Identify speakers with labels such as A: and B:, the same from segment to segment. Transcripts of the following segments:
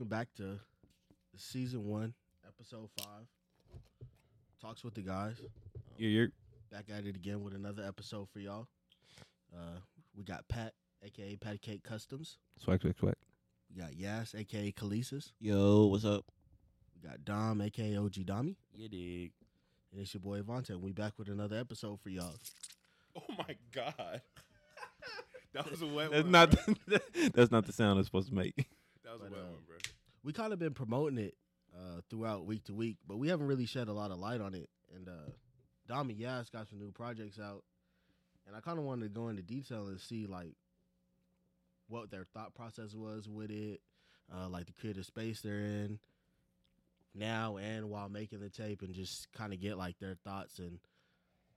A: back to season one, episode five. Talks with the guys. Um,
B: You're, you're
A: Back at it again with another episode for y'all. Uh, we got Pat, aka Patty Cake Customs.
B: swag, swag, swag.
A: We got Yas, aka Kalesis.
C: Yo, what's up?
A: We got Dom, aka OG Dommy.
C: You dig?
A: And it's your boy Avante. We back with another episode for y'all.
D: Oh my god. That was a wet
B: That's
D: one.
B: not
D: bro.
B: that's not the sound I'm supposed to make.
D: That was a
A: But,
D: wet
A: um,
D: one, bro.
A: We kind of been promoting it uh, throughout week to week, but we haven't really shed a lot of light on it. And uh, Dom and Yas got some new projects out, and I kind of wanted to go into detail and see like what their thought process was with it, uh, like the creative space they're in now, and while making the tape, and just kind of get like their thoughts and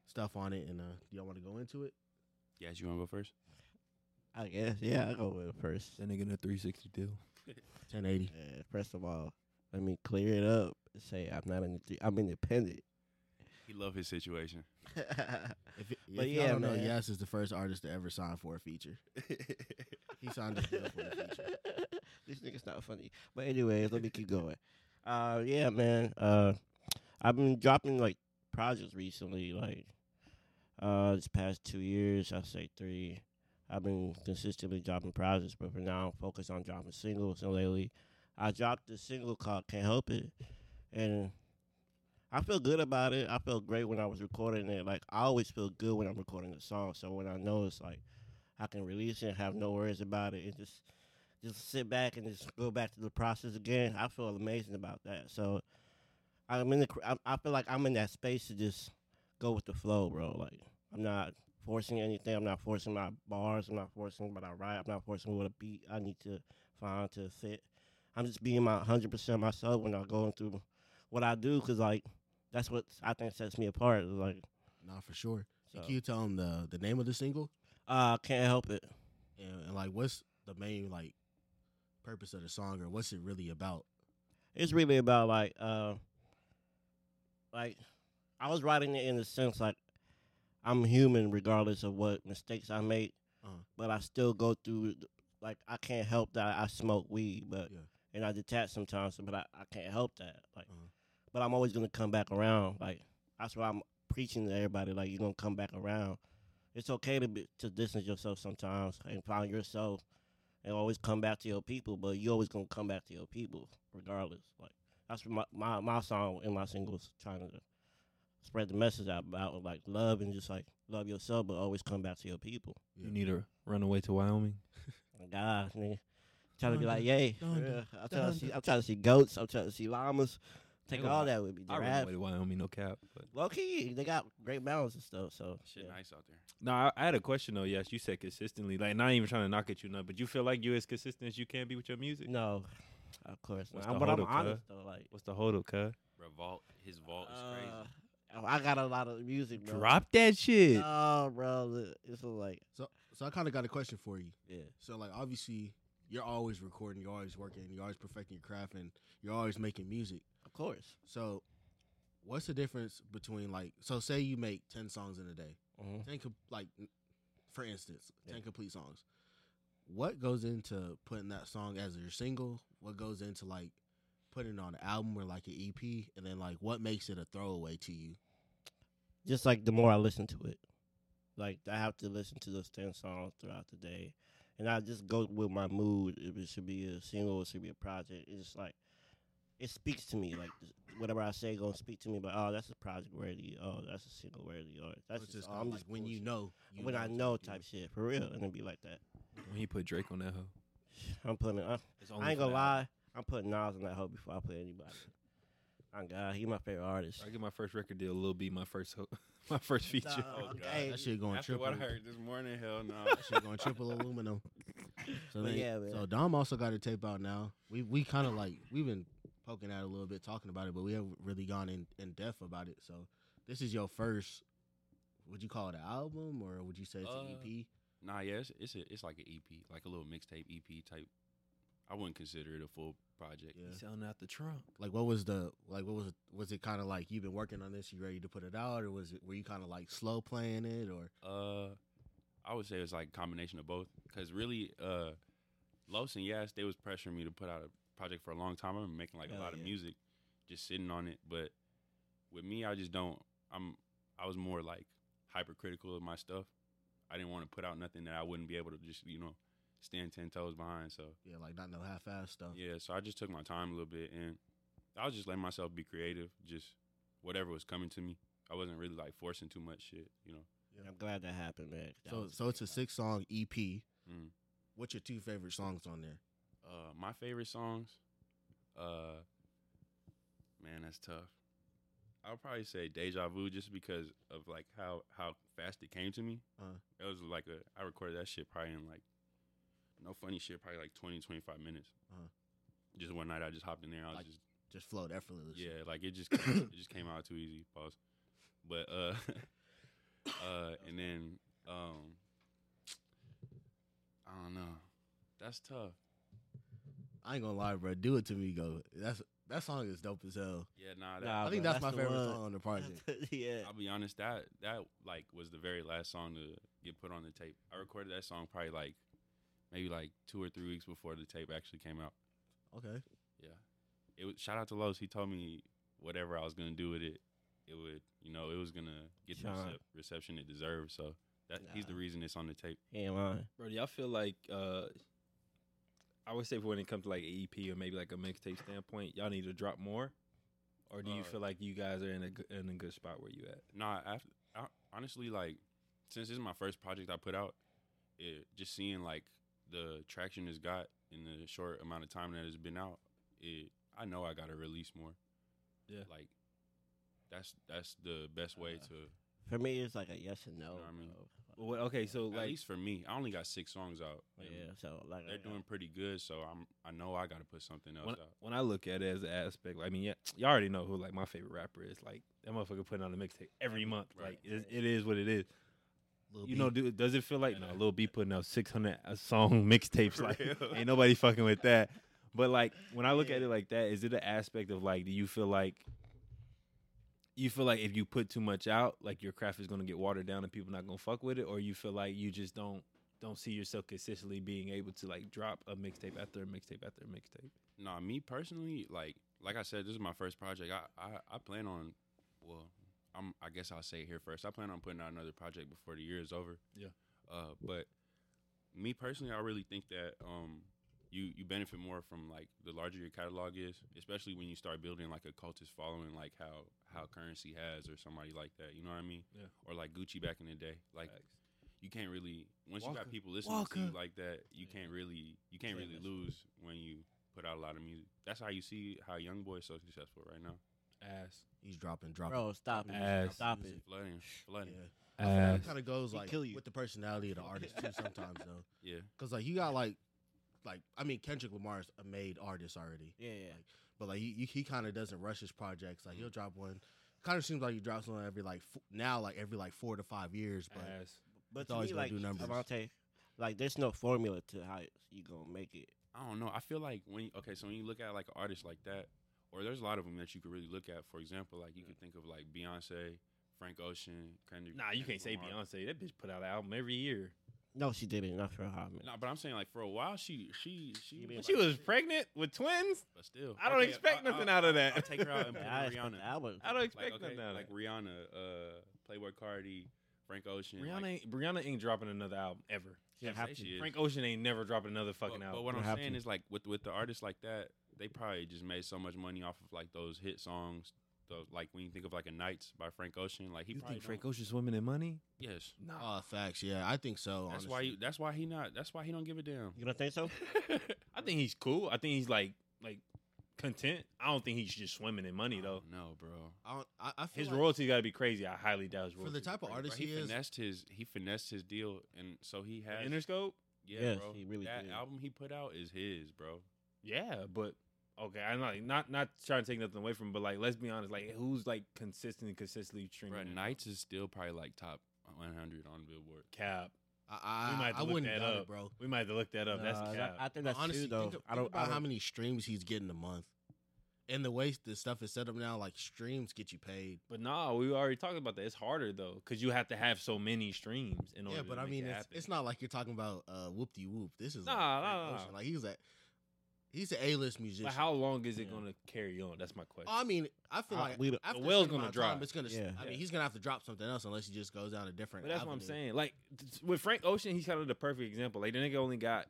A: stuff on it. And uh, do y'all want to go into it?
C: Yes, you want to go first? I guess. Yeah, I'll go with it first.
B: That nigga in a 360 deal.
A: 1080.
C: Uh, first of all, let me clear it up. and Say I'm not in the three. I'm independent.
D: He loved his situation.
A: If, it, if
C: But
A: y'all
C: yeah,
A: don't know,
C: man.
A: Yas is the first artist to ever sign for a feature. He signed his deal for a feature.
C: this nigga's not funny. But anyways, let me keep going. Uh, yeah, man. Uh, I've been dropping like projects recently. Like, uh, this past two years, I say three. I've been consistently dropping projects, but for now, I'm focused on dropping singles. And lately, I dropped a single called "Can't Help It," and I feel good about it. I felt great when I was recording it. Like, I always feel good when I'm recording a song. So when I know it's like I can release it, have no worries about it, and just just sit back and just go back to the process again. I feel amazing about that. So I'm in the. cr- I, I feel like I'm in that space to just go with the flow, bro. Like I'm not forcing anything. I'm not forcing my bars. I'm not forcing what I write. I'm not forcing what a beat I need to find to fit. I'm just being my 100 percent myself when I'm going through what I do, cause like that's what I think sets me apart. Like
A: Nah, for sure.
C: so,
A: Can you tell them the the name of the single
C: uh, can't help it.
A: and, and like what's the main like purpose of the song or what's it really about?
C: it's really about like uh like i was writing it in the sense like i'm human regardless of what mistakes i make
A: Uh-huh.
C: but i still go through th- like i can't help that i smoke weed but
A: Yeah.
C: and i detach sometimes but i, I can't help that like
A: Uh-huh.
C: but i'm always gonna come back around like that's why i'm preaching to everybody like you're gonna come back around it's okay to be, to distance yourself sometimes and find yourself and always come back to your people, but you always gonna come back to your people regardless. Like that's what my my, my song and my singles trying to spread the message out about like love and just like love yourself, but always come back to your people.
A: Yeah.
B: You need to run away to Wyoming.
C: My God, nigga, trying to be
A: Donda,
C: like, yay!
A: Donda,
C: yeah, I'm trying to see,
A: Donda.
C: I'm trying to see goats. I'm trying to see llamas. Take
B: Ain't
C: all
B: gonna-
C: that with me.
B: I ran
C: Giraffe.
B: away to Wyoming, no cap. But.
C: Low key, they got great mountains and stuff. So
D: Shit
C: yeah.
D: nice out there.
B: No, I, I had a question though. Yes, you said consistently. Like, not even trying to knock at you, none. But you feel like you as consistent as you can be with your music.
C: no, of course
B: What's
C: not.
B: the
C: But I'm
B: holdup, cuz?
C: honest though. Like
B: What's the holdup, cuz?
D: Bro, vault, his vault is crazy.
C: uh, I got a lot of music. Bro.
B: Drop that shit.
C: Oh, bro, look, it's a, like
A: So so I kinda got a question for you.
C: yeah,
A: So like obviously you're always recording, you're always working, you're always perfecting your craft and you're always making music.
C: of course.
A: So what's the difference between like so say you make ten songs in a day. ten com- like n- for instance
C: Yeah.
A: 10 complete songs what goes into putting that song as your single what goes into like putting it on an album or like an ep and then like what makes it a throwaway to you
C: Just like the more I listen to it, like I have to listen to those ten songs throughout the day, and I just go with my mood. If it should be a single, it should be a project. It's just like it speaks to me. Like th- whatever I say, gonna speak to me. But oh, that's a project worthy. Oh, that's a single worthy. Or that's
A: Or it's
C: just, oh,
A: kinda
C: I'm
A: like
C: just
A: when you
C: bullshit.
A: know you
C: when I
A: it's
C: know
A: like you-
C: type shit for real, and it be like that.
B: When you put Drake on that hoe,
C: I'm putting. i
B: it's
C: I
B: for
C: ain't gonna
B: that album.
C: lie. I'm putting Nas on that hoe before I put anybody. My God, he my favorite artist.
B: I get my first record deal, Lil B, my first ho- my first feature.
C: Nah,
D: Oh,
C: I'm-
D: God.
C: hey,
A: that shit going
D: After
A: triple
D: what I heard this morning, hell no.
A: that shit going triple aluminum so,
C: But
A: then,
C: yeah, man.
A: so dom also got a tape out now we we kind of like we've been poking at it a little bit talking about it but we haven't really gone in in depth about it so this is your first would you call it an album or would you say it's
D: Uh,
A: an E ep
D: nah, yeah, it's it's, a, it's like an EP, like a little mixtape EP type. I wouldn't consider it a full project.
A: Yeah.
B: selling out the trunk.
A: like what was the like what was was it kind of like you've been working on this you ready to put it out or was it were you kind of like slow playing it or
D: Uh, I would say it's like a combination of both. Cause really, uh, Los and Yes, they was pressuring me to put out a project for a long time. I remember making like
C: Hell
D: a lot of
C: yeah.
D: music, just sitting on it. But with me, I just don't. I'm. I was more like hypercritical of my stuff. I didn't want to put out nothing that I wouldn't be able to just you know stand ten toes behind. So
A: Yeah, like not no half-ass stuff.
C: Oh.
D: yeah, so I just took my time a little bit and I was just letting myself be creative, just whatever was coming to me. I wasn't really like forcing too much shit, you know.
C: I'm glad that happened, man. That
A: So
C: was
A: so it's a
C: great
A: six-song EP.
D: Mm.
A: What's your two favorite songs on there?
D: Uh, my favorite songs, uh, man, that's tough. I'll probably say "Deja Vu" just because of like how how fast it came to me.
A: Uh.
D: It was like a I recorded that shit probably in like no funny shit, probably like 20, 25 minutes.
A: Uh.
D: Just one night, I just hopped in there. I was
A: Like,
D: just
A: Just flowed effortlessly.
D: Yeah, like it just came, it just came out too easy. Pause. But uh, uh, and then um, I don't know. That's tough.
A: I ain't gonna lie, bro. Do it to me, go. That's that song is dope as hell.
D: Yeah, nah. That,
C: Nah,
A: I think
C: bro,
A: that's, my
C: the
A: favorite
C: one.
A: song on the project.
C: yeah.
D: I'll be honest. That that like was the very last song to get put on the tape. I recorded that song probably like maybe like two or three weeks before the tape actually came out.
A: Okay.
D: Yeah. It was shout out to Los. He told me whatever I was gonna do with it, it would you know it was gonna get the
C: Shine.
D: recep- reception it deserved. So that he's the
C: Nah.
D: reason it's on the tape.
C: He ain't lying.
B: Bro, do y'all feel like uh I would say when it comes to like EP or maybe like a mixtape standpoint, y'all need to drop more? Or do you
D: Uh,
B: feel like you guys are in a good, in a good spot where you at?
D: Nah, after, I, honestly, like since this is my first project I put out, it, just seeing like the traction it's got in the short amount of time that it's been out, it I know I gotta release more.
B: Yeah.
D: like that's that's the best way
C: Uh,
D: to.
C: For me, it's like a yes and no.
D: what I mean?
C: bro.
B: Well, what- okay, so
D: at
B: like
D: least for me, I only got six songs out. and
C: Yeah. So like
D: they're
C: I-
D: doing pretty good, so I'm I know I gotta put something else
B: when,
D: out.
B: when I look at it as an aspect, I mean, yeah, y'all already know who like my favorite rapper is. Like that motherfucker putting out a mixtape every month.
D: Right.
B: Like it, it is what it is.
A: Lil
B: you
A: B.
B: know, do, does it feel like no?
D: Yeah.
B: Lil B putting out six hundred song mixtapes?
D: For
B: Like
D: real.
B: ain't nobody fucking with that. But like when I look at
C: Yeah.
B: it like that, is it an aspect of like? Do you feel like you feel like if you put too much out, like your craft is gonna get watered down and people not gonna fuck with it, or you feel like you just don't don't see yourself consistently being able to like drop a mixtape after a mixtape after a mixtape?
D: Nah, me personally, like like I said, this is my first project. I I, I plan on, well, I'm I guess I'll say it here first. I plan on putting out another project before the year is over.
B: Yeah.
D: Uh, but me personally, I really think that um, you you benefit more from like the larger your catalog is, especially when you start building like a cultist following, like how how currency has or somebody like that. You know what I mean?
B: Yeah.
D: Or like Gucci back in the day, like. you can't really once you
B: Walker.
D: got people listening to you
B: Walker.
D: like that, you can't really you can't
C: Can't
D: really
C: miss.
D: lose when you put out a lot of music. That's how you see how young boys so successful right now.
B: ass.
A: He's dropping, dropping.
C: Bro, stop it.
B: Ass.
C: Stop it.
D: Flooding, flooding.
A: yeah.
B: ass.
A: It kind of goes
C: He
A: like
C: kill you.
A: with the personality of the artist too. Sometimes though,
D: Yeah.
A: because like you got like, like I mean Kendrick Lamar's a made artist already,
C: Yeah. Yeah.
A: but like he, he kind of doesn't rush his projects. Like he'll drop one. Kind of seems like he drops one every like f- now like every like four to five years, but
B: ass.
C: But
A: It's
C: to
A: always
C: me,
A: gonna
C: like
A: do numbers.
C: Avante, like there's no formula to how you gonna make it.
D: I don't know. I feel like when okay, so when you look at like an artist like that, or there's a lot of them that you could really look at. For example, like you could think of like Beyonce, Frank Ocean, Kendrick.
B: Nah, you
D: Kendrick
B: can't say
D: Lamar.
B: Beyonce. That bitch put out an album every year.
C: No, she didn't. Not for a hot minute.
D: Nah, but I'm saying like for a while she she she,
C: You
D: was
C: mean
D: like
B: She was
D: shit,
B: pregnant with twins.
D: but still
B: I don't
D: Okay,
B: expect
D: I- I-
B: nothing out of that.
D: I'll take her out and put
C: I
D: her
C: expect
D: Rihanna.
C: the album.
B: I don't
D: like
B: expect
D: okay,
B: nothing out of
D: like
B: that.
D: Rihanna, uh, Playboy Cardi, Frank Ocean.
B: Rihanna,
D: like,
B: ain't, Rihanna ain't dropping another album ever.
C: She have
D: say
C: to.
D: she is.
B: Frank Ocean ain't never dropping another
D: but,
B: fucking
D: but
B: album.
D: what I'm
C: Have
D: saying
C: to.
D: is like with with the artists like that, they probably just made so much money off of like those hit songs. Those, like when you think of like a Nights by Frank Ocean, like he
B: you
D: probably
B: think Frank
D: don't-
B: Ocean's swimming in money?
D: Yes,
B: Nah.
A: uh, facts. Yeah, I think so.
D: that's
A: honestly.
D: why. You, that's why he not. That's why he don't give a damn.
C: You don't think so?
B: I think he's cool. I think he's like like content. I don't think he's just swimming in money though.
D: No, bro.
A: I, don't, I, I feel
B: His
A: like
B: royalties got to be crazy. I highly doubt his
A: for
B: royalties.
A: the type of
D: Bro,
A: artist
D: he,
A: he is.
D: finessed his he finessed his deal, and so he has.
B: Interscope.
D: yeah,
C: Yes,
D: bro.
C: he really
D: that
C: did.
D: album he put out is his, bro.
B: Yeah, but okay, I'm not not not trying to take nothing away from, him, but like let's be honest, like who's like consistently consistently streaming
D: Bro,
B: it?
D: Nights is still probably like top 100 on Billboard.
B: cap. We might
A: I,
B: have
A: I, I
B: to look
A: wouldn't
B: that
A: doubt
B: up.
A: it, bro.
B: We might have to look that up.
C: Nah,
B: That's
C: that-
B: cap.
C: I think that's
A: honestly,
C: true though.
A: Think,
C: I don't.
A: about
C: I don't
A: how many streams he's getting a month, and the way the stuff is set up now. Like streams get you paid.
B: but nah, we already talked about that. It's harder though, because you have to have so many streams in order.
A: yeah, but
B: to
A: I
B: make
A: mean,
B: it
A: it's,
B: happen.
A: it's not like you're talking about uh, whoop de whoop. This is
B: Nah, nah,
A: like, Frank
B: nah.
A: Ocean. like he's at He's an A-list musician. Oh,
B: But how long is it
C: Yeah.
B: gonna carry on? That's my question.
A: I mean, I feel
C: I-
A: like
C: we- the
A: after a
B: well's
A: certain
B: gonna
A: amount of time,
B: dry.
A: It's gonna.
C: Yeah.
A: I
B: Yeah.
A: mean, he's gonna have to drop something else unless he just goes down a different.
B: But that's what I'm
A: avenue.
B: saying. Like th- with Frank Ocean, he's kind of the perfect example. Like the nigga only got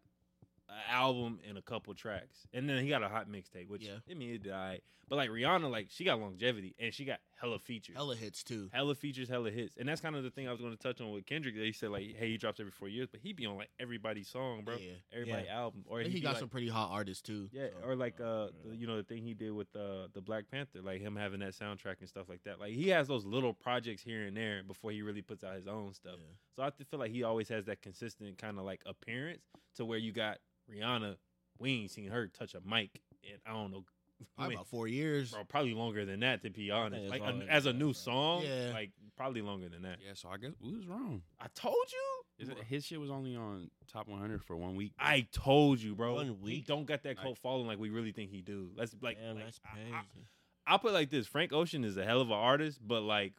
B: an album and a couple tracks, and then he got a hot mixtape, which
A: Yeah.
B: I mean it died. But like Rihanna, like she got longevity and she got hella features, hella,
A: Hella hits too.
B: features, hella hits, and that's kind of the thing I was going to touch on with Kendrick. They said like, hey, he drops every four years, but he be on like everybody's song, bro,
A: Yeah.
B: everybody album, or
A: And
B: he
A: he
B: be,
A: got
B: like-
A: some pretty hot artists too.
B: Yeah,
A: so.
B: or like uh,
C: uh,
B: the, you know the thing he did with uh, the Black Panther, like him having that soundtrack and stuff like that. Like he has those little projects here and there before he really puts out his own
C: uh,
B: stuff.
A: Yeah.
B: So I th- feel like he always has that consistent kind of like appearance to where you got Rihanna. We ain't seen her touch a mic, and I don't know,
A: Probably
B: when-
A: about four years.
B: bro, probably longer than that to be honest.
C: it's
B: Like
C: longer
B: a,
C: than
B: as a
C: that,
B: new
C: bro.
B: song,
A: Yeah.
B: like probably longer than that.
D: Yeah, so I guess we was wrong.
B: I told you.
D: Is it, his shit was only on top 100 for one week.
B: I told you, bro.
C: One
B: He
C: week?
B: don't got that
D: Like-
B: cult following like we really think he do. Let's like,
C: Damn,
B: like,
C: that's
B: I-
C: crazy.
B: I- I'll put it like this: Frank Ocean is a hell of an artist, but like,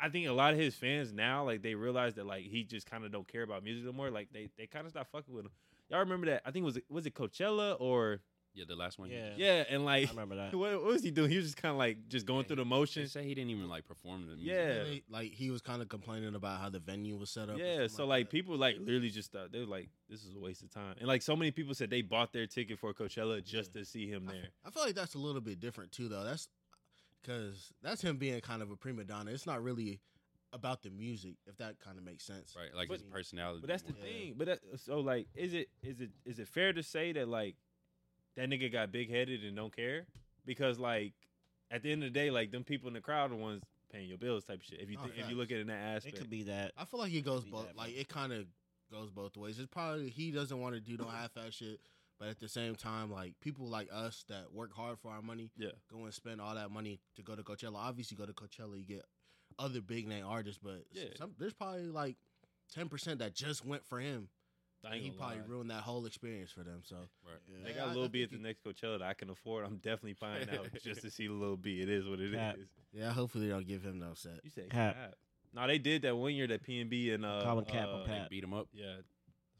B: I think a lot of his fans now, like, they realize that like he just kind of don't care about music no more. Like they they kind of stop fucking with him. Y'all remember that? I think it was was it Coachella or
D: yeah, the last one. he
C: Yeah.
D: did.
B: yeah, and
C: I
B: like
C: remember that.
B: what, what was he doing? He was just kind of like just going
D: Yeah,
B: through the
D: They
B: motions.
D: say he didn't even like perform the music.
B: Yeah.
A: And they- like he was kind of complaining about how the venue was set up. or
B: Yeah,
A: something
B: so like
A: that.
B: people like literally just thought they were like, this is a waste of time, and like so many people said they bought their ticket for Coachella just to see him there.
A: I feel like that's a little bit different too, though. That's because that's him being kind of a prima donna. It's not really about the music, if that kind of makes sense.
D: Right, like his
A: But-
D: personality.
B: But that's the
A: Yeah.
D: more.
B: thing. But that, so like, is it is it is it fair to say that like that nigga got big headed and don't care because like at the end of the day, like them people in the crowd are the ones paying your bills type shit. If you
A: Oh,
B: think if you look at it in that
C: It
B: aspect,
C: could be that.
A: I feel like it goes
C: Be
A: both.
C: that, bro.
A: Like it kind of goes both ways. It's probably he doesn't want to do no half-ass shit, but at the same time, like people like us that work hard for our money,
B: yeah,
A: go and spend all that money to go to Coachella. Obviously, you go to Coachella, you get other big name artists, but s-
B: Yeah.
A: some, there's probably like ten percent that just went for him.
B: I
A: And
B: ain't
A: he
B: gonna
A: probably
B: lie.
A: ruined that whole experience for them. So
D: Right.
B: They
A: Yeah,
B: got
A: I- I
B: Lil B at
A: think
B: the
A: you-
B: next Coachella that I can afford. I'm definitely buying out just to see Lil B. It is what it is.
C: Cap.
A: yeah, hopefully they don't give him no upset.
B: You said
C: Cap.
B: cap. No, they did that one year that P and B and uh,
C: Colin Cap
B: uh,
C: on Pat.
D: They beat him up.
B: Yeah,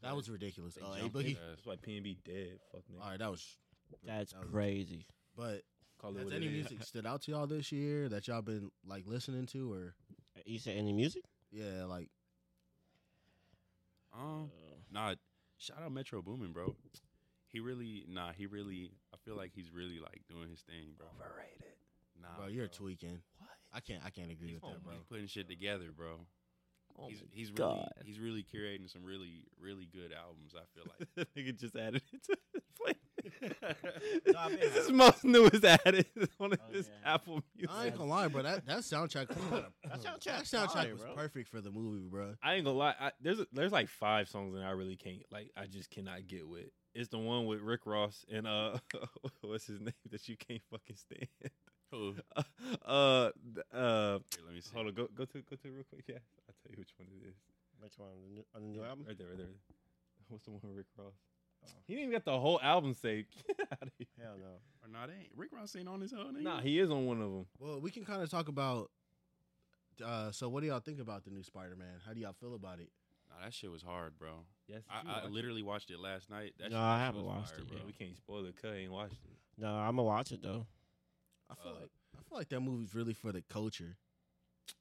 A: That was ridiculous.
B: They
A: Oh, hey,
B: jumped
A: Boogie.
B: him. That's why P and B dead. Fuck nigga.
A: All right, that was
C: That's
A: that was-
C: crazy.
A: But
B: Call it
A: has
B: what
A: any
B: it is.
A: music stood out to y'all this year that y'all been like listening to or
C: You said any music?
A: yeah, like
D: Um, nah. Shout out Metro Boomin, bro. He really, nah. He really. I feel like he's really like doing his thing, bro.
B: Overrated.
D: Nah,
A: bro, you're tweaking.
B: What?
A: I can't I can't agree
B: He's
A: with
B: on
A: that, bro.
D: He's putting shit together, bro.
B: Oh
D: he's
B: my
D: he's really
B: God.
D: he's really curating some really really good albums. I feel like.
B: Nigga just added it to his playlist.
C: Nah, I've been
B: this is
C: happy.
B: most newest added on
C: Oh,
B: his
C: yeah.
B: Apple Music.
A: I ain't gonna lie, bro. That that soundtrack was kinda-
C: That soundtrack
A: that soundtrack
C: fire,
A: was
C: bro.
A: perfect for the movie, bro.
B: I ain't gonna lie. I, there's a, there's like five songs that I really can't like. I just cannot get with. It's the one with Rick Ross and uh, what's his name that you can't fucking stand.
D: Cool.
B: Uh, th- uh,
D: Here, let me see.
B: hold on, go go to go to it real quick. Yeah, I'll tell you which one it is.
C: Which one? The new, on the new album?
B: Right there, right there. What's the one with Rick Ross? He didn't even got the whole album saved. Get outta here.
C: Oh. Hell no.
D: Or nah, they ain't, Rick Ross ain't on his own. ain't
B: Nah, he is on one of them.
A: Well, we can kind of talk about uh so what do y'all think about the new Spider-Man? How do y'all feel about it?
D: Nah, that shit was hard, bro.
B: Yes,
D: I, I literally watched it last night. That shit-
C: No,
D: that
C: I
D: shit
C: haven't
D: was
C: watched
D: fire,
C: it
D: bro.
C: yet.
B: we can't spoil it. Cause I ain't watched it.
C: No, I'm going to watch it though.
A: I feel
D: Uh,
A: like I feel like that movie's really for the culture.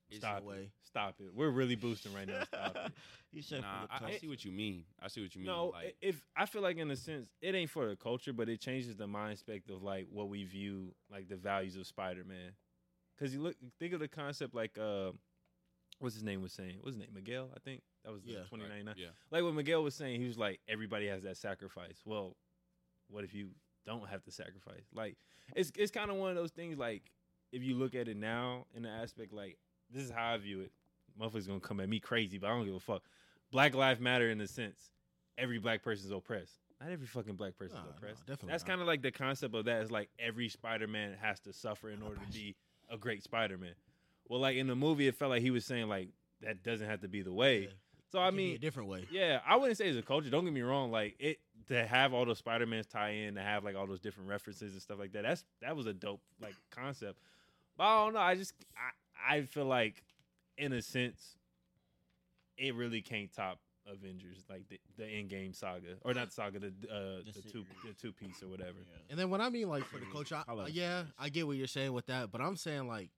D: It's-
B: Stop
A: way.
B: it. Stop it. We're really boosting right now. Stop it.
C: you said
D: Nah,
C: for the
D: I, I
C: culture.
D: see what you mean. I see what you mean.
B: no,
D: like,
B: i- if I feel like in a sense it ain't for the culture, but it changes the mind spec of like what we view like the values of Spider Man. Cause you look, think of the concept like uh, what's his name was saying? What's his name? Miguel, I think that was the
A: Yeah,
B: yeah,
A: right,
B: twenty ninety nine.
D: Yeah.
B: Like what Miguel was saying, he was like everybody has that sacrifice. Well, what if you don't have to sacrifice? Like it's it's kind of one of those things. Like if you look at it now in the aspect like this is how I view it. Motherfuckers gonna come at me crazy, but I don't give a fuck. Black Lives Matter in the sense every black person's oppressed. Not every fucking black person's
A: Nah, nah,
B: oppressed.
A: definitely
B: That's
A: not.
B: kind of like the concept of that is like every Spider Man has to suffer in
A: Not
B: order to
A: oppression.
B: be a great Spider Man. Well, like in the movie, it felt like he was saying like that doesn't have to be the way.
A: Yeah.
B: So
A: It
B: I
A: could be a
B: mean,
A: different way.
B: yeah, I wouldn't say it's a culture. Don't get me wrong. Like it to have all those Spider Mans tie in, to have like all those different references and stuff like that. That's that was a dope like concept. But I don't know. I just I I feel like in a sense, it really can't top Avengers, like the, the end game saga, or not saga, the uh,
C: The
B: the, two
C: series.
B: the two piece or whatever.
A: And then when I mean like for the
C: Mhm.
A: culture, I-
C: How about
A: yeah,
C: series?
A: I get what you're saying with that, but I'm saying like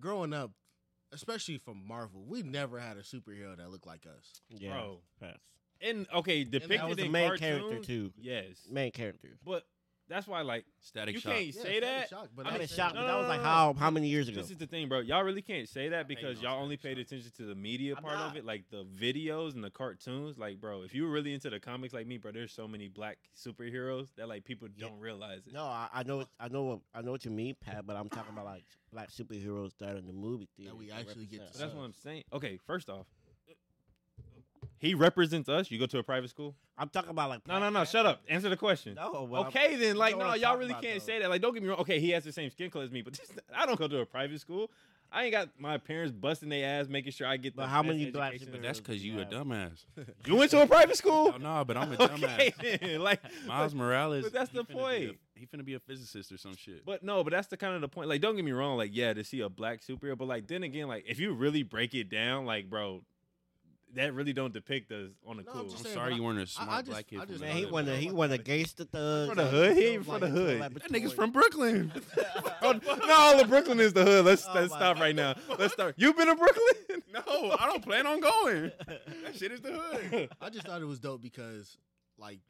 A: growing up, especially from Marvel, we never had a superhero that looked like us.
C: Yeah.
B: Bro,
C: Facts.
B: and okay, depicted
A: was the
B: in
C: main
B: cartoons,
C: character, too.
B: Yes,
C: Main character.
B: but that's why like
D: Static
B: you
D: shock.
B: can't
A: Yeah,
B: say
A: it's kinda
B: that.
A: shocked, but
B: I
C: I
A: I'm
B: mean,
C: was
A: saying-
C: shocked,
B: no,
C: but
B: no,
C: that was
B: no,
C: like
B: no,
C: how how many years ago?
B: This is the thing, bro. Y'all really can't say that
D: hate
B: because
D: those
B: y'all only
D: things,
B: paid
D: son.
B: attention to the media
C: I'm
B: part
C: not.
B: of it, like the videos and the cartoons. Like, bro, if you were really into the comics like me, bro, there's so many black superheroes that like people
C: Yeah.
B: don't realize it.
C: No, I, I know, I know, what, I know what you mean, Pat. But I'm talking about like black superheroes that are in the movie theater
A: we actually get
B: But
A: to
B: that's
A: see.
B: what I'm saying. Okay, first off, he represents us. You go to a private school?
C: I'm talking about like
B: No, no, no. Shut up. Answer the question.
C: No, but I'm-
B: okay, then, like,
C: know
B: no,
C: what I'm
B: y'all
C: talking
B: really
C: about,
B: can't
C: though.
B: say that. Like, don't get me wrong. Okay, he has the same skin color as me, but this, I don't go to a private school. I ain't got my parents busting their ass making sure I get.
C: But
B: the
C: how
B: best
C: many black
B: education.
D: But that's because you a dumbass.
B: You went to a private
D: oh,
B: school?
D: no, but I'm a
B: okay,
D: dumbass.
B: then, like,
D: Miles Morales.
B: but that's the
D: he finna be a-
B: point.
D: he finna be a physicist or some shit.
B: But no, but that's the kind of the point. Like, don't get me wrong. Like, yeah, to see a black superhero, but like, then again, like, if you really break it down, like, bro, that really don't depict us on the
A: No, I'm
B: cool.
A: just
D: I'm
A: saying,
D: sorry
A: but
D: you weren't a smart
A: I just-
D: black kid.
A: I
D: from
A: just-
C: Man, he
D: Atlanta.
C: went, a, he went against the thugs.
B: From the hood? He ain't
C: was,
B: from
C: like,
B: the hood.
C: into a
D: That nigga's
C: laboratory.
D: from Brooklyn.
B: Oh, no, all of Brooklyn is the hood. Let's,
C: Oh
B: let's
C: my
B: stop
C: God.
B: right now. Let's start. You've been to Brooklyn?
D: no, I don't plan on going. That shit is the hood.
A: I just thought it was dope because, like,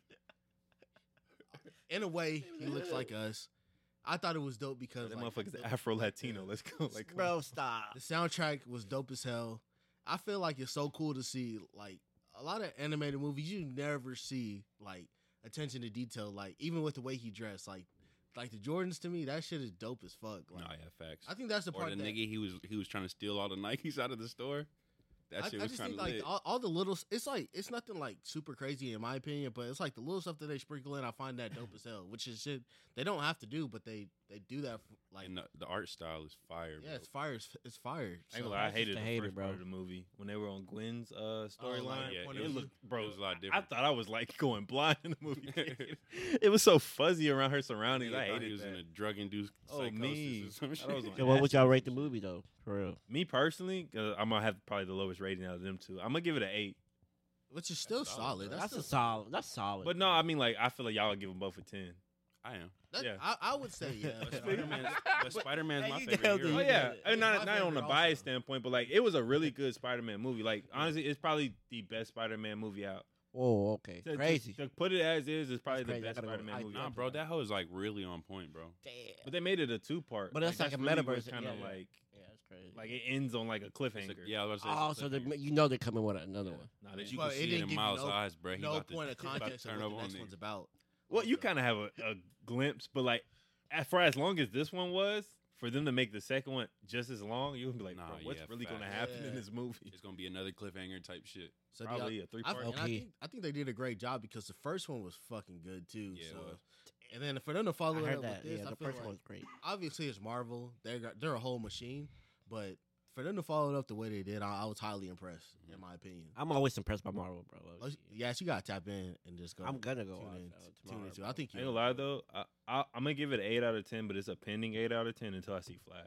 A: in a way, he looks like us. I thought it was dope because
B: that
A: like,
B: motherfucker's
A: the,
B: Afro Latino. Let's go. Like, come on.
C: Bro, stop.
A: the soundtrack was dope as hell. I feel like it's so cool to see like a lot of animated movies you never see like attention to detail. Like even with the way he dressed, like like the Jordans to me, that shit is dope as fuck.
D: Nah,
A: Like
D: yeah, facts.
A: I think that's the
D: or
A: part
D: the
A: that
D: nigga he was he was trying to steal all the Nikes out of the store. That
A: I,
D: shit
A: I
D: was
A: just
D: kind
A: think
D: of
A: like
D: lit.
A: all, all the little. s- It's like it's nothing like super crazy in my opinion, but it's like the little stuff that they sprinkle in. I find that dope as hell, which is shit they don't have to do, but they they do that. f- Like
D: and the, the art style is fire.
A: yeah,
D: bro.
A: it's fire. It's, it's fire.
B: I, ain't
A: so-
B: gonna lie, I
C: that's just
B: hated
C: a
B: the
C: hater,
B: first part
C: bro.
B: of the movie when they were on Gwen's uh, storyline.
D: yeah,
A: point
B: it
A: of
B: looked, bro,
D: it was a lot
B: I
D: different.
B: thought I was like going blind in the movie. theater. it was so fuzzy around her surroundings.
D: Nigga
B: I
D: thought
B: hated
D: he was
B: that.
D: in a drug induced
B: Oh,
D: psychosis
B: me.
D: or some
B: Thought I was
D: shit.
B: on
C: Yeah, what would y'all rate the movie though? For real.
B: Me personally, 'cause I'm gonna have probably the lowest rating out of them two. I'm gonna give it an eight.
A: which is still
B: Oh,
D: solid,
A: solid.
D: bro.
A: That's,
C: That's, a
A: still-
C: solid. That's solid.
B: But no, I mean like I feel like y'all would give them both a ten.
D: I am.
A: that,
B: yeah.
A: I, I would say yeah.
D: But
A: but-
D: Spider Man's but Spider Man's
C: Hey,
D: my
C: you
D: favorite
C: nailed it.
D: hero.
B: Oh
C: You
B: yeah,
C: got it.
B: I mean,
A: My
B: not not on
A: favorite
B: a bias
A: also.
B: standpoint, but like it was a really good Spider-Man movie. Like honestly, it's probably the best Spider-Man movie out.
C: Whoa, okay,
B: To- to-
C: crazy.
B: To, put it as is, it's probably the
C: crazy. I
B: best
C: gotta go-
B: Spider-Man
C: I-
B: movie.
D: Nah,
B: out.
D: bro, that hoe is like really on point, bro.
C: Damn.
B: But they made it a two-part.
C: But that's like a metaverse,
B: kind of
C: yeah.
B: like
C: yeah, that's crazy.
B: like it ends on like a
D: It's
B: cliffhanger.
D: a- yeah, I was gonna say
C: oh,
D: it's a
C: so they,
D: cliffhanger.
C: you know they're coming with another
B: Yeah.
C: one.
B: Nah,
D: But
B: they-
A: Yeah.
D: you
A: Well,
D: can
A: it
D: see
A: didn't
D: it in
A: give you
D: Miles'
A: no-
D: eyes, bro. He
A: no
D: about to-
A: point of
D: he about to
A: context of
D: turn
A: what
D: up
A: the
D: on
A: next
D: niggas.
A: one's about.
B: well, you
A: So-
B: kind of have a, a glimpse, but like as far as long as this one was, for them to make the second one just as long, you would be like,
D: Nah,
B: bro, what's
D: yeah,
B: really going to
D: facts.
B: happen
A: Yeah.
B: in this movie?
D: It's gonna be another cliffhanger type shit.
A: So do y'all-
B: probably a
A: I,
B: three-part.
A: and I
C: Okay.
A: think I think they did a great job because the first one was fucking good too.
D: Yeah, it
A: so.
D: was.
A: And then for them to follow
C: I
A: it
C: heard
A: up
C: that.
A: with this,
C: Yeah,
A: I
C: the
A: feel
C: first
A: like
C: one's great.
A: obviously it's Marvel. They're got- they're a whole machine, but for them to follow it up the way they did, I, I was highly impressed
C: Mm-hmm.
A: in my opinion.
C: I'm always impressed by Marvel, bro.
A: Let's- yes, you gotta tap in and just go.
C: Oh, I'm gonna go
A: tune
C: watch
A: in.
C: that one
A: tune
C: tomorrow,
A: into. it.
C: bro.
A: I think
B: I
A: you.
B: ain't gonna lie though, I, I, I'm gonna give it an eight out of ten, but it's a pending eight out of ten until I see Flash.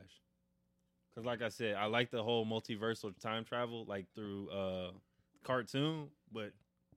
B: Cause like I said, I like the whole multiversal time travel, like through uh cartoon. But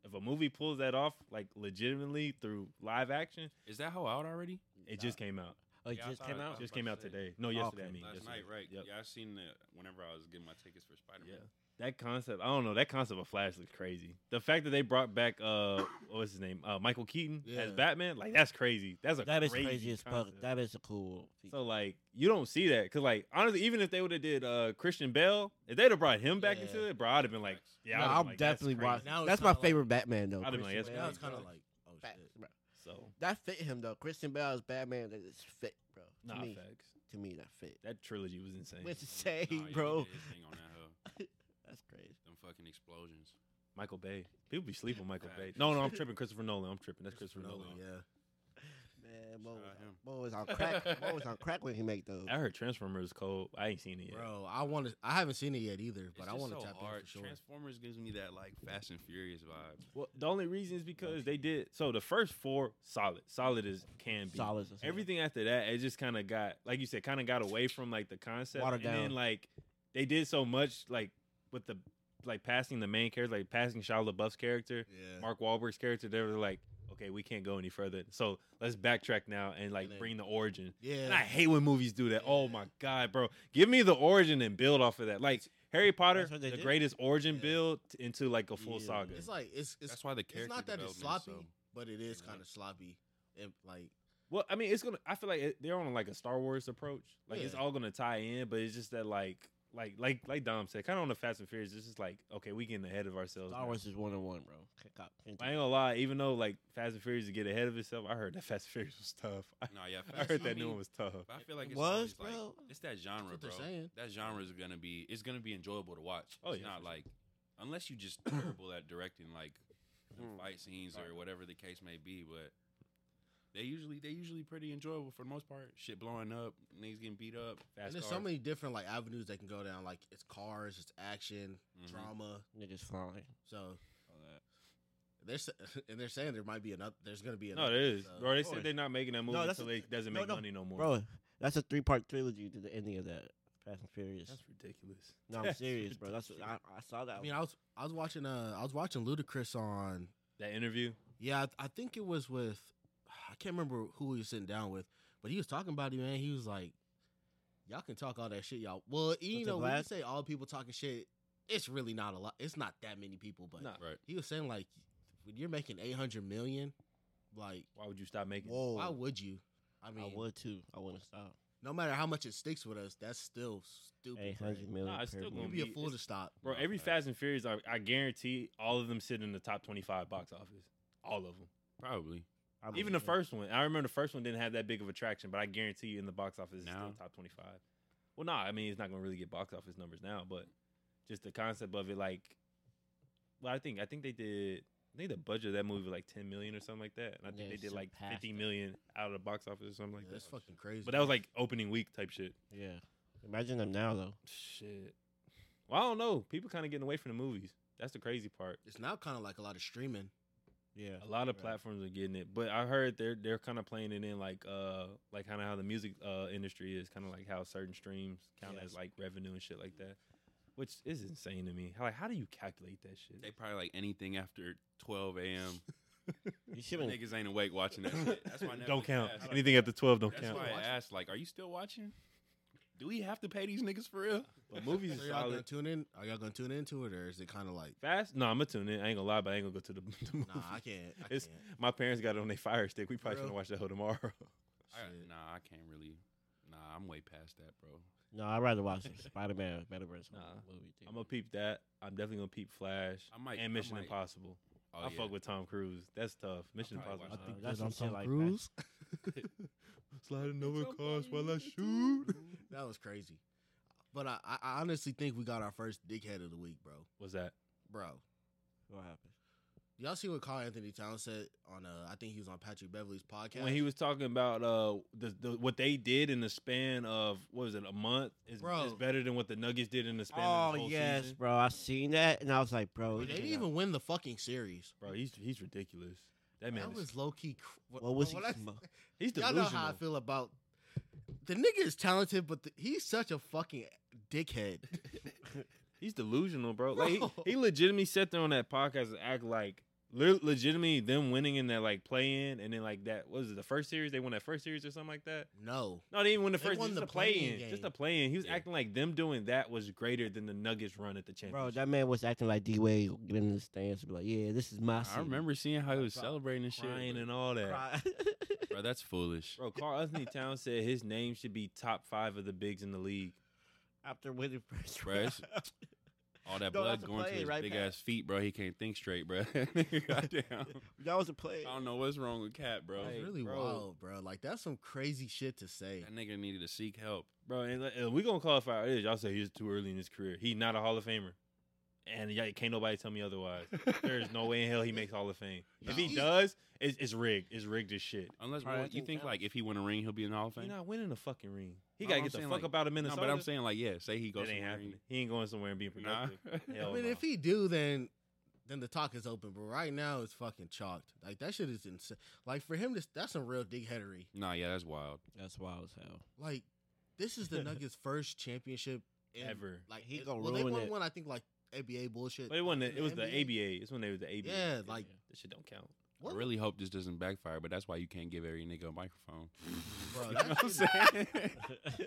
B: if a movie pulls that off, like legitimately through live action,
D: Is that hoe out already?
B: it just came out.
C: Oh, it
D: Yeah, I
C: just
D: thought-
C: came
D: I
C: out.
D: was
B: Just
D: about
B: came
D: to
B: out
D: say,
B: today. No, yesterday.
C: okay.
B: I mean,
D: Last
B: yesterday.
D: night, right?
B: Yep.
D: Yeah, I seen the whenever I was getting my tickets for Spider Man.
B: Yeah. That concept, I don't know. That concept of Flash looks crazy. The fact that they brought back uh, what's his name, uh, Michael Keaton
A: Yeah.
B: as Batman, like that's crazy. That's a
C: That is
B: crazy,
C: crazy as fuck.
B: concept.
C: That is a cool.
B: So like you don't see that because like honestly, even if they would have did uh Christian Bell, if they'd have brought him back into
A: Yeah.
B: it, bro, I'd have been like, yeah,
C: No,
B: I'd have
C: I'll
B: been like, that's
C: definitely
B: crazy.
C: watch.
A: Now it's
C: That's my
A: kinda like-
C: favorite Batman though.
B: I'd have been like,
C: Christian
B: that's
A: Now
C: Bale.
A: it's kind of like oh
C: Facts,
A: shit.
C: bro.
B: So
C: That fit him though. Christian Bale's Batman that is fit, bro. To
B: nah,
C: me,
B: facts.
C: to me that fit.
B: That trilogy was insane.
C: What's the
D: Nah,
C: same,
D: yeah, he
C: bro?
D: did his thing on that hoe.
C: That's crazy.
D: Them fucking explosions.
B: Michael Bay. People be sleeping on Michael Bay.
D: Facts.
B: No, no, I'm tripping. Christopher Nolan. I'm tripping. That's Christopher
A: Christopher
B: Nolan.
A: Nolan, yeah.
C: Man, Mo
D: Shout
C: was,
D: out him.
C: Mo was on crack. Mo was on crack when he make those.
B: I heard Transformers cold. I ain't seen it yet.
A: Bro, I want to. I haven't seen it yet either, but
D: It's
A: I
D: just
A: want to
D: so
A: tap in
D: hard.
A: for sure.
D: Transformers gives me that like Fast and Furious vibe.
B: Well, the only reason is because they did. So the first four solid, solid as can be.
C: Solid. as hell.
B: Everything after that, it just kind of got, like you said, kind of got away from like the concept.
C: Watered
B: and then
C: down.
B: like they did so much like with the like passing the main character, like passing Shia LaBeouf's character,
A: Yeah.
B: Mark Wahlberg's character, they were like, okay, we can't go any further. So let's backtrack now and like
A: And then-
B: bring the origin.
A: yeah.
B: And I hate when movies do that. Oh my god, bro! Give me the origin and build off of that. Like Harry Potter,
C: That's
B: the
C: what they did.
B: greatest origin
A: Yeah.
B: build t- into like a full
C: Yeah.
B: saga.
A: It's like it's it's
D: That's why the character
A: it's not that it's
D: development is
A: sloppy,
D: so-
A: but it is
D: you know.
A: kind of sloppy. And like
B: Well, I mean, it's gonna. I feel like it, they're on like a Star Wars approach. Like it's
A: Yeah.
B: all gonna tie in, but it's just that like, like, like, like Dom said, kind of on the Fast and Furious. It's just like, okay, we getting ahead of ourselves.
C: Star
B: now.
C: Wars is one on one, bro. Kick up.
B: I ain't gonna lie, even though like Fast and Furious to get ahead of itself, I heard that Fast and Furious was tough. I,
D: Nah, yeah,
B: I
D: facts.
B: heard
D: I
B: that
D: mean,
B: new one was tough.
D: but I feel like it's
C: Was,
D: always, like,
C: bro?
D: it's that genre,
A: what
D: bro.
A: they're saying.
D: That genre is gonna be it's gonna be enjoyable to watch.
B: Oh,
D: it's
B: yeah,
D: not
B: for sure.
D: like unless you just terrible at directing like the
C: Mm.
D: fight scenes
B: Sorry.
D: or whatever the case may be, but they usually they usually pretty enjoyable for the most part. Shit blowing up, niggas getting beat up.
B: Fast
A: and there's so
B: cars.
A: many different like avenues they can go down. Like it's cars, it's action,
D: Mhm.
A: drama.
C: Niggas flying.
A: So
D: all that.
A: they're s- and they're saying there might be another. There's gonna be
B: No,
A: another.
B: there is,
A: so-
B: bro. They
A: Of
B: said
A: course.
B: they're not making that movie
C: uh, No, that's
B: until
C: a-
B: it doesn't
C: no,
B: make
C: no,
B: money no more.
C: Bro, that's a three part trilogy to the ending of that. Fast and Furious.
B: that's ridiculous.
C: no, I'm
B: That's
C: serious, bro. That's what, I,
B: ridiculous.
C: I saw that.
A: I mean, I was I was watching uh I was watching Ludacris on
B: that interview.
A: yeah I, I think it was with I can't remember who he was sitting down with, but he was talking about it, man. He was like, "Y'all can talk all that shit, y'all." Well, you
C: Was it
A: know, when you
C: Vlad?
A: say all people talking shit, it's really not a lot. It's not that many people, but
B: Nah,
D: Right.
A: he was saying like when you're making 800 million like
B: why would you stop making? it?
C: whoa.
A: why would you i
C: I
A: mean
C: would too. I wouldn't stop.
A: no matter how much it sticks with us that's still stupid
C: Eight
A: bro.
C: hundred million.
B: Nah, it's
C: per
B: still gonna
A: you'd
C: movie.
A: be a
B: be-
A: fool
B: it's-
A: to stop
B: Bro,
D: No,
B: every
D: facts.
B: Fast and Furious, I, I guarantee all of them sit in the top 25 box office. All of them.
D: Probably.
C: I would
B: Even the
C: say.
B: first one. I remember the first one didn't have that big of a traction, but I guarantee you in the box office, it's
D: Now?
B: still top 25. Well, nah, I mean, it's not going to really get box office numbers now, but just the concept of it, like, well, I think I think they did, I think the budget of that movie was like 10 million or something like that. And I think
C: Yeah,
B: they did like
C: surpassed
B: 50
C: it.
B: million out of the box office or something like
A: Yeah,
B: that.
A: that's fucking crazy
B: But that was like opening week type shit.
C: Yeah. Imagine them now though.
B: Shit. Well, I don't know. People kind of getting away from the movies. That's the crazy part.
A: it's now kind of like a lot of streaming
C: Yeah.
B: A lot of
C: Right.
B: platforms are getting it, but I heard they're they're kind of playing it in like uh like kind of how the music uh industry is kind of like how certain streams count
A: Yes.
B: as like revenue and shit like that, which is insane to me. How- Like, how do you calculate that shit?
D: They probably like anything after twelve a.m.
C: You should have
D: niggas ain't awake watching that shit. That's why Netflix
B: don't count
D: asked-
B: anything after twelve. Don't
D: That's
B: count.
D: why I asked, like, are you still watching? Do we have to pay these niggas for real?
B: But movies
A: so
B: is
A: y'all gonna
B: solid.
A: tune in are y'all gonna tune into it or is it kind of like
B: Fast? No, I'm gonna tune in. I ain't gonna lie, but I ain't gonna go to the, the movie.
A: nah i can't i
B: It's-
A: can't
B: My parents got it on their fire stick. We probably
A: Bro.
B: gonna watch that whole tomorrow.
D: I,
A: Shit.
D: nah, I can't really. Nah, I'm way past that, bro.
C: No, I'd rather watch Spider Man Better Verse
B: Nah.
C: movie. Dude.
B: I'm gonna peep that. I'm definitely gonna peep Flash
D: I might.
B: and Mission
D: I might,
B: Impossible.
D: Oh,
B: I
D: yeah.
B: fuck with Tom Cruise. That's tough. Mission
D: probably
B: Impossible.
D: watch
C: Uh,
D: think
C: that's
A: on
C: some shit
A: Tom
C: like
A: Cruise?
B: Sliding over cars while I shoot.
A: that was crazy but I, I I honestly think we got our first dickhead of the week bro
B: What's that?
A: bro
C: What happened?
A: y'all see what Carl Anthony Towns said on uh I think he was on Patrick Beverly's podcast
B: When he was talking about uh the, the what they did in the span of what was it a month is,
A: Bro.
B: is better than what the Nuggets did in the span of
C: Oh
B: the whole
C: yes,
B: season.
C: bro. I seen that and I was like, bro,
A: Bro,
C: you
A: they
C: cannot-
A: didn't even win the fucking series.
B: bro. He's he's ridiculous. That man,
A: that
B: is,
A: was low key. Cr- what,
C: what was he?
A: what I-
C: sm-
B: he's
A: y'all
B: delusional.
A: know how I feel about the nigga is talented, but the, he's such a fucking dickhead.
B: He's delusional, bro. Like he,
A: Bro.
B: he legitimately sat there on that podcast and act like le- legitimately them winning in that like play in and then like that what was it the first series they won that first series or something like that.
A: no,
B: No, they didn't win the
A: They
B: first.
A: won
B: just
A: the
B: the play
A: play-in
B: in. Just
A: game.
B: the play in. He was
D: Yeah.
B: acting like them doing that was greater than the Nuggets run at the
C: bro,
B: championship.
C: that man was acting like D Wade getting in the stands and be like, yeah, this is my.
D: I
C: city.
D: remember seeing how he was
C: Cry-
D: celebrating and shit.
B: crying
D: but-
B: and all that.
C: Cry-
D: bro, that's foolish.
B: Bro, Carl Anthony Towns said his name should be top five of the bigs in the league.
C: after winning first
D: Bro,
C: round.
D: it's- All that
C: No,
D: blood
C: that's a
D: going to
C: play
D: his
C: right
D: big
C: back.
D: ass feet, bro. He can't think straight, bro. Goddamn.
C: that was a play.
D: I don't know what's wrong with Cat, bro.
B: Like,
A: it's really
B: bro.
A: wild, bro. Like that's some crazy shit to say.
D: That nigga needed to seek help.
B: Bro, and, like, and we gonna call it for how it is. Y'all say he's too early in his career. He not a Hall of Famer. And y'all can't nobody tell me otherwise. There's no way in hell he makes Hall of Fame. If he
A: Nah.
B: does, it's, it's rigged. It's rigged as shit.
D: Unless
C: All right,
D: well,
C: I
D: you
C: think
D: think
C: that-
D: like if he win a ring, he'll be in the Hall of
B: He
D: Fame.
B: not winning the fucking ring. He
D: No,
B: gotta
D: I'm
B: get the
D: saying,
B: fuck
D: like-
B: up out of
D: no,
B: Minnesota.
D: but I'm saying like yeah, say he
B: that
D: goes.
B: ain't
D: somewhere
B: happening.
D: and-
B: He ain't going somewhere and being productive.
D: Nah.
A: I
B: Hell
A: mean,
B: no.
A: if he do, then then the talk is open. But right now, it's fucking chalked. Like that shit is insane. Like for him, this that's some real dickheadery.
D: Nah, yeah, that's wild.
C: That's wild as hell.
A: Like this is the Nuggets' first championship in-
B: ever.
A: Like
C: He
A: it-
C: gonna
A: well, they
C: ruin
A: won
C: it.
A: one I think like ABA bullshit.
B: But it wasn't. It was the
A: NBA.
B: ABA. It's when they were the ABA.
A: Yeah, like-
B: that shit don't count.
D: I
A: What?
D: really hope this doesn't backfire, but that's why you can't give every nigga a microphone.
A: Bro,
B: You know
A: that
B: what I'm
A: shit-
B: saying?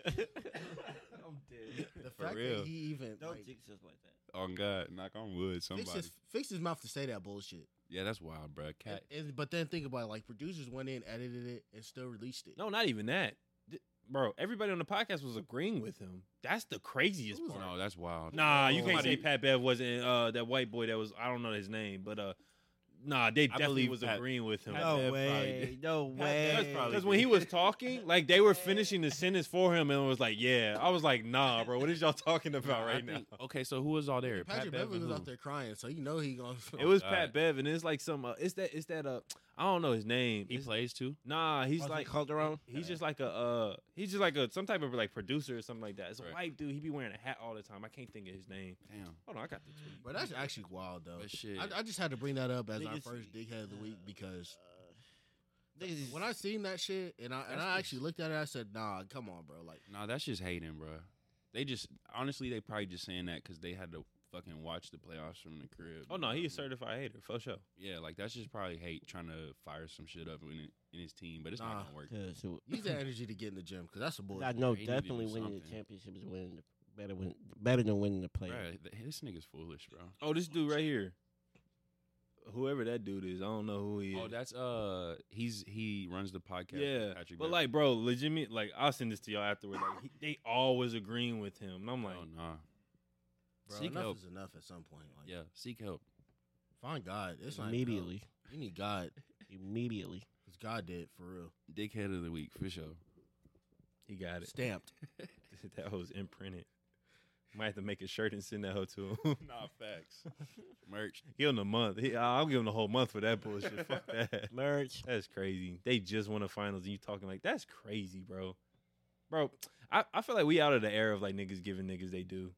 C: I'm dead.
A: the
D: For
A: fact
D: real.
A: that he even
C: Don't
A: like,
C: jinx us like that.
D: on God, knock on wood, somebody.
A: fixed his, fixed his mouth to say that bullshit.
D: yeah, that's wild, bro. Cat.
A: And- and- but then think about it, like producers went in, edited it, and still released it.
B: no, not even that, Th- bro. Everybody on the podcast was agreeing with him. That's the craziest
A: Who was
B: part.
D: No, that's wild.
B: Nah, you can't
D: Somebody-
B: say Pat Bev wasn't uh, that white boy that was I don't know his name, but uh, nah, they definitely
D: believe
B: was
D: Pat-
B: agreeing with him.
D: Pat Bev
C: No
D: probably
C: way.
D: did.
C: No
B: That's
C: way.
B: probably because when he was talking, like they were finishing the sentence for him, and it was like, "Yeah." I was like, "Nah, bro, what is y'all talking about
D: I
B: right now?"
D: think- Okay, so who was all there?
A: Patrick
D: Pat
A: Beverly was
D: out
A: out there crying, so you know he gonna.
B: It was
D: Oh, God.
B: Pat Bev, and it's like some. Uh, it's that. It's that. Uh, I don't know his name.
D: He
B: It's-
D: plays too.
B: nah, he's
C: Was it
B: like
C: Calderon.
B: he's just like a. Uh, he's just like a some type of like producer or something like that. It's a
D: Right.
B: white dude. He be wearing a hat all the time. I can't think of his name.
D: Damn.
B: Hold on, I got the tweet.
A: But that's actually wild though.
D: But shit.
A: I, I just had to bring that up as our
C: Niggas-
A: first dickhead of the week because
C: Uh, niggas
A: when I seen that shit and I and
D: That's
A: I
D: just-
A: actually looked at it, I said, "Nah, come on, bro." Like,
D: Nah, that's just hating, bro. They just honestly, they probably just saying that because they had to fucking watch the playoffs from the crib.
B: Oh no, he a certified hater for sure.
D: Yeah, like that's just probably hate trying to fire some shit up in, in his team, but it's
A: Nah.
D: not gonna work.
C: Yeah, so-
A: use that energy to get in the gym because that's a bullshit.
C: I know
D: He need to do
C: definitely winning the
D: something.
C: championship is winning the, better win, better than winning the play.
D: Bruh, th- this nigga's foolish, bro.
B: Oh, this dude right here. Whoever that dude is, I don't know who he is.
D: Oh, that's uh, he's he runs the podcast.
B: yeah,
D: with Patrick
B: but
D: Bev.
B: like, bro, legitimate. Like, I'll send this to y'all afterward. Like, he, they all was agreeing with him, and I'm like,
D: oh nah,
A: bro,
D: seek
A: enough
D: help.
A: is enough at some point. Like,
D: Yeah, seek help.
A: find God. It's not
C: immediately,
A: You need God.
C: immediately.
A: Cause God did for real.
D: Dickhead of the week for sure.
B: he got it.
A: Stamped.
B: that hoe's imprinted. Might have to make a shirt and send that hoe to him.
D: nah, facts. Merch.
B: give him a month. He, I- I'll give him the whole month for that bullshit. Fuck that.
C: Merge.
B: That's crazy. They just won the finals, and you talking like that's crazy, bro. Bro, I, I feel like we out of the era of like niggas giving niggas they do.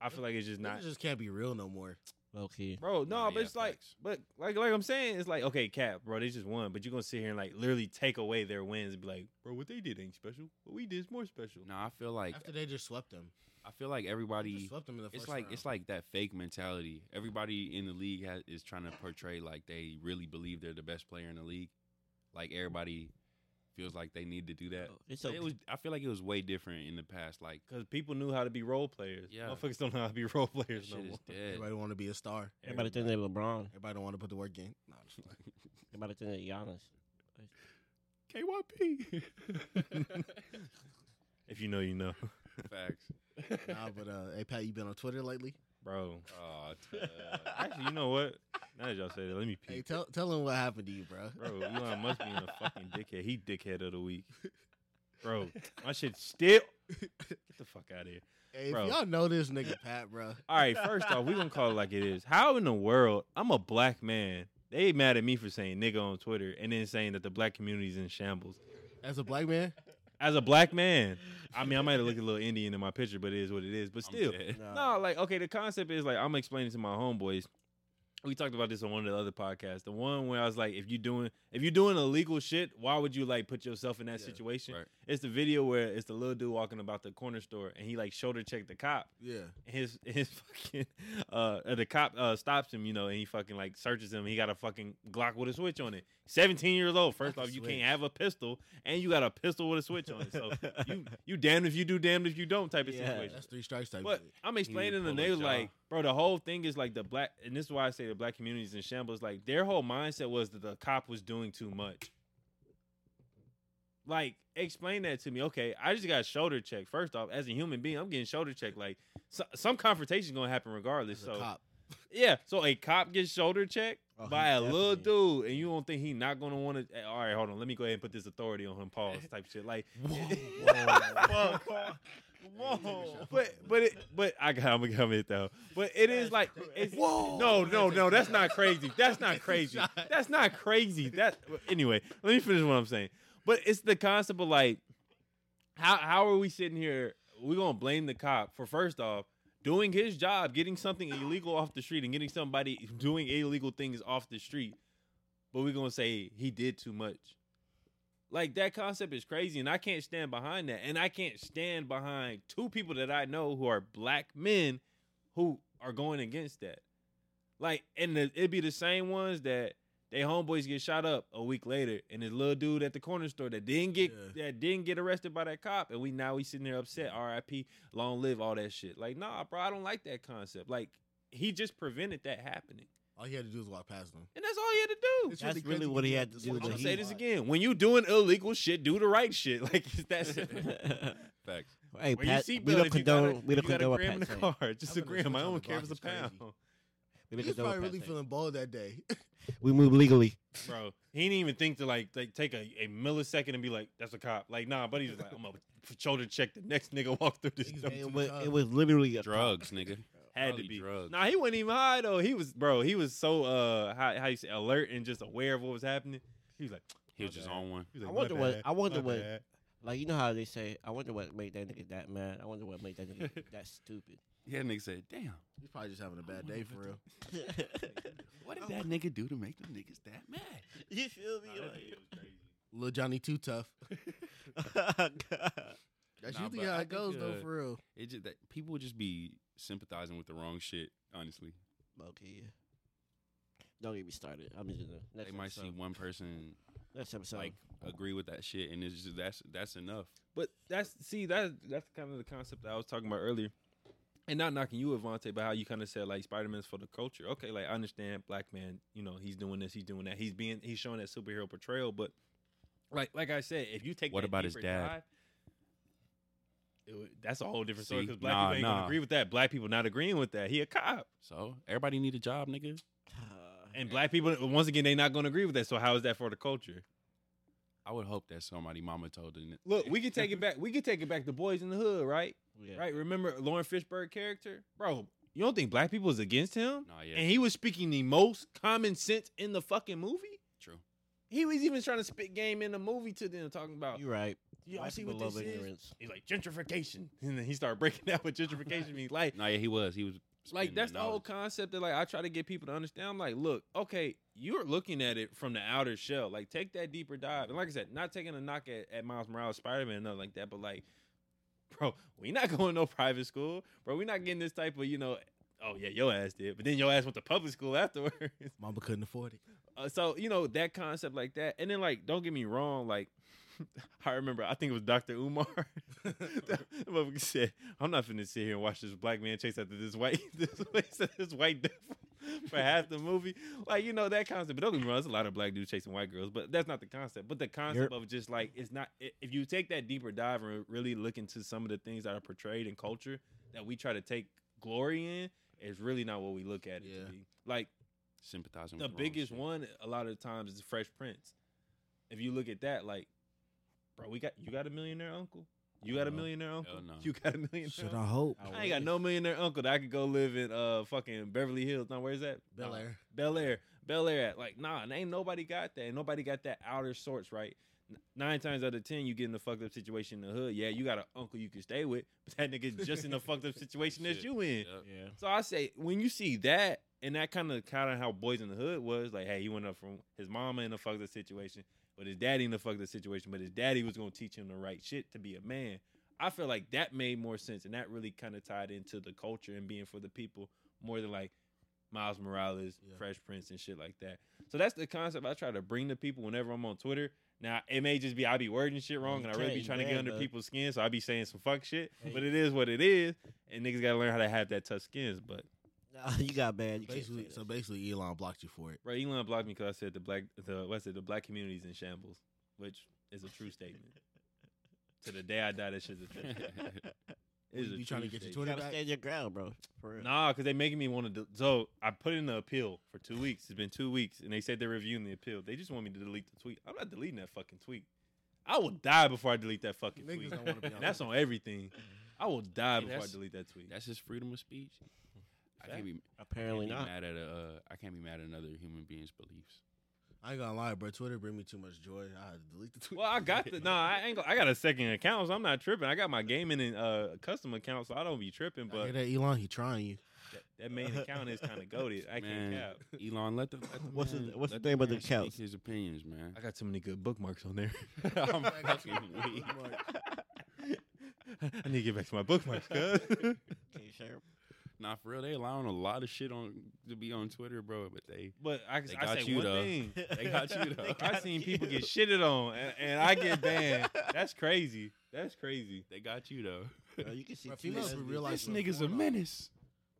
B: I feel like it's just not
A: Niggas just can't be real no more.
C: Okay.
B: Bro, no,
D: Nah,
B: but
D: yeah,
B: it's like,
D: facts.
B: but like, like I'm saying, it's like, okay, cap, bro, they just won, but you're gonna sit here and like literally take away their wins and be like, bro, what they did ain't special, what we did is more special.
D: Nah, I feel like
A: After they just swept them,
D: I feel like
A: They
D: everybody.
A: just swept them in the first
D: It's like
A: round.
D: it's like that fake mentality. Everybody in the league has, is trying to portray like they really believe they're the best player in the league. Like everybody feels like they need to do that.
C: It's
D: So
C: okay.
D: it was. I feel like it was way different in the past. Like
B: Because people knew how to be role players.
D: Yeah.
B: motherfuckers don't know how to be role
D: that
B: players
D: shit
B: no
D: is
B: more.
D: dead.
A: everybody want to be a star.
C: Everybody think they LeBron.
A: Everybody don't want to put the work in. Nah, I'm just playing.
C: Everybody think they Giannis.
D: KYP.
B: If you know, you know,
D: Facts.
A: nah, but uh, hey Pat, you been on Twitter lately?
B: bro.
D: Oh,
B: Actually, you know what? Now that y'all say that, let me
A: Hey,
B: peek.
A: tell tell him what happened to you, bro.
B: Bro, Elon Musk being a fucking dickhead. He dickhead of the week. Bro, my shit still. Get the fuck out of here.
A: Hey, if
B: Bro.
A: y'all know this nigga Pat, bro,
B: All right, first off, we're gonna call it like it is. How in the world I'm a black man? They mad at me for saying nigga on Twitter and then saying that the black community is in shambles.
A: as a black man,
B: As a black man, I mean, I might have looked a little Indian in my picture, but it is what it is. But still,
A: Uh,
B: no, like okay, the concept is like I'm explaining to my homeboys. We talked about this on one of the other podcasts. The one where I was like, if you doing if you doing illegal shit, why would you like put yourself in that
A: Yeah,
B: situation?
D: right.
B: It's the video where it's the little dude walking about the corner store and he like shoulder checked the cop
A: yeah,
B: his his fucking uh uh, the cop uh stops him, you know, and he fucking like searches him. He got a fucking Glock with a switch on it. Seventeen years old. First
A: the
B: off, you
A: switch.
B: can't have a pistol, and you got a pistol with a switch on it. So you you damned if you do, damned if you don't type of
C: Yeah.
B: situation.
A: that's three strikes type.
B: But
A: shit.
B: I'm explaining,
D: pull
B: and
D: a
B: they was
D: jaw.
B: like, bro, the whole thing is like the black, and this is why I say the black community is in shambles. Like their whole mindset was that the cop was doing too much. Like, explain that to me. Okay, I just got shoulder checked. First off, as a human being, I'm getting shoulder checked. Like, so, some confrontation gonna happen regardless.
A: As
B: so,
A: a cop,
B: yeah, so a cop gets shoulder checked
C: Oh, he
B: by a little
C: definitely-
B: dude, and you don't think he not gonna want to? All right, hold on. Let me go ahead and put this authority on him. Pause. Type shit. Like,
A: whoa.
B: Fuck.
A: Whoa.
B: But but it but I got I'm gonna come it though. But it is like it's,
A: Whoa.
B: No no no that's not crazy. That's not crazy. That's not crazy. That anyway. Let me finish what I'm saying. But it's the concept of like how how are we sitting here? We're gonna blame the cop for first off doing his job, getting something illegal off the street, and getting somebody doing illegal things off the street. But we're gonna say he did too much. Like that concept is crazy, and I can't stand behind that. And I can't stand behind two people that I know who are black men who are going against that. Like, and the, it'd be the same ones that they homeboys get shot up a week later, and this little dude at the corner store that didn't get
A: Yeah.
B: that didn't get arrested by that cop, and we now we sitting there upset, R.I.P. Long live all that shit. Like, nah, bro, I don't like that concept. Like, he just prevented that happening,
A: All he had to do was walk past them.
B: and that's all he had to do.
A: It's
C: That's really
A: crazy
C: what he
A: because
C: had to
A: this
C: do
A: one-
B: I'm
C: to
B: gonna
C: he-
B: say this again. When you doing illegal shit, do the right shit. Like it's that simple.
D: Facts.
C: Hey,
B: Wear your
C: Pat, we
B: seatbelt if
C: don't
B: you
C: condone.
B: got a-
C: we don't
B: you got a
C: condone what
B: gram in
C: Pat's
B: the
C: saying.
B: car. Just a
A: I'm gonna
B: gram. I
A: switch on
B: don't
A: the
B: care if
A: block,
B: it's a pound,
A: it's He
C: We don't
A: was
C: condone
A: probably
C: what
A: really
C: Pat's saying.
A: feeling bold that day.
C: We move legally.
B: bro. He didn't even think to like like take a, a millisecond and be like, "That's a cop." Like, nah, buddy's just like, "I'm gonna shoulder check the next nigga walk through this."
A: He's
B: door."
A: mad.
C: It
A: Don't
C: was,
A: do
C: it
A: drugs.
C: was literally a
D: Drugs, nigga.
B: Had to
D: Probably
B: be.
D: drugs.
B: Nah, he wasn't even high though. He was bro. He was so uh how how you say alert and just aware of what was happening. He was like,
D: He was just
B: My bad.
D: on one.
B: he was
C: I
B: like
C: wonder
B: "My
C: what.
B: bad,
C: I wonder
B: my
C: what.
B: bad."
C: Like you know how they say. I wonder what made that nigga that mad. I wonder what made that nigga that stupid.
D: Yeah, nigga said, damn.
A: He's probably just having a bad day for real.
D: What did that nigga do to make them niggas that mad?
C: you feel me?
A: Little Johnny too tough.
B: Oh,
C: Like, God.
A: That's
D: Nah,
A: usually
D: but
A: how
D: I
A: it
D: think,
A: goes though
D: uh,
A: for real.
D: It just that people would just be sympathizing with the wrong shit. Honestly,
C: okay. Yeah. Don't get me started. I'm just gonna next
D: they might
C: episode.
D: see one person
C: next episode.
D: like agree with that shit, and it's just that's that's enough.
B: But that's see that that's kind of the concept that I was talking about earlier, and not knocking you, Avante, but how you kind of said like Spider Man's for the culture. Okay, like I understand black man, you know, he's doing this, he's doing that, he's being he's showing that superhero portrayal. But like like I said, if you take
D: What
B: that
D: about his
B: deeper
D: dad?
B: dive, it would, that's a whole different story
D: See?
B: because black
D: Nah,
B: people ain't
D: nah.
B: gonna agree with that. Black people not agreeing with that. He a cop,
D: So everybody need a job, nigga.
B: and black people once again they not gonna agree with that. So how is that for the culture?
D: I would hope that somebody mama told them.
B: Look, we can take it back. We can take it back. to boys in the hood, right?
C: yeah.
B: Right, remember Lauren Fishburne character? Bro, you don't think black people is against him?
D: Nah, yeah,
B: And he was speaking the most common sense in the fucking movie?
D: true.
B: He was even trying to spit game in the movie to them talking about
C: You right.
B: y'all
C: Black
B: see
C: people
B: what this
C: love
B: is?
C: ignorance.
B: He's like gentrification. And then he started breaking down what gentrification means. Like
D: Nah, yeah, he was. He was
B: like
D: spitting
B: that's the whole
D: knowledge.
B: concept that like I try to get people to understand. I'm like, look, okay, you're looking at it from the outer shell. Like take that deeper dive. And like I said, not taking a knock at, at Miles Morales, Spider Man, nothing like that, but like, bro, we not going to no private school. Bro, we not getting this type of, you know, oh yeah, your ass did. But then your ass went to public school afterwards.
A: Mama couldn't afford it.
B: Uh, so, you know, that concept like that. And then like, don't get me wrong, like I remember, I think it was Dr. Umar. the motherfucker said, I'm not finna sit here and watch this black man chase after this white this, white- this white dude for- for half the movie. Like, you know, that concept. But don't get me wrong, there's a lot of black dudes chasing white girls, but that's not the concept. But the concept of just like, it's not, i- if you take that deeper dive and really look into some of the things that are portrayed in culture that we try to take glory in, it's really not what we look at it
A: Yeah.
B: to be. Like,
D: sympathizing.
B: the
D: with wrong
B: biggest
D: shit.
B: one a lot of the times is Fresh Prince. If you look at that, like, bro, we got you got a millionaire uncle. You got a
D: No.
B: millionaire uncle.
D: Hell no.
B: You got a millionaire.
A: Should I
B: uncle?
A: hope?
C: I
B: I ain't got no millionaire uncle that I could go live in uh fucking Beverly Hills. Now where's that?
A: Bel Air.
B: Bel Air. Bel Air at like nah, and ain't nobody got that. Ain't nobody got that outer sorts, right? N- Nine times out of ten, you get in the fucked up situation in the hood. Yeah, you got an uncle you can stay with, but that nigga's just in the fucked up situation that
D: Shit.
B: you in.
D: Yep.
C: Yeah.
B: So I say when you see that and that kind of kind of how Boys in the Hood was like, hey, he went up from his mama in a fucked up situation, but his daddy in a fucked up situation, but his daddy was gonna teach him the right shit to be a man. I feel like that made more sense and that really kind of tied into the culture and being for the people more than like Miles Morales,
A: Yeah.
B: Fresh Prince, and shit like that. So that's the concept I try to bring to people whenever I'm on Twitter. Now it may just be I be wording shit wrong,
C: You
B: and I really be
C: can't,
B: trying to
C: you
B: get
C: bad,
B: under
C: bud.
B: people's skin, so I be saying some fuck shit.
C: Hey.
B: But it is what it is, and niggas gotta learn how to have that tough skins. But
C: Nah, you got bad. You can't
A: Basically,
C: say
A: so
C: that.
A: basically, Elon blocked you for it.
B: bro, Elon blocked me because I said the black, the what's it, the black community's in shambles, which is a true statement. to the day I die, that shit's a true statement. It's
A: You
B: a
A: be trying to
B: true
A: get your
B: statement.
A: Twitter
C: You gotta
A: back?
C: stand your ground, bro. For real.
B: Nah, because they making me want to. De- so I put in the appeal for two weeks. It's been two weeks, and they said they're reviewing the appeal. They just want me to delete the tweet. I'm not deleting that fucking tweet. I will die before I delete that fucking
A: Niggas
B: tweet.
A: don't want to be on
B: And that's on everything. I will die
D: Hey,
B: before I
D: that's-
B: delete that tweet.
D: That's his freedom of speech. I can't be, I can't
C: Apparently
D: be
C: not.
D: mad at a. Uh, I can't be mad at another human being's beliefs.
A: I ain't gonna lie, bro. Twitter bring me too much joy. I had to delete the tweet.
B: Well, I got the nah. I ain't. Go, I got a second account, so I'm not tripping. I got my gaming and uh custom account, so I don't be tripping.
A: I hear
B: But that,
A: that Elon, he trying you.
B: that main account is kind of goaded. I can't
D: Man.
B: cap.
D: Elon, let the let the
C: What's his-
D: man-
C: what's
D: let
C: the name of the
D: man speak
C: accounts?
D: His opinions, man.
B: I got too many good bookmarks on there.
D: I'm fucking weak.
B: I need to get back to my bookmarks, cuz.
C: Can't share.
D: Nah, for real, they allowing a lot of shit on to be on Twitter, bro. But they
B: But I,
D: They
B: I
D: got
B: say
D: you,
B: one
D: though.
B: thing.
D: They got you, though.
C: They
B: I
C: got
B: seen people
C: you.
B: get shitted on, and, and I get banned. That's crazy. That's crazy.
D: they got you though.
C: Bro, you can see
A: Bro,
C: two
A: females
C: lesbians.
A: would realize
D: this
A: when
D: nigga's a
A: porn on-
D: menace.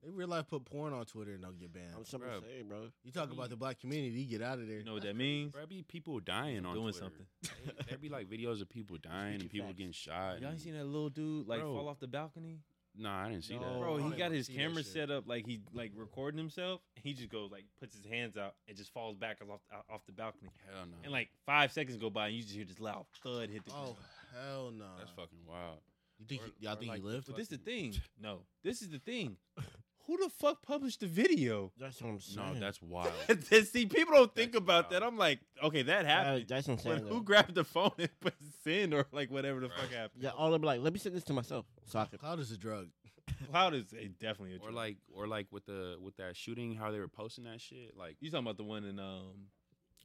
A: They real life put porn on Twitter and don't get banned.
C: I'm something
D: Bro.
C: to say, bro.
A: You talk about the black community, you get out of there.
B: You know what that means?
D: Bro, be people dying on
B: Doing
D: Twitter.
B: something.
D: They- There be like videos of people dying and
C: Speaking
D: people
C: facts.
D: getting shot.
B: Y'all
D: and-
B: ain't seen that little dude like
D: Bro.
B: fall off the balcony?
D: Nah, I didn't see
C: No.
D: that.
B: Bro,
A: I
B: he
A: don't
B: got
A: even
B: his
A: see that
B: camera
A: shit.
B: set up like he like recording himself. And he just goes like puts his hands out and just falls back off out- off the balcony.
D: Hell no.
B: And like five seconds go by and you just hear this loud thud hit the
A: Oh
B: ground.
A: hell no!
D: That's fucking wild.
A: You think
D: or-
A: he, y'all
D: or
A: think
D: like
A: he
D: the
A: lived?
B: But this the
D: fucking-
B: thing. No, this is the thing. Who the fuck published the video?
C: That's what I'm saying.
D: No, that's wild.
B: See, people don't think
D: That's
B: about that.
D: wild.
B: I'm like, okay, that
C: Uh,
B: happened.
C: that's what I'm
B: But
C: saying.
B: who
C: though.
B: grabbed the phone and put send or like whatever the
D: Right.
B: fuck happened?
C: Yeah, all of them like, let me send this to myself so I can.
A: Cloud is a drug.
B: Cloud is a, definitely a
D: or
B: drug.
D: like, or like with the with that shooting, how they were posting that shit. Like,
B: you talking about the one in um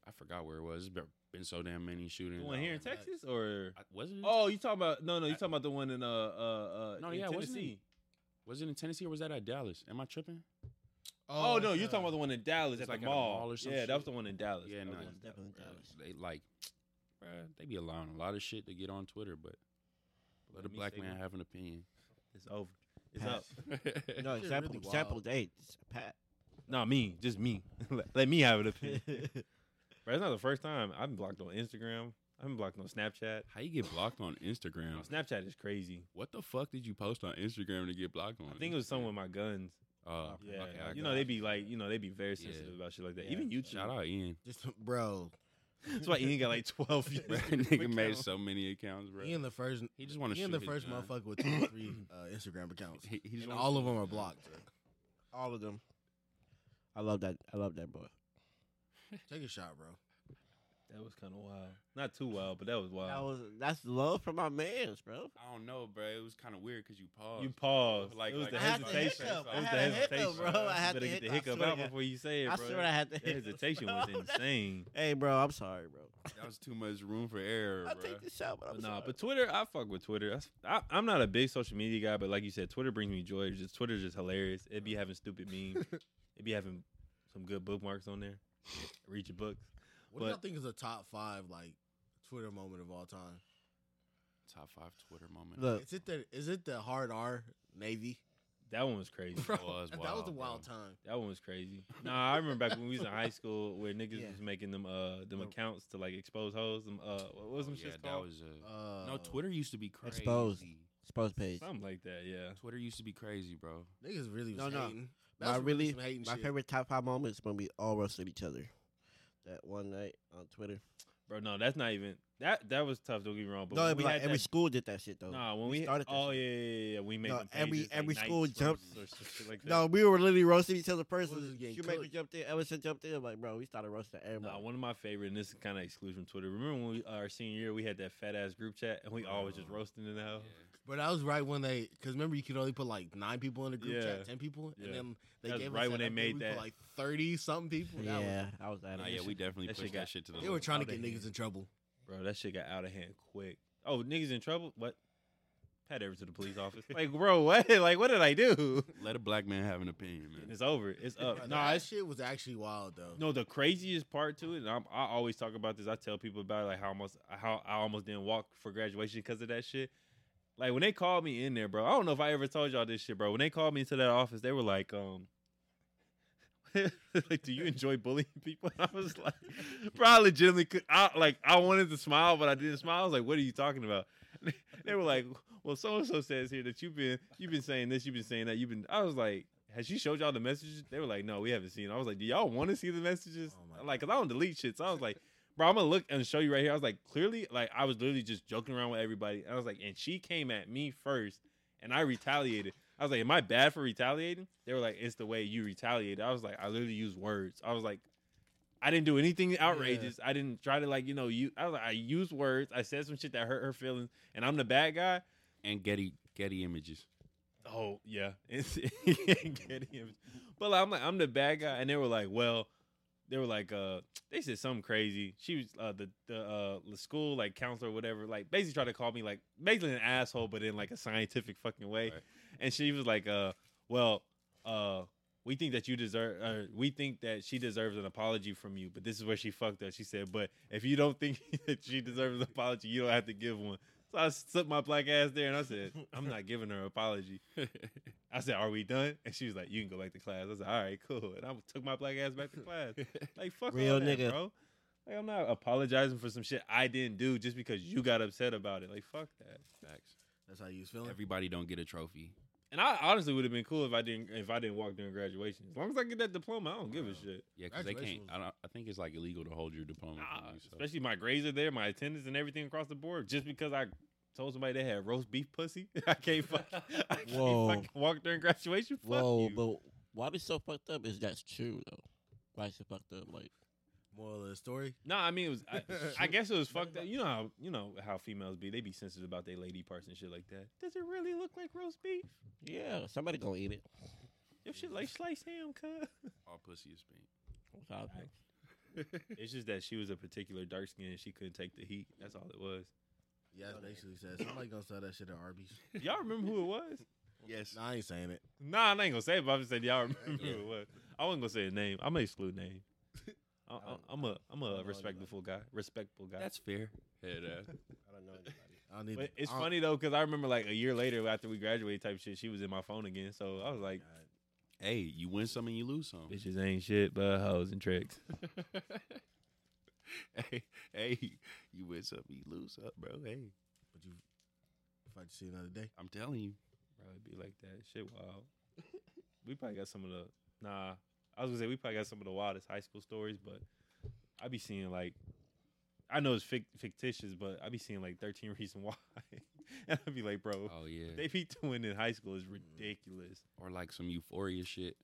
D: I forgot where it was. It's been- been so damn many
B: the
D: shootings.
B: one here in
A: no, that's-
B: Texas or
D: I- was it?
B: oh you talking about no no you talking about the one in uh uh, uh
D: No,
B: in
D: yeah, wasn't it?
B: Tennessee?
D: was it in Tennessee or was that at Dallas? Am I tripping?
B: Oh, no, you're talking about the one in Dallas at
D: It's like
B: the
D: at a
B: mall.
D: mall or some
B: yeah, that was
D: shit.
B: the one in Dallas.
D: Yeah,
B: That
D: no,
B: was
C: it's
B: the one in
C: definitely Dallas.
D: They like, bruh, they be allowing a lot of shit to get on Twitter, but let
B: Let
D: a
B: me
D: black
B: say
D: man
B: one.
D: have an opinion.
B: It's over. It's up.
C: No,
A: Shit
C: example,
A: really
C: example,
A: wild.
C: hey, it's Pat.
B: Not me, just me. let, let me have it up. Bro, it's not the first time I've been blocked on Instagram. I've been blocked on Snapchat.
D: How you get blocked on Instagram?
B: Snapchat is crazy.
D: What the fuck did you post on Instagram to get blocked on?
B: I think it was
D: Instagram?
B: someone with my guns.
D: Oh,
B: Yeah,
D: okay, I
B: you
D: got
B: know they
D: it.
B: be like, you know they be very
D: Yeah.
B: sensitive about shit like that.
C: Yeah.
B: Even YouTube.
D: shout out Ian.
A: Just bro.
B: That's why Ian got like twelve.
D: Bro, nigga made so many accounts, bro.
A: He and the first.
D: He just want to.
A: He and the first motherfucker with two or three uh, Instagram accounts.
D: He, he just
A: And
D: wanna
A: all
D: shoot
A: of
D: his
A: them are
D: gun.
A: blocked.
C: All of them. I love that. I love that boy.
A: Take a shot, bro.
B: That was kind of wild. Not too wild, but that was wild.
C: That was that's love for my man's, bro.
D: I don't know, bro. Oh, It was kind of weird because you paused.
B: you paused.
D: Like-
B: it was
D: like-
B: the
D: I had to
B: hesitation.
D: hiccup.
B: It
D: I
B: was the
D: had to hiccup,
B: hesitation.
D: bro. I
C: had
B: you
C: to
B: better get the
C: hiccup. I
B: hiccup
C: swear
B: out
C: to God.
B: before you say it,
C: I
B: bro.
C: swear I had to.
B: the hesitation was insane.
C: Hey, bro, I'm sorry, bro.
D: that was too much room for error,
C: I'll
D: bro.
C: take this out, but I'm
B: But nah,
C: sorry.
B: but Twitter, I fuck with Twitter. That's, I, I'm not a big social media guy, but like you said, Twitter brings me joy. It's Just Twitter's just hilarious. It be having stupid memes. it be having some good bookmarks on there. Read your books.
A: What do y'all
B: But-
A: think is a top five like Twitter moment of all time?
D: Top five Twitter moment.
C: Look,
A: Is it the is it the hard R Navy?
B: That one was crazy.
A: Bro,
D: was
A: that was
D: wild,
A: a
D: bro.
A: wild time.
B: That one was crazy. Nah, I remember back when we was in high school where niggas
C: Yeah.
B: was making them uh them
A: Oh.
B: accounts to like expose hoes. Them uh what was
D: Oh,
B: them
D: yeah,
B: shit
D: that
B: called?
D: was a.
A: Uh,
D: no, Twitter used to be crazy.
C: Exposed. Exposed page.
B: Something like that. Yeah.
D: Twitter used to be crazy, bro.
A: niggas really was
C: No, no.
A: hating.
C: My
A: That's
C: really-
A: some hating
C: My
A: shit.
C: favorite top five moments when we all roasted each other. That one night on Twitter.
B: Bro, no, that's not even that that was tough, don't get me wrong. But
C: no,
B: when
C: it'd be
B: we
C: like
B: had
C: every
B: that,
C: school did that shit though.
B: Nah, when
C: we
B: we,
C: started that
B: Oh
C: shit.
B: yeah, yeah, yeah. We made
C: No,
B: them
C: every-
B: pages, like,
C: every
B: Night
C: school
B: Swerves
C: jumped-
B: or some shit like that.
C: No, we were literally roasting each other first.
A: Motherfuckers getting
C: Shoemaker
A: cooked.
C: jumped in, Everson jumped in. Like, bro, we started roasting everybody.
B: Nah, one of my favorite, and this is kind of excluded from Twitter. Remember when we, our senior year, we had that fat ass group chat, and we always just
D: Bro.
B: roasting it out.
A: But that was right when they, because remember you could only put like nine people in a group
B: Yeah.
A: chat, ten people,
B: Yeah.
A: and then they
B: That's
A: gave
B: right
A: us
B: when
A: that
B: they
A: update,
B: made
A: we put,
B: that.
A: like thirty something people. That was-
C: yeah, I was at
D: Nah,
C: it.
D: yeah, we definitely
B: that shit
D: pushed
B: got-
D: that shit to the.
A: they were
D: limit.
A: trying to
B: Outta
A: get
B: hand.
A: niggas in trouble.
B: Bro, that shit got out of hand quick. Oh, niggas in trouble? What? Pat over to the police office. Like, bro, what? Like, what did I do?
D: Let a black man have an opinion, man.
B: It's over. It's
A: Bro,
B: up. Nah,
A: that
B: it's
A: shit was actually wild though.
B: no. The craziest part to it, and I'm, I always talk about this. I tell people about it, like how almost how I almost didn't walk for graduation because of that shit. Like when they called me in there, bro. I don't know if I ever told y'all this shit, bro. When they called me into that office, they were like, um. like, do you enjoy bullying people? And I was like, bro, I legitimately could. I like, I wanted to smile, but I didn't smile. I was like, what are you talking about? they were like, well, so and so says here that you've been you've been saying this, you've been saying that, you've been. I was like, has she showed y'all the messages? They were like, no, we haven't seen. it." I was like, do y'all want to see the messages?
A: Oh my
B: like, cause I don't delete shit. So I was like, bro, I'm gonna look and show you right here. I was like, clearly, like I was literally just joking around with everybody. And I was like, and she came at me first, and I retaliated. I was like, am I bad for retaliating? They were like, it's the way you retaliate. I was like, I literally used words. I was like. I didn't do anything outrageous. I didn't try to like you know you. I was like I used words. I said some shit that hurt her feelings, and I'm the bad guy.
D: And Getty Getty images.
B: Oh yeah, It's- get him. But like, I'm like I'm the bad guy, and they were like, well, they were like, uh, they said something crazy. She was uh, the the uh, the school like counselor or whatever, like basically tried to call me like basically an asshole, but in like a scientific fucking way.
D: Right.
B: And she was like, uh, well, uh, we think that you deserve, or we think that she deserves an apology from you, but this is where she fucked up. She said, but if you don't think that she deserves an apology, you don't have to give one. So I slipped my black ass there and I said, I'm not giving her an apology. I said, Are we done? And she was like, You can go back to class. I said, All right, cool. And I took my black ass back to class. Like, fuck
C: Real
B: all that,
C: nigga.
B: bro. Like, I'm not apologizing for some shit I didn't do just because you got upset about it. Like, fuck that.
D: Facts.
A: That's how you was feeling.
D: Everybody don't get a trophy.
B: And I honestly would have been cool if I didn't if I didn't walk during graduation. As long as I get that diploma, I don't give a
A: Wow.
B: shit.
D: Yeah, because they can't.
A: Graduation was-
D: I, don't, I think it's like illegal to hold your diploma.
B: Nah,
D: from you, so.
B: especially my grades are there, my attendance and everything across the board. Just because I told somebody they had roast beef pussy, I can't fuck. I can't
C: Whoa.
B: fucking walk during graduation. Fuck
C: Whoa,
B: you.
C: but why be so fucked up is that's true though. Why is it fucked up? Like
A: Moral of the story.
B: No, I mean it was. I, I guess it was fucked up. You know how you know how females be. They be sensitive about their lady parts and shit like that. Does it really look like roast beef?
C: yeah, somebody gonna eat it.
B: Your shit like sliced ham, cuz.
D: All pussy is pink.
C: That's how I feel.
B: It's just that she was a particular dark skin. and She couldn't take the heat. That's all it was.
A: Yeah, it's basically says somebody gonna sell that shit at Arby's.
B: Y'all remember who it was?
D: Yes.
A: Nah, I ain't saying it.
B: Nah, I ain't gonna say it. But I'm just saying y'all remember who it was. I wasn't gonna say a name. I'm gonna exclude name. I, I, I'm a I'm a respectful guy. Respectful guy.
D: That's fair. Head ass.
C: I don't know anybody.
A: I don't need.
B: But
A: to-
B: it's
A: I don't-
B: funny though, cause I remember like a year later after we graduated, type shit. She was in my phone again, so I was like,
D: hey, you win some and you lose some.
B: "Bitches ain't shit, but hoes and tricks."
D: hey, hey, you win some, you lose some, bro. Hey,
A: But you fight to see another day.
D: I'm telling you.
B: Probably be like that. Shit wild. we probably got some of the nah. I was gonna say we probably got some of the wildest high school stories, but I be seeing like I know it's fic- fictitious, but I be seeing like thirteen reason why, and I be like, bro,
D: Oh yeah.
B: they be doing in high school is ridiculous.
D: or like some euphoria shit.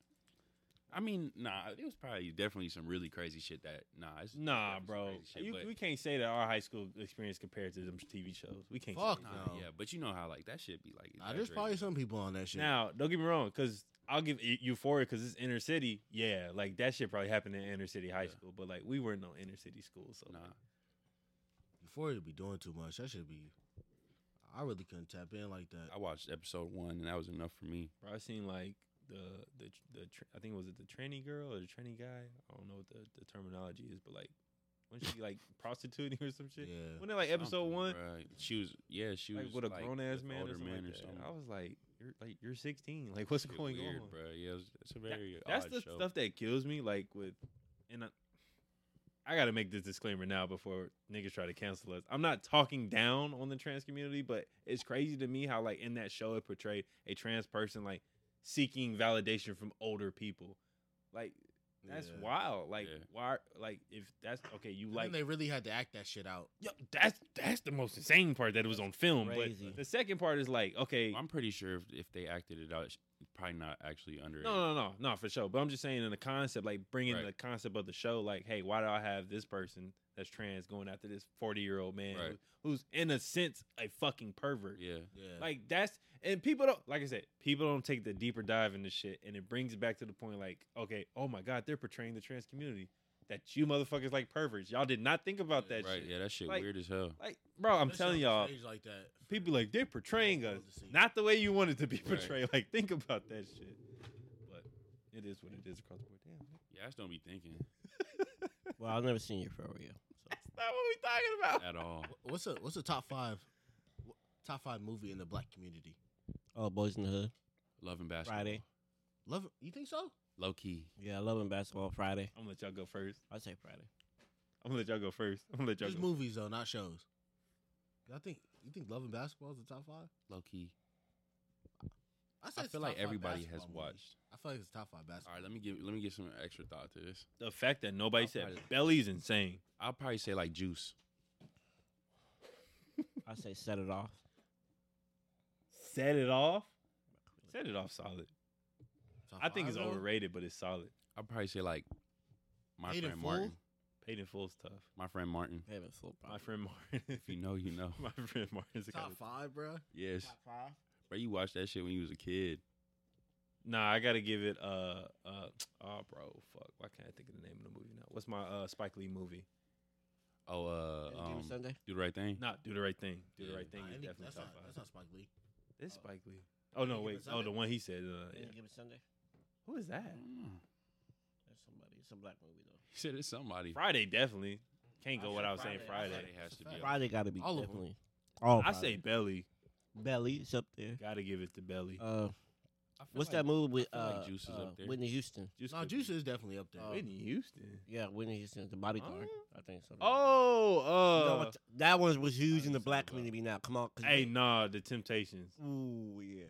D: I mean, nah, it was probably definitely some really crazy shit Mm. that nah, it's
B: Nah,
D: definitely some
B: bro,
D: crazy shit,
B: you,
D: but-
B: we can't say that our high school experience compared to them TV shows. We can't.
A: Fuck
B: say that.
D: nah,
A: no.
D: yeah, but you know how like that shit be like.
A: Nah, there's probably
D: exaggerated.
A: some people on that shit.
B: Now, don't get me wrong, because I'll give Eu- Euphoria because it's inner city. Yeah, like that shit probably happened in inner city high
D: Yeah.
B: school, but like we weren't no inner city school, so
D: Nah,
A: before you be doing too much, that should be. I really couldn't tap in like that.
D: I watched episode one and that was enough for me.
B: Bro, I seen like the the tr- the tr- I think was it the tranny girl or the tranny guy? I don't know what the, the terminology is, but like when she like prostituting or some shit.
A: Yeah.
B: When they like episode
D: Something,
B: one,
D: bruh. she was yeah, she was
B: like with a
D: like,
B: grown ass
D: with
B: man or
D: older
B: something,
D: man
B: like
D: or
B: that.
D: something.
B: I was like, you're like you're 16. Like what's
D: Shit
B: going
D: weird,
B: on?
D: bro? Yeah, it was, it's a
B: That-
D: very
B: that's
D: odd
B: the
D: show.
B: stuff that kills me. Like with, and I, I got to make this disclaimer now before niggas try to cancel us. I'm not talking down on the trans community, but it's crazy to me how like in that show it portrayed a trans person like seeking validation from older people. Like that's
A: Yeah.
B: wild. Like
D: Yeah.
B: why? Like if that's okay, you
A: And then
B: like
A: they really had to act that shit out.
B: Yo, that's that's the most insane part that it was on film.
C: crazy.
B: But the second part is like okay,
D: I'm pretty sure if, if they acted it out, it's probably not actually under.
B: No, no, no, no, for sure. But I'm just saying in the concept, like bringing
D: Right.
B: the concept of the show, like, hey, why do I have this person that's trans going after this 40 year old man
D: Right.
B: who- who's in a sense a fucking pervert?
D: Yeah,
A: Yeah.
B: Like that's and people don't like I said, people don't take the deeper dive into shit, and it brings it back to the point like, okay, oh my god, they're portraying the trans community that you motherfuckers like perverts. Y'all did not think about that
D: right.
B: shit.
D: Yeah, that shit
B: Like-
D: weird as hell.
B: Like, bro, I'm
A: Especially
B: telling
A: on
B: y'all,
A: stage like that.
B: people like they're portraying us
A: Love to see.
B: not the way you want it to be
D: Right.
B: portrayed. Like think about that shit. But it is what it is across the board. Damn, man.
D: Yeah, I just don't be thinking
C: Well, I've never seen Euphoria. So.
B: that's not what we talking about.
D: at all.
A: What's a what's a top five wh- top five movie in the black community?
C: Oh, Boys in the Hood
D: Love and basketball.
C: Friday.
A: Love you think so?
D: Low key.
C: Yeah, I love and basketball Friday.
B: I'm gonna let y'all go first.
C: I say Friday.
B: I'm gonna let y'all go first. I'm gonna let y'all
A: Just
B: go.
A: movies though, not shows. I think you think Love and Basketball is the top five?
D: Low key.
A: say
D: I
A: it's
D: feel
A: the
D: like
A: top five
D: everybody has
A: basketball movie.
D: watched.
A: I feel like it's the top five
D: All
A: basketball.
D: right, let me give let me give some extra thought to this.
B: The fact that nobody
D: I'll
B: said
D: probably-
B: belly's insane.
D: I'll probably say like juice.
C: I say set it off.
B: Set it off. Set it off solid.
A: Top
B: I think
A: five,
B: it's
A: though?
B: overrated, but it's solid.
D: I'll probably say like my
A: Paid in
D: friend
A: full?
D: Martin.
B: Paid in full's tough.
D: My friend Martin.
C: Haven't full
B: My friend Martin.
D: If you know, you know.
B: my friend Martin's a
A: Top five, bro.
D: Yes.
A: five.
D: Bro, you watched that shit when you was a kid.
B: Nah, I gotta give it. Uh, uh, oh, bro, fuck. Why can't I think of the name of the movie now? What's my uh Spike Lee movie?
D: Oh, uh, um,
C: Sunday.
D: do the right thing.
B: Not do the right thing. Do the
D: Yeah.
B: right thing
A: Nah,
B: is
A: any-
B: definitely
A: that's
B: top
A: not,
B: five.
A: That's not Spike Lee.
B: This
A: oh.
B: Spike Lee. Oh no,
A: Any
B: wait.
A: given
B: Oh, the
A: Sunday?
B: one he said. Uh, yeah.
C: Give it Sunday.
B: Who is that?
D: Mm.
C: That's somebody. It's a black movie though.
D: He said it's somebody.
B: Friday definitely can't go
A: I said
B: without saying
A: Friday.
B: Friday.
D: Friday has to be.
A: Friday.
D: up.
C: Friday gotta be
A: All of 'em.
C: definitely. All
B: I
C: Friday.
B: say Belly.
C: Belly's up there.
B: Gotta give it to Belly.
C: Uh,
D: I feel
C: what's
D: like-
C: that movie with
D: I feel
C: uh,
D: like Juice is
C: uh,
D: up there.
C: Whitney Houston?
B: Juice
A: No,
B: could
A: Juice
B: be- Oh.
A: is definitely up there.
C: Uh,
B: Whitney Houston.
C: Yeah, Whitney Houston, the bodyguard.
D: Oh.
C: I think so. You know
B: Oh, uh,
C: what- that one was huge in the
D: Something
C: black
D: about-
C: community. Now, come on. 'cause
B: hey,
C: they-
B: nah, The Temptations.
C: Ooh, yeah.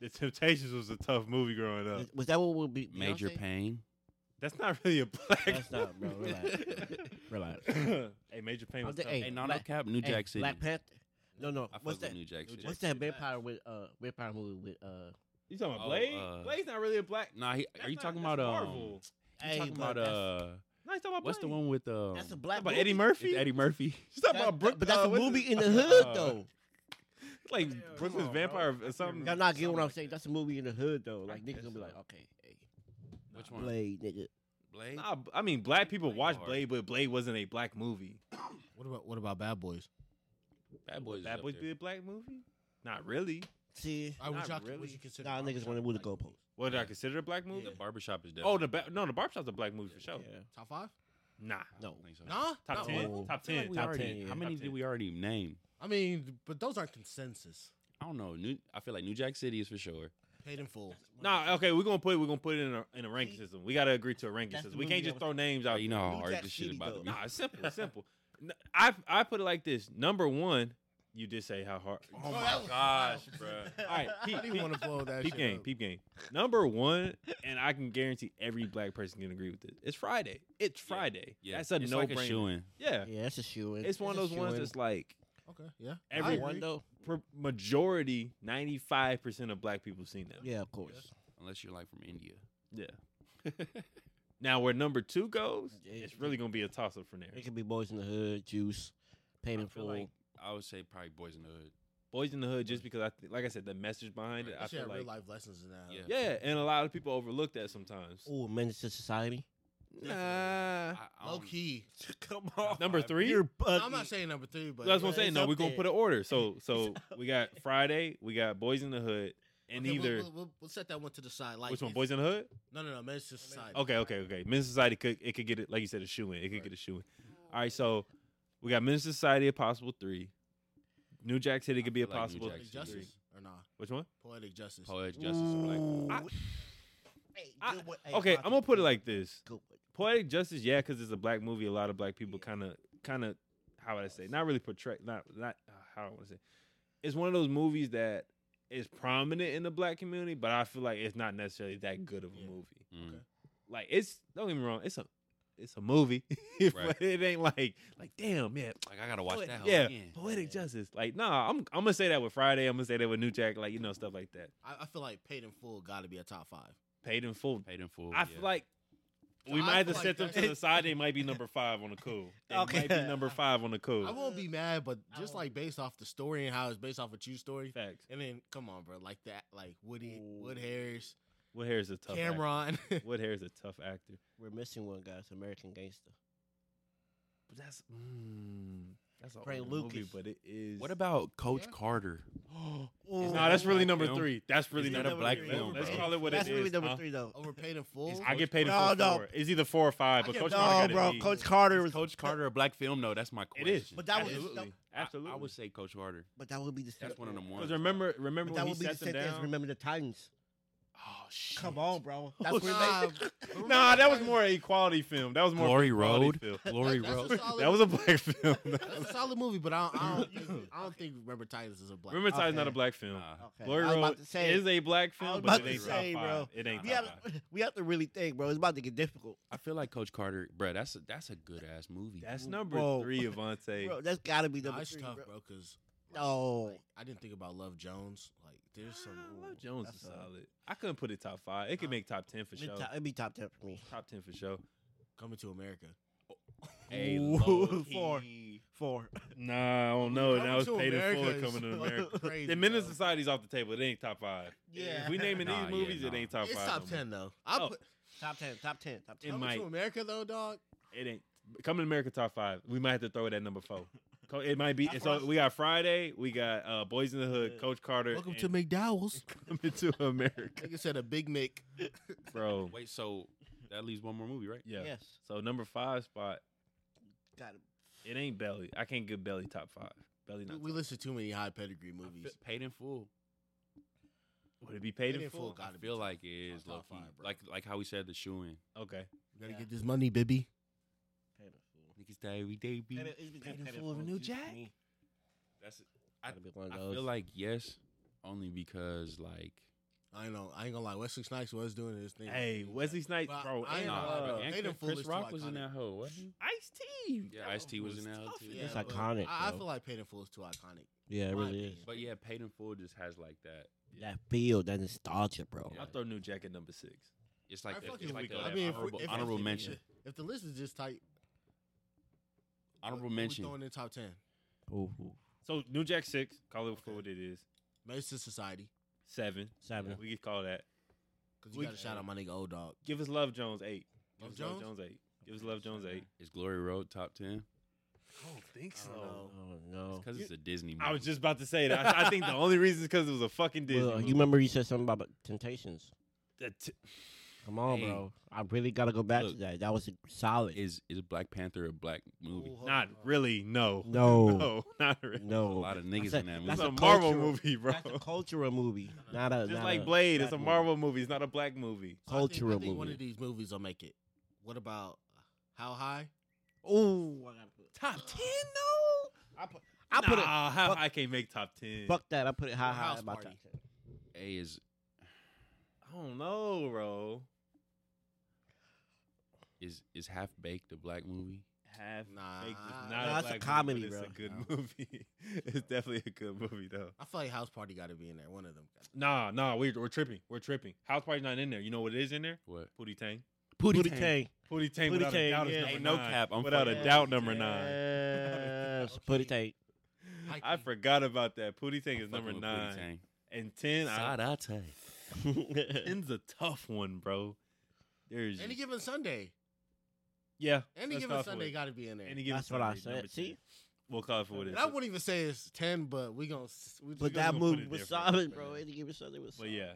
B: The Temptations was a tough movie growing up.
C: Was- Was that what would
A: know
C: be
A: what I'm
D: Uh, Major
A: saying?
D: Pain.
B: That's not really a black.
C: That's not, bro. Relax. Relax.
B: hey, Major Pain
C: I'm
B: was
C: the-
B: tough.
D: Hey,
C: Hey,
D: no, no
C: Black-
D: cap. New
C: Hey,
D: Jack City.
C: Black Panther. No, no.
D: I fuck
C: what's
D: with
C: that?
D: New Jack City.
C: What's that
A: City.
C: vampire with uh vampire movie with uh?
B: you talking
D: oh,
B: about Blade?
D: uh,
B: Blade's not really a black.
D: Nah, he,
B: That's
D: are you
B: not-
D: talking
B: that's
D: about um?
B: Marvel.
D: You
C: Hey,
D: talking
C: but
D: about
C: that's-
D: uh?
B: No, he's talking about
D: What's the
B: Blade.
D: one with um?
C: That's a
B: Talking
C: black.
B: about
C: movie.
B: Eddie Murphy?
D: It's Eddie Murphy.
B: She's talking
C: That-
B: about Brook-
C: but that's
B: uh,
C: a
B: what's
C: movie
B: his-
C: in the hood
B: uh,
C: though.
B: It's like
A: Yeah, come
B: Brooklyn's
A: on, bro.
B: Vampire or something.
A: That's
C: Y'all not get
B: something
C: what I'm
B: like
C: saying.
B: that.
C: That's a movie in the hood though.
D: I
C: Like niggas
D: guess
C: gonna be like,
D: so.
C: okay, hey,
D: Which one?
C: Blade, nigga.
D: Blade.
B: Nah, b- I mean, black people
D: Blade
B: watch
D: hard.
B: Blade, but Blade wasn't a black movie.
A: What about what about Bad Boys?
D: Bad Boys. is
B: Bad
D: up
B: Boys
D: there.
B: be a black movie? Not really.
C: See,
A: I
B: Not
A: would y'all,
B: really.
A: would you consider
C: nah, niggas
A: Barbershop
C: want to move the
A: like
C: goalpost.
B: What did I consider a black movie?
D: The barbershop is definitely.
B: Oh, the ba- no, the barbershop's a black movie for sure.
C: Yeah.
A: Top five?
B: Nah,
D: I don't
C: No.
D: think so.
A: Nah,
B: top
A: Not
B: ten,
A: one?
C: all.
B: top
D: I feel like
B: ten,
D: we
B: top
D: already-
B: ten. yeah,
D: How
B: top
D: many did
B: 10.
D: we already name?
A: I mean, but those aren't consensus.
D: I don't know. New, I feel like New Jack City is for sure.
A: Paid in full.
B: Nah, okay, we're gonna put we're gonna put it in a in a ranking
C: See?
B: system. We gotta agree to a ranking
C: That's the
B: system. We
C: movie
B: can't
C: that
B: just
C: was-
B: throw names out.
D: you know how
C: New
D: hard
C: Jack
D: this shit
C: City,
D: about
C: though.
D: to be.
B: Nah, it's simple, it's simple. N- I I put it like this. Number one, you did say how hard.
A: Oh
D: my
A: that was-
D: gosh, bruh.
A: All
B: right,
A: I
B: peep,
A: didn't
B: peep.
A: want to blow that
B: Peep
A: shit
B: game,
A: up.
B: peep game. Number one, and I can guarantee every black person can agree with this. It's Friday. It's
D: Yeah,
B: Friday.
D: Yeah,
B: that's a
D: it's
B: no
D: like
B: brainer.
D: shoe-in.
B: yeah,
C: Yeah, that's a shoe in.
B: it's one of those ones that's like
A: Okay, yeah. I
B: Everyone
A: agree.
C: one though.
B: pr- majority ninety five percent of black people seen that.
C: Yeah, of course.
D: Unless you're like from India.
B: Yeah. Now where number two goes,
C: Yeah.
B: it's really gonna be a toss up from there.
C: It could be Boys in the Hood, Juice, Paid
D: I
C: in
D: feel
C: Full.
D: like I would say probably Boys in the Hood.
B: Boys in the Hood, just because I th- like I said, the message behind it,
D: Right.
B: I
A: That shit
B: feel
A: had
B: like
A: real life lessons in that.
D: Yeah.
B: yeah, and a lot of people overlook that sometimes.
C: oh, Menace to Society.
B: Nah,
D: I- I
A: Low
D: don't-
A: key.
C: Come
B: number three.
A: Um,
B: uh,
A: I'm not saying number three, but
B: That's what I'm
C: it's
B: saying. No,
C: up
B: we're gonna
C: there.
B: put an order. So so
C: It's up
B: we got Friday, we got Boys in the Hood, and
A: Okay, we'll-
B: either
A: we'll, we'll, we'll set that one to the side. Like
B: which one?
A: if-
B: Boys in the Hood?
A: No, no, no. Men's Society.
B: Okay, okay, okay. Men's Society could it could get it like you said a shoe in. It could
A: Right.
B: get a shoe in. All right, so we got Men's Society a possible three. New Jack City
D: I
B: could be a
D: feel like New
B: possible.
D: Jack
A: Poetic
D: City.
A: justice or
D: Agree.
A: nah?
B: Which one?
A: Poetic justice.
D: Poetic Justice. is Like,
B: I-
C: Hey,
B: I-
C: good one. Hey,
B: Okay,
C: Rocky,
B: I'm gonna put it
C: good
B: like this.
C: one. Good one.
B: Poetic justice, yeah, because it's a black movie. A lot of black people kind of, kind of, how would I say? Not really portray, not, not uh, how I want to say. It's one of those movies that is prominent in the black community, but I feel like it's not necessarily that good of a
A: Yeah.
B: movie.
D: mm.
B: Like it's, don't get me wrong, it's a, it's a movie, but
D: Right.
B: it ain't like, like damn, yeah,
D: like I gotta watch
B: poet-
D: that whole
B: yeah,
D: again.
B: poetic
A: Yeah.
B: justice. Like nah, I'm, I'm gonna say that with Friday. I'm gonna say that with New Jack, like you know stuff like that.
A: I, I feel like paid in full got to be a top five.
B: Paid in full.
D: Paid in full.
B: I
D: yeah.
B: feel like
A: So
B: we
A: I
B: might have to
A: feel like
B: set them
A: that-
B: to the side. They might be number five on the cool. They
C: Okay.
B: might be number five on the
A: I
B: cool.
A: won't be mad, but
C: I
A: just
C: won't.
A: like based off the story and how it's based off a true story,
B: Facts.
A: and then come on, bro, like that, like Woody, Wood
C: Ooh.
A: Harris,
B: Wood Harris a tough
A: Cameron.
B: actor. Wood Harris a tough actor.
C: We're missing one, guys. American Gangster.
B: But that's mm, that's a
C: Ray
B: older movie,
C: Lucas.
B: but it is.
D: What about Coach
A: Yeah.
D: Carter?
B: No,
D: Is
B: nah, that's really
D: black
B: number
D: film?
B: three. That's really
D: Is that
B: number
D: a black
B: three.
D: film,
B: Let's
D: bro?
B: call it what
C: That's
B: it
C: really
B: is.
C: number
B: huh? Oh,
C: three, though.
A: Over paid in full.
D: Is
B: I get paid in
C: No,
B: full
C: no.
B: four. It's either four or five,
A: I
B: but
A: get-
B: Coach
A: no,
B: Carter got
A: bro,
B: it.
A: Coach
C: Carter
D: Is Coach Carter a black film? No, that's my
B: It
D: question.
B: is.
C: But that was-
B: absolutely,
A: that-
D: I-
B: absolutely.
D: I, would say Coach Carter.
C: But that would be the
D: That's one of them ones.
B: because remember, remember
C: But
B: when
C: that
B: he
C: would be the
B: sets them
C: same thing as
B: down.
C: Remember the Titans.
B: Oh shit.
C: Come on, bro.
B: Oh,
C: That's where
A: nah,
C: they.
A: but remember-
B: Nah, that was more an equality film. That was more of an
D: Glory
B: equality
D: Road.
B: film.
D: Glory
A: That's-
D: Road.
A: that's a solid-
B: That was a black film.
A: That's a solid movie, but I don't, I don't, think, I don't think Remember Titans is a black.
B: Remember, Titan's not a
C: Okay.
B: black film.
D: Nah.
C: Okay.
B: Glory
C: I was
B: Road
C: about to say,
B: is a black
C: I was
B: film,
C: about
B: but it
C: to
B: ain't
C: say,
B: top
C: bro.
B: five. It ain't
C: we,
B: top
C: have,
B: five.
C: we have to really think, bro. It's about to get difficult.
D: I feel like Coach Carter, bro. That's a, that's a good ass movie.
B: That's number
C: Bro.
B: three, Avante.
C: Bro, that's got to be
A: Nah,
C: number
A: it's
C: three,
A: tough,
C: bro.
A: bro, because
C: No.
A: I didn't think about Love Jones. Like, there's some.
B: Ah, Love Jones is
C: that's a-
B: solid. I couldn't put it top five. It could
A: Nah.
B: make top ten for
C: It'd
B: sure.
C: top- it'd be top 10 for me.
B: Top ten for sure.
A: Coming to America.
D: a
C: Ooh,
D: low
C: four.
D: key-
C: Four.
B: Nah, I don't know.
A: Coming
B: That was
A: to
B: paid in full
A: America is
B: coming to
A: fucking
B: America.
A: crazy,
B: The Menace
A: bro.
B: Society's off the table. It ain't top five.
C: Yeah.
B: If we naming
D: Nah,
B: these movies,
D: yeah,
B: it
D: nah.
B: ain't top
A: It's
B: five. no
A: top
B: more.
A: ten though. I
B: Oh,
A: put
C: Top 10. Top 10. Top 10.
B: It
A: Coming
B: might.
A: to America though, dog.
B: It ain't. Coming to America top five. We might have to throw it at number four. Co- It might be.
A: That's
B: It's
A: what I
B: all,
A: s-
B: we got Friday. We got uh, Boys in the Hood.
A: Yeah.
B: Coach Carter.
A: Welcome to
B: and
A: McDowell's.
B: Coming to America,
A: Nigga said a Big Mick.
B: bro.
D: Wait, so that leaves one more movie, right?
B: Yeah.
C: Yes.
B: So number five spot.
C: Got him.
B: It ain't Belly. I can't give Belly top five. Belly not.
A: We
B: top-
A: listen to too many high pedigree movies.
D: F- Paid in full.
B: Would it be paid in
A: Paid in
B: full?
A: Full got-
D: I
A: Oh, Gotta be
D: feel
A: top-
D: like it is
A: top
D: low key.
A: five, bro.
D: Like like how we said the shoeing.
B: Okay.
A: You gotta
C: Yeah.
A: get this money, baby.
C: Painful.
D: Niggas die every day, be.
A: Painful of a new jack?
D: That's it.
C: Gotta be one
D: I
C: of those.
D: feel like yes, only because like
A: I ain't know. I ain't gonna lie. Wesley Snipes was doing his thing.
B: Hey, Wesley Snipes,
A: But
B: bro.
A: I
B: and,
A: ain't
D: nah,
A: gonna lie,
B: uh,
A: bro.
D: and
A: Paid in
D: Chris-
A: Full is
D: Chris
A: too
D: Rock was in
A: iconic.
D: that hoe. Wasn't he?
B: Ice T.
D: Yeah, Ice-T was in that too.
C: It's
A: but
C: iconic,
A: I, I
C: though.
A: feel like Paid in Full is too iconic.
C: yeah, it
A: my
C: really is.
A: opinion.
D: But yeah, Paid in Full just has like that.
C: That feel, that nostalgia, bro.
D: Yeah.
B: I'll throw New Jack at number six.
D: It's like
A: I
D: that,
A: fucking
D: it's like
A: with
D: that
A: it. I mean, if we-
D: honorable,
A: if-
D: honorable
A: if-
D: mention.
A: If the list is just tight,
D: Honorable
A: who we
D: mention.
A: throwing in top ten.
C: Ooh, ooh.
B: So New Jack six. Call it for
A: Okay.
B: what it is.
A: Mason Society.
B: Seven.
C: Seven.
B: We could call that.
A: Cause you
B: We-
A: gotta shout out my nigga Old Dog.
B: Give us Love Jones eight. Give
A: Love
B: us Love
A: Jones?
B: Jones eight. Give us Love Jones eight.
D: Is Glory Road top ten?
A: I don't think
B: so. know.
C: Oh no.
D: Because it's a Disney movie.
B: I was just about to say that. I, I think the only reason is because it was a fucking Disney.
C: Well, you
B: movie.
C: remember you said something about Temptations.
B: That t-
C: Come on,
D: Hey.
C: bro. I really gotta go back
D: Look.
C: to that. That was solid.
D: is is Black Panther a black movie?
A: Oh.
B: not really. No.
C: no,
B: No. Not really.
C: no.
D: A lot of niggas
C: said-
D: in that
B: It's
D: movie.
C: that's
B: a,
C: a
B: Marvel
C: cultural-
B: movie, bro.
C: That's a cultural movie, not a
B: Just
C: not
B: like
C: a
B: Blade, it's
C: black
B: a
C: movie.
B: Marvel movie. It's not a black movie.
A: cultural
C: cultural
A: I think, one
C: movie.
A: of these movies will make it. What about How High?
C: Oh, I gotta put
B: Top ten
C: I put, I put it.
B: nah, how
C: fuck-
B: I can't make top ten.
C: Fuck that. I put it high,
A: Or
C: high
A: House
C: in my
A: Party.
C: top ten.
D: A is
B: I don't know, bro.
D: is is half baked a black movie?
B: Half
A: Nah.
B: baked is not
A: Nah,
B: a
A: that's a
B: black
C: comedy,
B: movie, but
C: bro.
B: It's a good
A: No.
B: movie. it's definitely a good movie, though.
A: I feel like House Party got to be in there. One of them. gotta-
B: Nah, nah, we're, we're tripping. We're tripping. House Party's not in there. You know what it is in there?
D: What?
B: Pootie Tang.
C: Booty
D: Tang.
C: Tang.
B: Pootie Tang,
C: Pootie
B: without
C: Tang,
B: a doubt, is
C: yeah.
B: number
D: Ain't no
B: nine.
D: cap, I'm
B: without a
D: fucking-
B: doubt, number nine.
C: Yes, Booty Tang.
B: I
A: High-key.
B: forgot about that. Pootie Tang
D: I'm
B: is number
D: fucking with Pootie
B: nine.
D: Tang.
B: And ten, I,
D: Sadate.
B: ten's a tough one, bro. There's
A: Any given Sunday.
B: yeah,
A: Any
B: that's
A: given
B: tough
A: Sunday
B: one.
A: got to be in there.
B: Any given
C: That's what I
B: Sunday, number
C: said.
B: 10.
C: See,
B: We'll call it for what it is.
A: And I wouldn't even say it's ten, but we gonna. s- We
C: but
A: we
B: guys
C: that
B: gonna
A: gonna-
B: put
C: movie
B: it
C: was
B: there for
C: solid,
A: us,
C: bro.
A: man.
C: It gave us something was.
B: But
C: solid.
B: yeah,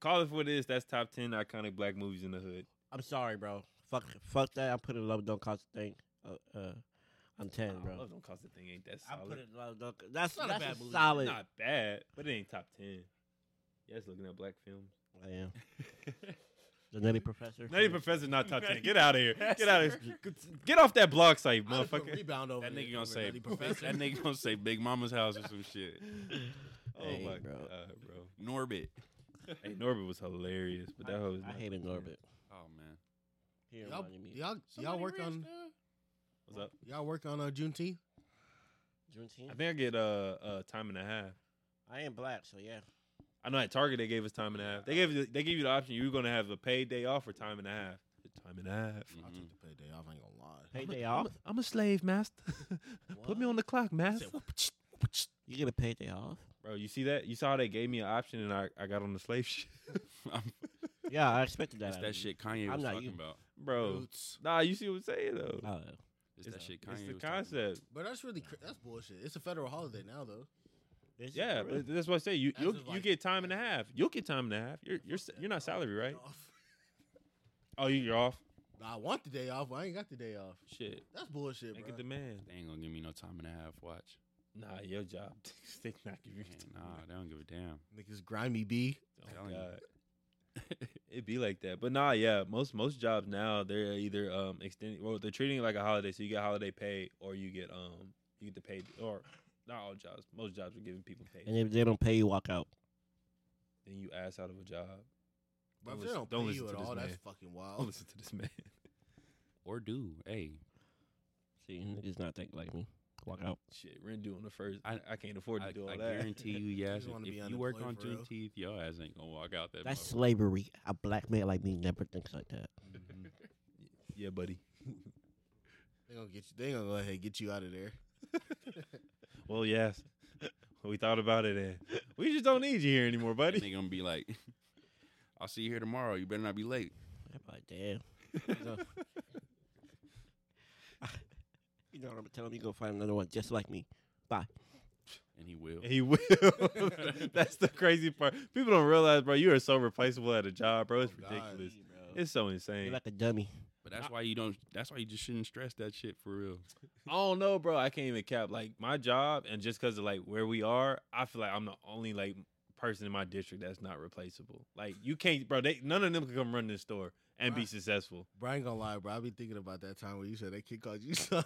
B: call it for what it is. That's top ten iconic black movies in the hood.
C: I'm sorry, bro. Fuck, fuck that. I put it love don't cost a thing. Uh, uh, I'm ten,
B: Nah,
C: bro.
B: Love Don't Cost a Thing ain't that
C: I
B: solid.
C: put it love don't. That's
A: not a
C: that's a,
A: bad movie.
C: solid.
B: Not bad, but it ain't top ten. Yeah, it's looking at black films.
C: I am the Nutty Professor.
B: Nutty Professor not top ten. Get out of here. Get out of here. Get off that blog site,
A: I'd have put
B: motherfucker.
A: Rebound over
D: That
A: there
D: nigga
A: over
D: gonna say
A: Nutty Professor.
D: that nigga gonna say Big Mama's house or some shit.
B: Oh
C: Hey,
B: my
C: bro.
B: god, bro.
D: Norbit.
B: Hey, Norbit was hilarious, but that hoe was
C: I, I
B: not
C: hated
B: top 10.
C: Norbit.
D: Oh man.
C: He
A: y'all,
C: reminded me.
A: y'all, y'all work on
B: What's up?
A: y'all work on uh, Juneteenth.
C: Juneteenth.
B: I think I get uh, uh time and a half.
C: I am black, so yeah.
B: I know at Target they gave us time and a half. They gave you- they give you the option you're gonna have a paid day off or time and a half. Time and a half.
A: I
D: Mhm.
A: took the payday off. I ain't gonna lie.
C: Paid day off.
B: I'm a slave, master. Put me on the clock, master.
C: You get a paid day off?
B: Bro, you see that? You saw how they gave me an option and I, I got on the slave shit.
D: I'm-
C: Yeah, I expected that.
D: It's
C: out
D: that
C: of you.
D: shit Kanye
C: I'm
D: was
C: not
D: talking
C: you.
D: about.
B: Bro.
A: Roots.
B: Nah, you see what I'm saying though.
C: Oh,
D: It's, that shit Kanye
B: It's the
D: was talking about.
B: concept.
A: But that's really cr- that's bullshit. It's a federal holiday now, though.
C: this is
B: Yeah,
C: real.
B: but that's what I say. You
A: As
B: you
A: of,
B: you
A: like-
B: get time and a half. You'll get time and a half. You're you're s- you're not salary, right? Oh, you- you're off.
A: Nah, I want the day off. But I ain't got the day off.
B: Shit,
A: That's bullshit,
B: make
A: bro.
B: a demand.
D: They ain't gonna give me no time and a half watch.
B: Nah, your job. they not give you.
D: Man, nah, they don't give a damn.
A: Niggas grimy b.
B: Oh
D: Telling you.
B: God. It'd be like that, but nah, yeah. Most most jobs now they're either um extending, well, they're treating it like a holiday, so you get holiday pay, or you get um you get the paid, or not all jobs. Most jobs are giving people pay.
C: And if they don't pay, you walk out.
B: then you ass out of a job. Don't
A: Bro, if they
B: listen-
A: don't,
B: don't
A: pay
B: listen
A: you
B: to
A: at
B: this
A: all, that's
B: man.
A: fucking
B: Don't
A: wild.
B: listen to this man.
D: Or do. Hey,
C: See, niggas not think like me. Walk out.
B: Shit, rent due on the first. I,
D: I-
B: I can't afford to
D: I,
B: do all
D: I
B: that.
D: guarantee you, yes.
A: wanna
D: If,
A: be
D: if you work on
A: unemployed for real.
D: Juneteenth, your ass ain't gonna walk out that.
C: That's
D: motherfucker.
C: slavery. A black man like me never thinks like that.
D: Mm-hmm.
B: yeah, buddy.
A: They gonna get you. They gonna go ahead and get you out of there.
B: Well, yes. We thought about it, and we just don't need you here anymore,
D: And
B: buddy.
D: they gonna be like, "I'll see you here tomorrow. You better not be late."
C: I'm like, damn. You know what I'm gonna tell him? You go find another one just like me. Bye.
D: and he will.
B: He will. That's the crazy part. People don't realize, bro. You are so replaceable at a job, bro. It's
A: Oh, God.
B: ridiculous.
C: You're
B: It's so insane.
C: like a dummy.
D: But that's why you don't. That's why you just shouldn't stress that shit for real.
B: I don't know, bro. I can't even cap. Like my job, and just because of like where we are, I feel like I'm the only like person in my district that's not replaceable. Like you can't, bro. They none of them can come run this store and be
A: Right.
B: successful.
A: Bro, I ain't gonna lie, bro. I be thinking about that time where you said that kid called you son.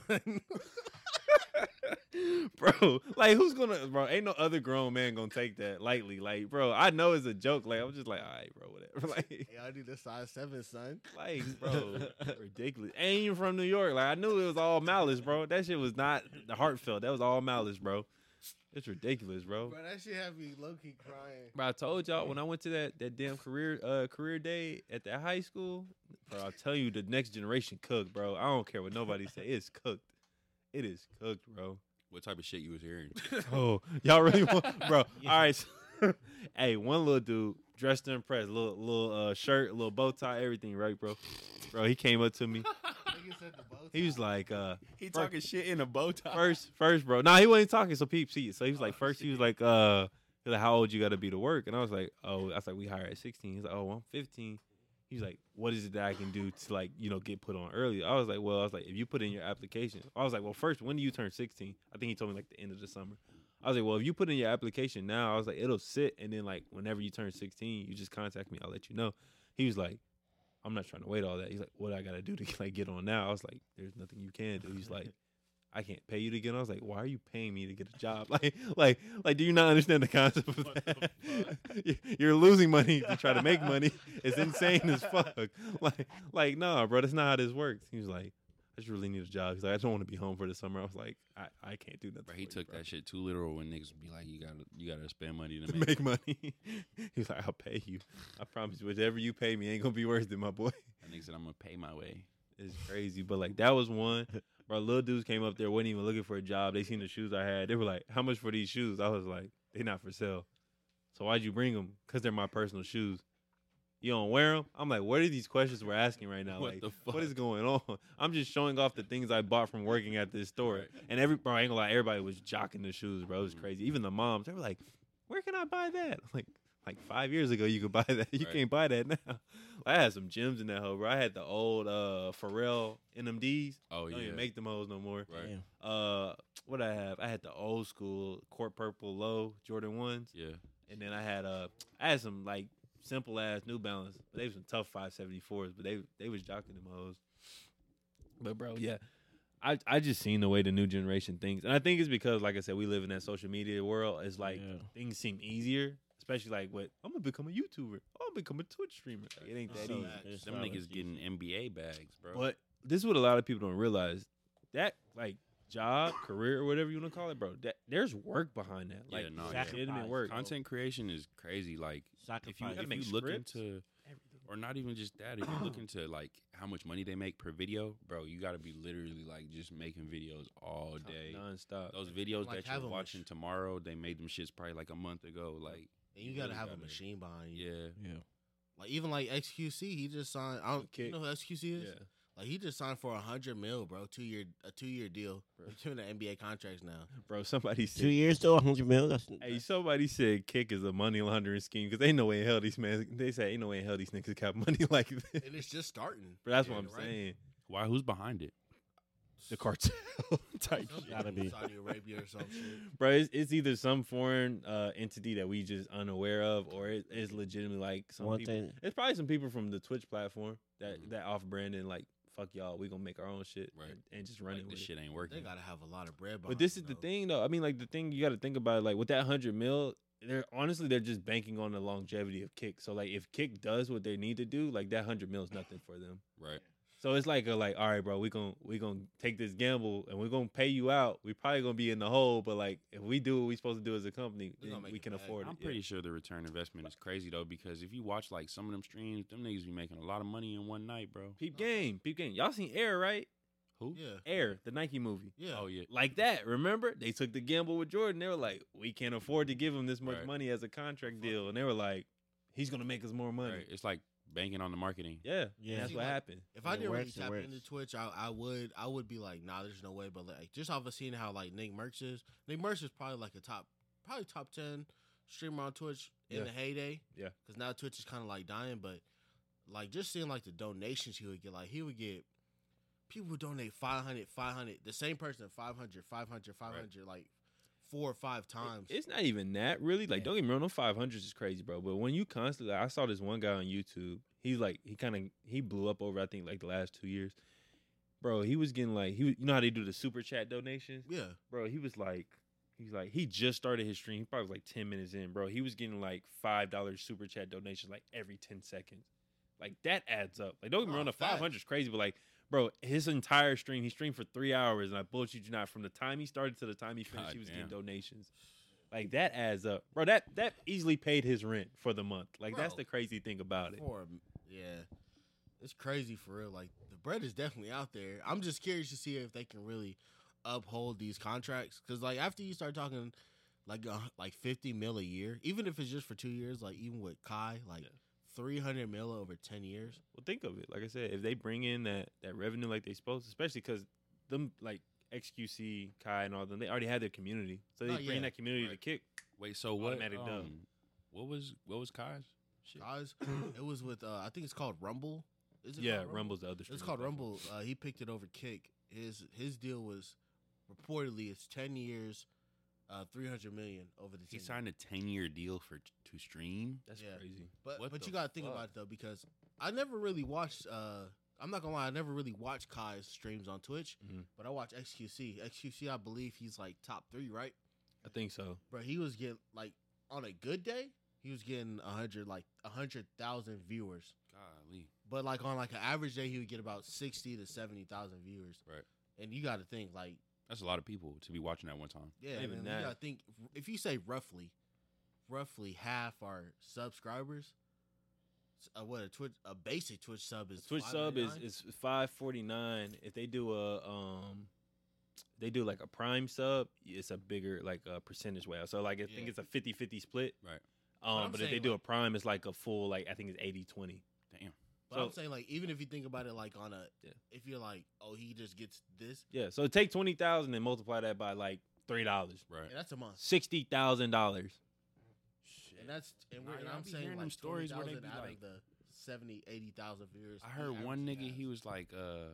B: bro. Like, who's gonna, bro? Ain't no other grown man gonna take that lightly. Like, bro, I know it's a joke. Like, I'm just like, all right, bro, whatever. Like,
A: hey, I need a size seven, son.
B: like, bro, ridiculous. Ain't even from New York. Like, I knew it was all malice, bro. That shit was not the heartfelt. That was all malice, bro. It's ridiculous, bro.
A: Bro, that shit had me low key crying.
B: Bro, I told y'all when I went to that that damn career uh career day at that high school, bro. I'll tell you, the next generation cooked, bro. I don't care what nobody say. It's cooked. It is cooked, bro.
D: What type of shit you was hearing?
B: Oh, y'all really want, bro? All right. so- hey, one little dude dressed to impress, little little uh, shirt, little bow tie, everything, right, bro? Bro, he came up to me.
A: Nigga said the bow
B: He was
A: tie.
B: like, uh,
D: he
B: Bro. talking
D: shit in a bow tie.
B: first, first, bro. Nah, he wasn't talking. So peep, see. So he was like,
D: Oh,
B: first, he
D: shit.
B: was like, uh, he was like, how old you got to be to work? And I was like, oh, I was like, we hire at sixteen. He's like, oh, I'm fifteen. He's like, what is it that I can do to like, you know, get put on early? I was like, well, I was like, if you put in your application, I was like, well, first, when do you turn sixteen? I think he told me like the end of the summer. I was like, well, if you put in your application now, I was like, it'll sit, and then like whenever you turn sixteen, you just contact me. I'll let you know. He was like, I'm not trying to wait all that. He's like, what I gotta do to like get on now? I was like, there's nothing you can do. He's like, I can't pay you to get on. I was like, why are you paying me to get a job? Like, like, like, do you not understand the concept of
D: What the
B: that? You- You're losing money to try to make money. It's insane as fuck. Like, like, nah, bro, that's not how this works. He was like, I just really need a job. He's like, I don't want to be home for the summer. I was like, I, I can't do nothing.
D: Bro, he
B: for you,
D: took
B: bro.
D: that shit too literal when niggas be like, you gotta, you gotta spend money to
B: to
D: make.
B: make money. he was like, I'll pay you. I promise you, whatever you pay me ain't gonna be worse than my boy.
D: That nigga said, I'm gonna pay my way.
B: It's crazy. But like that was one. Bro, little dudes came up there, wasn't even looking for a job. They seen the shoes I had. They were like, "How much for these shoes?" I was like, "They not for sale." So why'd you bring them? Cause they're my personal shoes. You don't wear them? I'm like, what are these questions we're asking right now?
D: What
B: like,
D: the
B: what
D: fuck?
B: is going on? I'm just showing off the things I bought from working at this store.
D: Right.
B: And every bro, I ain't gonna lie, everybody was jocking the shoes, bro. It was
D: Mhm.
B: crazy. Even the moms, they were like, "Where can I buy that?" I'm like, like five years ago, you could buy that. You
D: Right.
B: can't buy that now. I had some gems in that hoe, bro. I had the old uh Pharrell NMDs.
D: Oh
B: Don't
D: yeah,
B: even make them hoes no more.
D: right.
C: Damn.
B: Uh, what I have? I had the old school court purple low Jordan ones,
D: Yeah,
B: and then I had uh, I had some like simple ass New Balance, but they was some tough five seventy fours, but they they was jocking them hoes. But bro, yeah, I I just seen the way the new generation thinks, and I think it's because like I said, we live in that social media world. It's like
C: Yeah.
B: things seem easier, especially like what I'm gonna become a YouTuber, I'm gonna become a Twitch streamer. Like, it ain't that
A: So
B: easy.
A: that-
C: there's
D: them
C: not
D: niggas
C: much
D: getting NBA bags, bro.
B: But this is what a lot of people don't realize. That like job, career, or whatever you want to call it, bro. That there's work behind that.
D: Yeah,
B: Like
D: no, yeah.
B: legitimate
C: Sacrifice.
B: work.
D: Content creation is crazy. Like, if you
C: Sacrifice.
B: gotta
D: if
B: make
D: you look
B: scripts.
D: into or not even just that. If you look into like how much money they make per video, bro, you gotta be literally like just making videos all day.
B: nonstop.
D: Those videos
A: Like,
D: that
A: have
D: you're
A: 'em
D: watching
A: sh-
D: tomorrow, they made them shits probably like a month ago. Like,
A: And you
D: you
A: gotta
D: really
A: have a
D: gotta-
A: machine behind you.
D: yeah,
C: yeah.
A: Like even like XQC, he just signed. I don't
B: Kick.
A: you know who XQC is. Like he just signed for a hundred mil, bro. Two year a two year deal.
B: Bro.
A: He's giving the NBA contracts now.
B: bro. Somebody
C: Two
B: said.
C: years though, hundred mil. That's
B: Hey, somebody said kick is a money laundering scheme because ain't no way in hell these man. They say ain't no way in hell these niggas got money like this. But
A: and it's just starting.
B: that's
A: Yeah,
B: what I'm
A: right.
B: saying.
D: why? Who's behind it?
B: The cartel type
A: Something
B: shit.
C: Gotta
A: in
C: be.
A: Saudi Arabia or some shit.
B: bro. It's, it's either some foreign uh, entity that we just unaware of, or it is legitimately like some
C: one
B: people.
C: thing.
B: It's probably some people from the Twitch platform that
A: Mm-hmm.
D: Mhm.
B: that off brand and like fuck y'all, we gonna make our own shit
D: Right.
B: and, and just run
D: Like
B: it
D: this
B: with it.
D: shit ain't
A: They
D: working.
A: gotta have a lot of bread.
B: But
A: behind
B: this is
A: them,
B: the
A: though.
B: thing though. I mean, like the thing you got to think about, like with that hundred mil, they're honestly they're just banking on the longevity of Kick. So like if Kick does what they need to do, like that hundred mil is nothing for them.
D: Right.
B: So it's like a like, all right, bro, we gonna we gonna take this gamble and we're gonna pay you out. We probably gonna be in the hole, but like if we do what we supposed to do as a company,
A: We gonna
B: then
A: make
B: we
A: it
B: can
A: back.
B: afford it.
D: I'm
B: yeah.
D: pretty sure the return investment is crazy though, because if you watch like some of them streams, them niggas be making a lot of money in one night, bro.
B: Peep game, peep game. Y'all seen Air, right?
D: Who?
A: Yeah,
B: Air, the Nike movie.
A: yeah.
D: Oh yeah.
B: like that. Remember, they took the gamble with Jordan. They were like, we can't afford to give him this much
D: Right.
B: money as a contract deal, and they were like, he's gonna make us more money.
D: Right. It's like banking on the marketing.
B: Yeah,
C: Yeah.
B: that's
A: See,
B: what
A: like-
B: happened.
A: If I
C: It
A: didn't really
C: works, it
A: tap
C: works.
A: into Twitch, I, I would I would be like, nah, there's no way. But like just off of seeing how like Nick Merckx is, Nick Merckx is probably like a top probably top ten streamer on Twitch in
B: Yeah.
A: the heyday.
B: Yeah.
A: Because now Twitch is kind of like dying, but like just seeing like the donations he would get, like he would get people would donate 500, 500, the same person 500, 500, 500, like four or five times.
B: It's not even that really. Like,
A: Yeah.
B: don't get me wrong, them five hundreds is crazy, bro. But when you constantly, like, I saw this one guy on YouTube. He's like, he kind of he blew up over I think like the last two years, bro. He was getting like he, was- you know how they do the super chat donations,
A: yeah.
B: bro. He was like, he's like he just started his stream. He probably was like ten minutes in, bro. He was getting like five dollars super chat donations like every ten seconds. Like that adds up. Like don't get me
A: Oh,
B: wrong, the
A: facts.
B: five hundred is crazy, but like. Bro, his entire stream, he streamed for three hours, and I bullshit you not. From the time he started to the time he finished,
D: God
B: he was
D: damn.
B: getting donations. Like that adds up, bro. That that easily paid his rent for the month. Like that's
A: Bro.
B: the crazy thing about it.
A: Four, yeah, it's crazy for real. Like the bread is definitely out there. I'm just curious to see if they can really uphold these contracts because, like, after you start talking like uh, like 50 mil a year, even if it's just for two years, like even with Kai, like
B: Yeah.
A: 300 mil over 10 years.
B: Well, think of it. Like I said, if they bring in that that revenue like they supposed, especially because them like XQC Kai and all them, they already had their community, so they
A: Oh,
B: bring
A: yeah.
B: that community to
D: Right.
B: kick.
D: Wait, so what?
B: Automatic dub.
D: um, what was what was Kai's? Shit.
A: Kai's, it was with uh, I think it's called Rumble. Is
B: yeah,
A: called
B: Rumble's the other.
A: It's
B: streaming
A: called
B: platform.
A: Rumble. Uh, he picked it over Kick. His his deal was reportedly it's 10 years, uh, 300 million over the. 10
D: He
A: years.
D: signed a ten year deal for to stream.
B: That's
A: Yeah.
B: crazy.
A: But
D: What
A: but
D: the
A: you gotta think
D: fuck?
A: about it though because I never really watched. uh I'm not gonna lie, I never really watched Kai's streams on Twitch,
D: Mm-hmm.
B: Mhm.
A: but I watch XQC. XQC, I believe he's like top three, right?
B: I think so.
A: But he was getting like on a good day, he was getting a hundred like a hundred thousand viewers.
D: Golly,
A: But like on like an average day, he would get about sixty to seventy thousand viewers.
D: Right.
A: And you got to think like
D: that's a lot of people to be watching at one time.
A: yeah,
B: Even
A: man,
B: that.
A: you got to think if you say roughly, roughly half are subscribers. s- Uh, what a Twitch a basic Twitch sub is
B: Twitch sub is
A: $5.99?
B: is five forty nine. If they do a um, they do like a prime sub, it's a bigger like a percentage way. out. So like I think
A: Yeah.
B: it's a 50-50 split.
D: Right.
B: Um,
A: I'm
B: but if they
A: saying,
B: do a
A: like-
B: prime, it's like a full like I think it's 80-20.
D: Damn.
A: But I'm
B: So-
A: saying like even if you think about it like on a
B: Yeah.
A: if you're like oh he just gets this
B: Yeah. So take twenty thousand and multiply that by like three dollars,
D: Right.
A: and that's a month
B: sixty thousand dollars.
D: Shit.
A: and that's and, we're,
D: Nah,
A: and
D: y'all
A: I'm
D: be
A: saying
D: hearing
A: like
D: them
A: stories
D: stories where they be
A: out
D: like-
A: of the 70 80,000 viewers.
D: I
A: he
D: heard one
A: averagely
D: nigga. He
A: has.
D: was like, uh,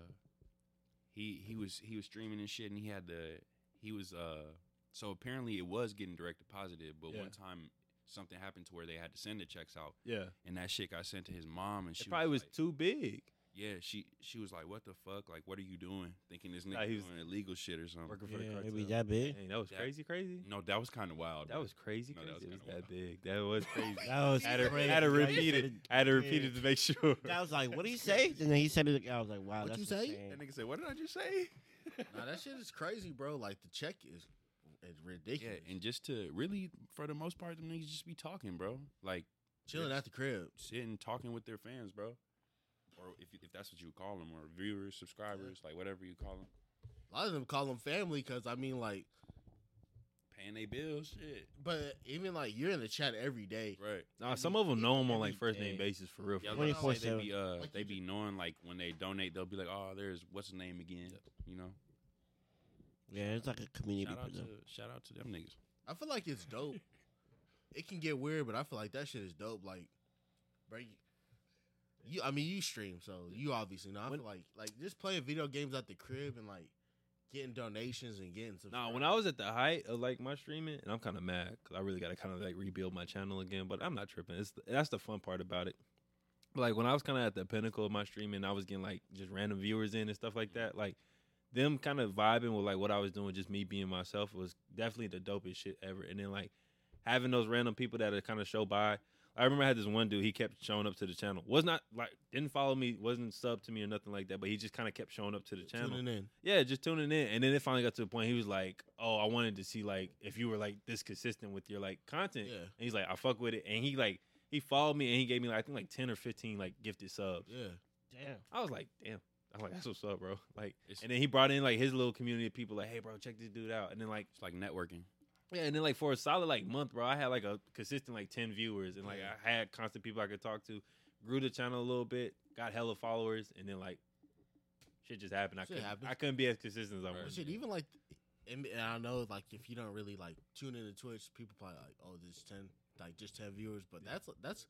D: he he was he was streaming and shit, and he had the he was uh. So apparently it was getting direct deposited, but
B: Yeah.
D: one time something happened to where they had to send the checks out,
B: Yeah.
D: and that shit got sent to his mom, and she
B: It probably was
D: like-
B: too big.
D: yeah, she she was like, what the fuck, like what are you doing? Thinking this nigga
B: Nah, he was-
D: doing illegal shit or something.
B: Working for
C: Yeah,
B: the
C: it be
B: cartel.
C: that big.
B: Dang, that was
D: That-
B: crazy, crazy.
D: No, that was kind of wild.
B: That
D: bro.
B: was crazy,
D: Mm-hmm. No,
B: crazy.
D: that
B: it
D: was
B: was
D: kinda
B: that
D: wild.
B: big. That was crazy.
C: That was
B: I had to, I
C: crazy.
B: had to
C: Like,
B: repeat it. I had to repeat it to make sure.
C: I was like, "What do you say?" And then he said it. I was like, "Wow,
A: What
C: that's
A: you say?
C: insane.
D: That nigga said, what did I just say?
A: Nah, that shit is crazy, bro. Like the check is it's
D: Yeah,
A: ridiculous.
D: and just to really, for the most part, them niggas just be talking, bro. Like
A: chilling at the crib.
D: sitting talking with their fans, bro. Or if if that's what you would call them, or viewers, subscribers, like whatever you call them,
A: A lot of them call them family cuz I mean like
D: paying their bills, shit.
A: but even like you're in the chat every day.
D: Right.
B: Nah, some of them know him on like
A: Every
B: first name
A: day.
B: basis for real. For
D: Yeah, I
B: real.
D: was about to say
C: 24/7.
D: they be uh
A: Like
D: they
A: you
D: be knowing like when they donate, they'll be like, oh, there's what's his name again, you know.
C: Yeah, it's like a community.
D: Shout out to
C: prison.
D: shout out to them niggas.
A: I feel like it's dope. it can get weird, but I feel like that shit is dope. Like, bro, you, you- I mean, you stream, so you obviously know. I
B: When-
A: feel like, like just playing video games at the crib and like getting donations and getting.
B: Nah, when I was at the height of like my streaming, and I'm kind of mad because I really got to kind of like rebuild my channel again. But I'm not tripping. It's that's the fun part about it. But, like when I was kind of at the pinnacle of my streaming, I was getting like just random viewers in and stuff like that. Like them kind of vibing with like what I was doing, just me being myself, was definitely the dopest shit ever. And then like having those random people that are kind of show by. I remember I had this one dude. He kept showing up to the channel. Was not like didn't follow me, wasn't sub to me or nothing like that. But he just kind of kept showing up to the channel.
A: tuning in,
B: Yeah, just tuning in, and then it finally got to the point. He was like, "Oh, I wanted to see like if you were like this consistent with your like content."
A: yeah,
B: And he's like, "I fuck with it," and he like he followed me and he gave me like I think like ten or fifteen like gifted subs.
A: yeah,
C: Damn.
B: I was like, "Damn." I'm like, that's what's up, bro. Like,
D: It's-
B: and then he brought in like his little community of people, like, hey, bro, check this dude out. And then like,
D: It's like networking.
B: yeah, and then like for a solid like month, bro, I had like a consistent like ten viewers, and like I had constant people I could talk to. grew the channel a little bit, got hella followers, and then like shit just happened. I
A: Shit
B: couldn't
A: happens.
B: I couldn't be as consistent as I wanted.
A: But
B: to
A: shit,
B: be.
A: even like, and, and I know like if you don't really like tune into Twitch, people probably like, oh, this ten, like just ten viewers. But that's that's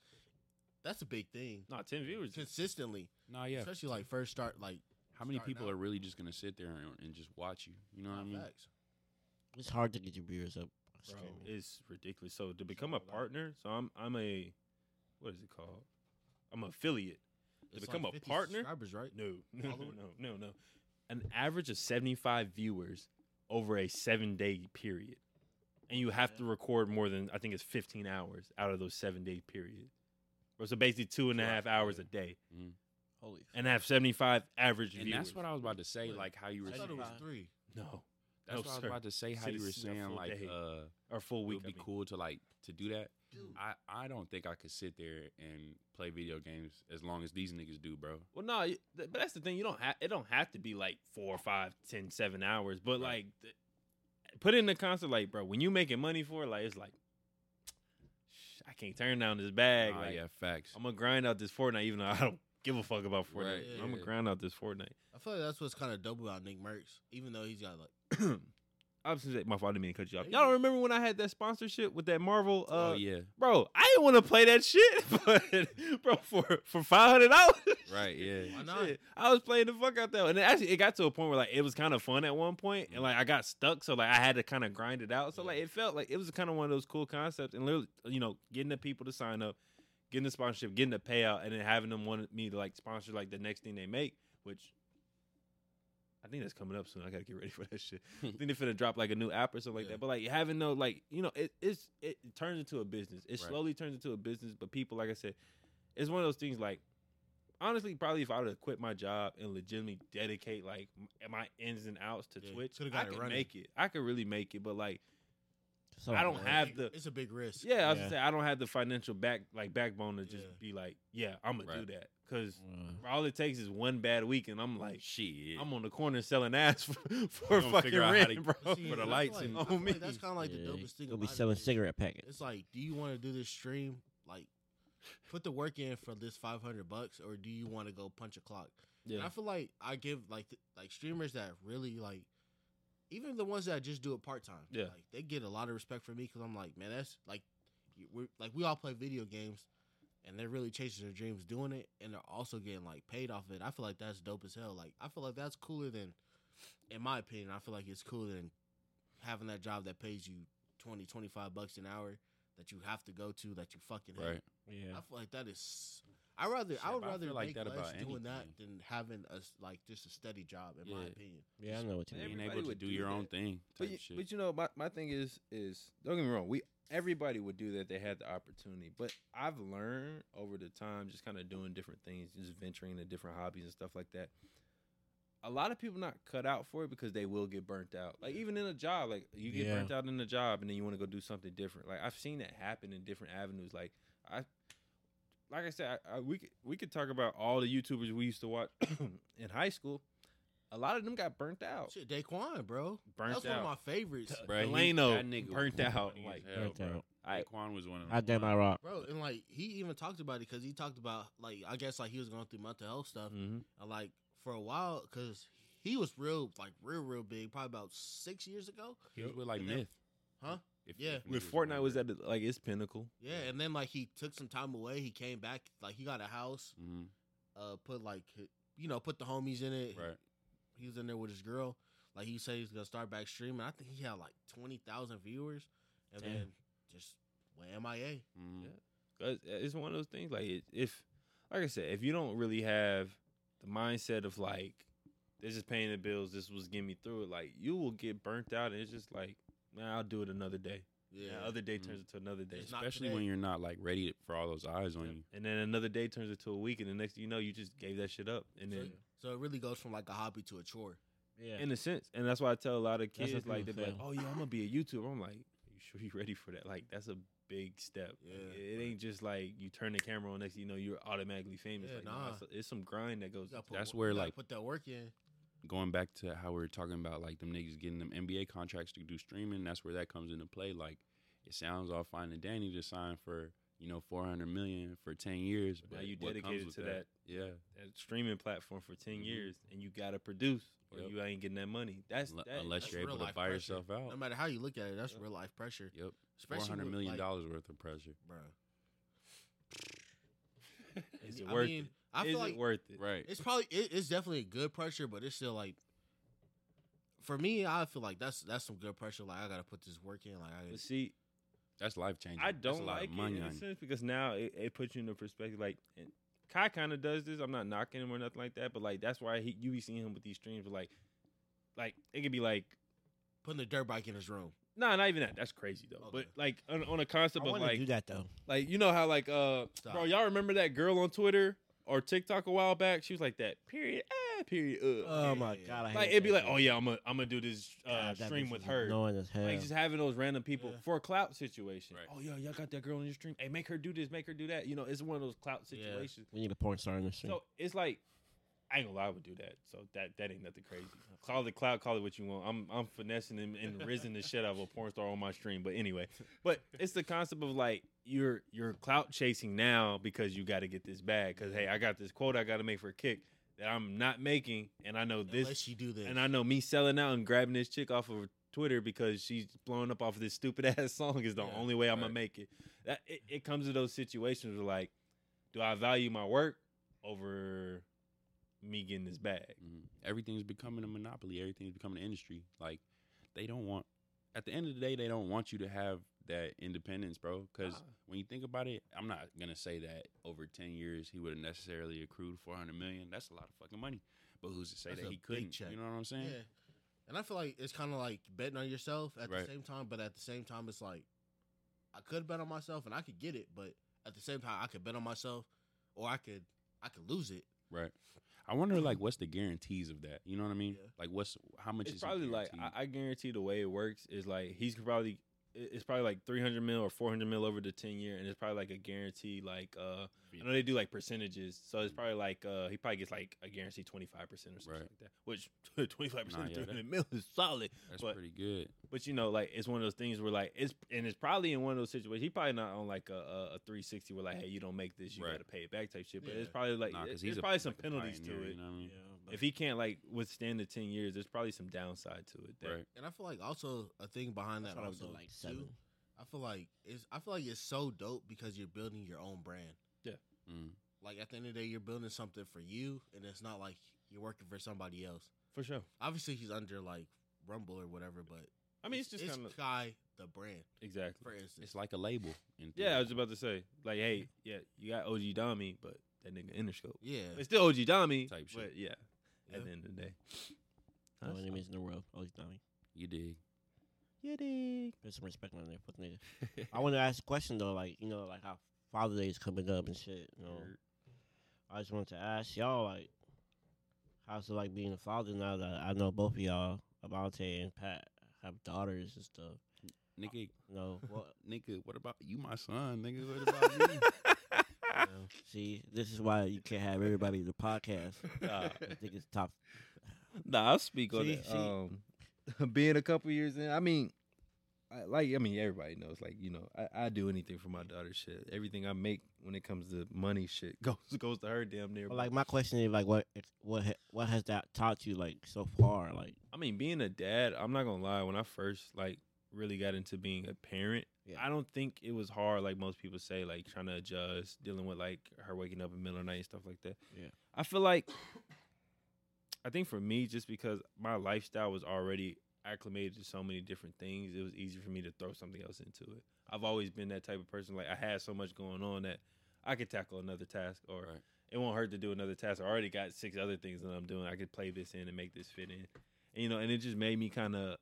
A: that's a big thing
B: no ten viewers.
A: consistently,
D: Nah, yeah.
A: especially like first start like
D: How many
A: starting
D: people
A: out.
D: are really just gonna sit there and, and just watch you? You know what I mean?
A: facts.
C: It's hard to get your viewers up.
B: bro,
C: streaming.
B: it's ridiculous. So to become a
A: Shout out.
B: partner, so I'm I'm a what is it called? I'm an affiliate.
A: It's
B: become
A: like
B: a
A: 50
B: partner?
A: subscribers, right?
B: No, no, no,
A: Follower?
B: no, no, no. An average of 75 viewers over a seven day period. And you have to record more than, I think it's 15 hours out of those seven day period. Bro, So basically two and a
D: Wow.
B: half hours a day
C: Holy. f-
B: and have 75 average
D: And
B: viewers.
D: that's what I was about to say. Like how you were.
A: I thought it
D: saying-
A: was
C: Seventy-five.
A: three.
B: No.
D: That's
B: No,
D: what I was
B: sir.
D: about to say. How you were
B: Citizens are
D: saying
B: full
D: like
B: day.
D: uh,
B: Or full
D: it
B: week.
D: would be
B: I mean.
D: cool to like to do that.
A: Dude.
D: I I don't think I could sit there and play video games as long as these niggas do, bro.
B: Well, no, y- th- but that's the thing. You don't have it. Don't have to be like four, five, ten, seven hours. But like,
D: Right.
B: th- put it in the concert, like, bro, when you making money for it, like, it's like, I can't turn down this bag.
D: Nah,
B: like,
D: yeah, facts.
B: I'm gonna grind out this Fortnite, even though I don't give a fuck about Fortnite.
D: Right,
B: I'm gonna
D: yeah.
B: grind out this Fortnite.
A: I feel like that's what's kind of dope about Nick Merckx, even though he's got like
B: Obviously, my father didn't mean to cut you off. Y'all don't remember when I had that sponsorship with that Marvel? Uh,
D: oh yeah,
B: Bro, I didn't want to play that shit, but bro, for for five hundred dollars,
D: right, yeah.
A: Why not?
B: Shit, I was playing the fuck out though, and it actually it got to a point where like it was kind of fun at one point, and like I got stuck, so like I had to kind of grind it out. So like it felt like it was kind of one of those cool concepts, and literally, you know, getting the people to sign up, getting the sponsorship, getting the payout, and then having them want me to like sponsor like the next thing they make, which I think that's coming up soon. I gotta get ready for that shit. I think they're finna drop like a new app or something like
A: Yeah.
B: that. But like having no like you know it it's it turns into a business. It
D: Right.
B: slowly turns into a business. But people like I said, it's one of those things like honestly probably if I would have quit my job and legitimately dedicate like m- my ins and outs to
A: Yeah,
B: Twitch,
A: coulda
B: I
A: got it
B: could
A: running.
B: make it. I could really make it. But like
C: So
B: I don't
C: hard.
B: have
A: big-
B: the-
A: It's a big risk.
B: yeah, I was
C: Yeah.
B: just saying I don't have the financial back like backbone to just
A: Yeah.
B: be like yeah I'm gonna
D: Right.
B: do that because
C: Uh,
B: all it takes is one bad week and I'm like.
D: shit.
B: I'm on the corner selling ass for, for
D: gonna
B: fucking
D: figure out how
B: rent,
D: to-
B: bro.
A: But see,
D: for the
A: I feel
D: lights
A: like-
D: and-
A: I feel like
B: Oh,
A: that's
B: me.
A: kind of like the
C: yeah,
A: dopest thing.
C: Gonna be
A: about it,
C: selling
A: is
C: cigarette packets.
A: It's like, do you want to do this stream? Like, put the work in for this five hundred bucks, or do you want to go punch a clock? And I feel like I give like th- like streamers that really like, even the ones that just do it part time.
B: Yeah.
A: like, they get a lot of respect from me because I'm like, man, that's like, you- we're like we all play video games, and they're really chasing their dreams doing it, and they're also getting like paid off it. I feel like that's dope as hell. Like I feel like that's cooler than, in my opinion, I feel like it's cooler than having that job that pays you 20, 25 bucks an hour that you have to go to that you fucking hate.
D: right.
C: Yeah.
A: I feel like that is. I rather
D: Shit,
A: I would
D: but I
A: rather
D: feel like
A: make
D: that
A: less
D: about
A: doing that
D: anything.
A: than having a s- like just a steady job in my
D: Yeah.
A: opinion.
C: Yeah, I know what you mean.
D: Being
B: Everybody
D: able to
B: would
D: do
B: do
D: your own
B: that.
D: thing.
B: But
D: type
B: you,
D: shit.
B: but you know, my, my thing is is don't get me wrong. We everybody would do that. They had the opportunity, but I've learned over the time, just kind of doing different things, just venturing into different hobbies and stuff like that. A lot of people not cut out for it because they will get burnt out. Like even in a job, like you get
C: Yeah.
B: burnt out in a job, and then you want to go do something different. Like I've seen that happen in different avenues. Like I, like I said, I, I, we could, we could talk about all the YouTubers we used to watch in high school. A lot of them got burnt out.
A: Shit, Daquan, bro,
B: Burnt
A: that's
B: out.
A: one of my favorites,
D: Bruh, he-
B: Delano
D: that nigga
B: burnt
D: was
B: out,
D: funny
B: like,
D: as hell,
C: burnt
D: bro.
C: out.
B: I-
D: Daquan was one of them.
C: I damn my rock.
A: bro. And like he even talked about it because he talked about like I guess like he was going through mental health stuff.
B: Mm-hmm.
A: And like for a while, because he was real like real real big, probably about six years ago,
D: He was with like
A: And then-
D: Myth.
A: huh?
D: If,
A: Yeah.
D: if
B: When
D: niggas
B: Fortnite was
D: remember.
B: at like its pinnacle,
A: Yeah, and then like he took some time away. He came back, like he got a house,
D: Mhm,
A: uh, put like hi- you know put the homies in it.
D: Right.
A: he was in there with his girl. Like he said, he's gonna start back streaming. I think he had like twenty thousand viewers, and
C: Damn.
A: then just went MIA.
D: mhm.
B: Yeah. 'Cause it's one of those things. Like it, if, like I said, if you don't really have the mindset of like, this is paying the bills, this was getting me through it. Like you will get burnt out, and it's just like, man, I'll do it another day. Yeah, Mm-hmm. other day
D: Mhm.
B: turns into another day,
A: It's not
D: Especially
A: today.
D: when you're not like ready for all those eyes on
B: Yep.
D: you.
B: and then another day turns into a week, and the next thing you know, you just gave that shit up, and
A: so,
B: then.
A: so it really goes from like a hobby to a chore.
C: Yeah.
B: In a sense, and that's why I tell a lot of
C: That's what
B: kids like they're
C: people
B: like,
C: fail.
B: "Oh yeah, I'm gonna be a YouTuber." I'm like, "You sure you ready for that? Like that's a big step. Like,
A: Yeah,
B: it ain't just like you turn the camera on next, thing you know, you're automatically famous.
A: Yeah,
B: like,
A: nah.
B: nah, it's, it's some grind that goes.
A: You gotta put
D: That's
A: wo-
D: where,
A: you gotta
D: like-
A: put that work in.
D: Going back to how we were talking about like them niggas getting them NBA contracts to do streaming, that's where that comes into play. Like it sounds all fine and dandy to sign for you know, 400 million for 10 years.
B: But now
D: But
B: you
D: what comes
B: dedicated
D: with
B: to
D: Yeah.
B: that streaming platform for 10
C: Mm-hmm.
D: Mhm.
B: years and you got to produce or
D: Yep.
B: you ain't getting that money. That's
D: Unle-
B: that,
D: unless
A: that's
D: you're
A: real
D: able to
A: life
D: buy
A: pressure.
D: yourself out.
A: No matter how you look at it, that's
B: Yeah.
A: real life pressure.
D: yep.
A: Especially
D: Four hundred
A: with,
D: million
A: like,
D: dollars worth of pressure.
A: bruh.
B: is
A: And
B: it
A: I
B: worth
A: mean,
B: it?
A: I
B: is
A: feel like
B: it worth it?
D: Right.
A: it's probably it, it's definitely good pressure, but it's still like for me, I feel like that's that's some good pressure. Like I gotta put this work in. Like I
B: But
A: gotta,
B: see,
D: That's life changing.
B: I
D: That's a
B: don't
D: lot
B: like
D: of money
B: it in a
D: on you.
B: sense because now it, it puts you in the perspective. Like and Kai kind of does this. I'm not knocking him or nothing like that, but like that's why he, you be seeing him with these streams. But like, like it could be like,
A: putting the dirt bike in his room.
B: nah, not even that. That's crazy though. But
A: Okay.
B: like on, on a concept
C: I
B: of
C: want to
B: like,
C: do that though.
B: like you know how like uh,
A: Stop.
B: bro, y'all remember that girl on Twitter or TikTok a while back? She was like that. Period. Ah, period. Uh.
C: Oh my
A: yeah.
C: god! I
B: like
C: hate
B: it'd be
C: that
B: like, oh yeah, I'm gonna I'm gonna do this uh,
C: God, that
B: stream
C: bitch
B: with
C: is
B: her.
C: Annoying as hell.
B: Like just having those random people
A: Yeah.
B: for a clout situation.
D: Right.
B: Oh yo, y'all got that girl in your stream. Hey, make her do this, make her do that. You know, it's one of those clout
A: Yeah.
B: situations.
C: we need a porn star in this stream.
B: So it's like I ain't gonna lie, I would do that. So that that ain't nothing crazy. Call it clout, call it what you want. I'm I'm finessing and, and rizzing the shit out of a porn star on my stream. But anyway, but it's the concept of like you're you're clout chasing now because you got to get this bag. Because hey, I got this quota I got to make for a kick that I'm not making, and I know this
A: Unless you do this,
B: and I know me selling out and grabbing this chick off of Twitter because she's blowing up off of this stupid ass song is the
A: Yeah,
B: only way I'm
D: right.
B: gonna make it. That it, it comes to those situations where like, do I value my work over me getting this bag?
D: Mhm. Everything's becoming a monopoly. Everything's becoming an industry. Like they don't want. At the end of the day, they don't want you to have that independence, bro. Because
B: Nah.
D: when you think about it, I'm not gonna say that over ten years he would have necessarily accrued 400 million. That's a lot of fucking money. But who's to say
A: That's
D: that
A: a
D: he
A: big
D: couldn't?
A: check.
D: You know what I'm
A: yeah.
D: saying?
A: And I feel like it's kind of like betting on yourself at
D: Right.
A: the same time, but at the same time, it's like I could bet on myself and I could get it, but at the same time, I could bet on myself or I could I could lose it.
D: Right. I wonder like what's the guarantees of that? You know what I mean?
A: Yeah.
D: Like what's how much
B: It's
D: is
B: probably like I, I guarantee the way it works is like he's probably it- it's probably like 300 mil or 400 mil over the 10 year and it's probably like a guarantee like uh I know they do like percentages, so it's probably like uh he probably gets like a guarantee twenty five percent or something
D: Right.
B: like that. Which twenty five
D: Nah,
B: percent
D: yeah,
B: of
D: that-
B: three hundred mil is solid.
D: That's
B: but-
D: pretty good.
B: But you know, like it's one of those things where like it's and it's probably in one of those situations. He probably not on like a, a, a three sixty where like hey you don't make this you
D: Right.
B: gotta pay it back type shit. But
A: Yeah.
B: it's probably like
D: Nah, 'cause
B: it-
D: he's
B: there's
D: a-
B: probably some
D: like a
B: penalties to
D: pioneer,
B: it.
D: You know what I mean?
B: If he can't like withstand the ten years, there's probably some downside to it. That,
D: Right.
A: And I feel like also a thing behind
C: That's
A: that
C: what I would
A: also
C: do like
A: too,
C: seven.
A: I feel like it's I feel like it's so dope because you're building your own brand.
D: Mm.
A: Like at the end of the day, you're building something for you, and it's not like you're working for somebody else.
B: for sure.
A: Obviously, he's under like Rumble or whatever, but
B: I mean, it's, just kind of
A: Kai the brand,
B: exactly.
A: for instance.
D: Mm. It's like a label. in
B: Yeah, I
D: theory.
B: was about to say like hey yeah you got OG Dami, but that nigga Interscope.
A: yeah,
B: It's still OG Dami
D: Type shit.
B: But yeah,
A: Yeah.
B: at the end of the day.
C: No enemies in the world. Oh, he's dummy.
D: you dig.
C: You dig. Put some respect on there. Put the nigga. I want to ask a question though, like you know, like how Father Day is coming up and shit. You know, I just wanted to ask y'all, like, how's it like being a father now that I know both of y'all, Avante and Pat, have daughters and stuff.
D: Nigga,
B: Uh,
C: You know, what?
D: nigga, what about you, my son? Nigga, what about me?
A: you know?
C: See, this is why you can't have everybody in the podcast.
B: Nah.
C: I think it's top.
B: Nah, I'll speak on
C: See,
B: it.
C: see.
B: Um, being a couple years in, I mean, I, like I mean, everybody knows. Like you know, I, I do anything for my daughter. Shit, everything I make when it comes to money, shit goes goes to her damn near.
C: But, like my question is, like, what, what, ha- what has that taught you, like, so far? Like,
B: I mean, being a dad, I'm not gonna lie. When I first like really got into being a parent,
C: Yeah.
B: I don't think it was hard like most people say, like trying to adjust, dealing with like her waking up in the middle of the night and stuff like that.
C: Yeah.
B: I feel like I think for me, just because my lifestyle was already acclimated to so many different things, it was easy for me to throw something else into it. I've always been that type of person. Like I had so much going on that I could tackle another task or
D: Right.
B: it won't hurt to do another task. I already got six other things that I'm doing. I could play this in and make this fit in. And, you know, and it just made me kind of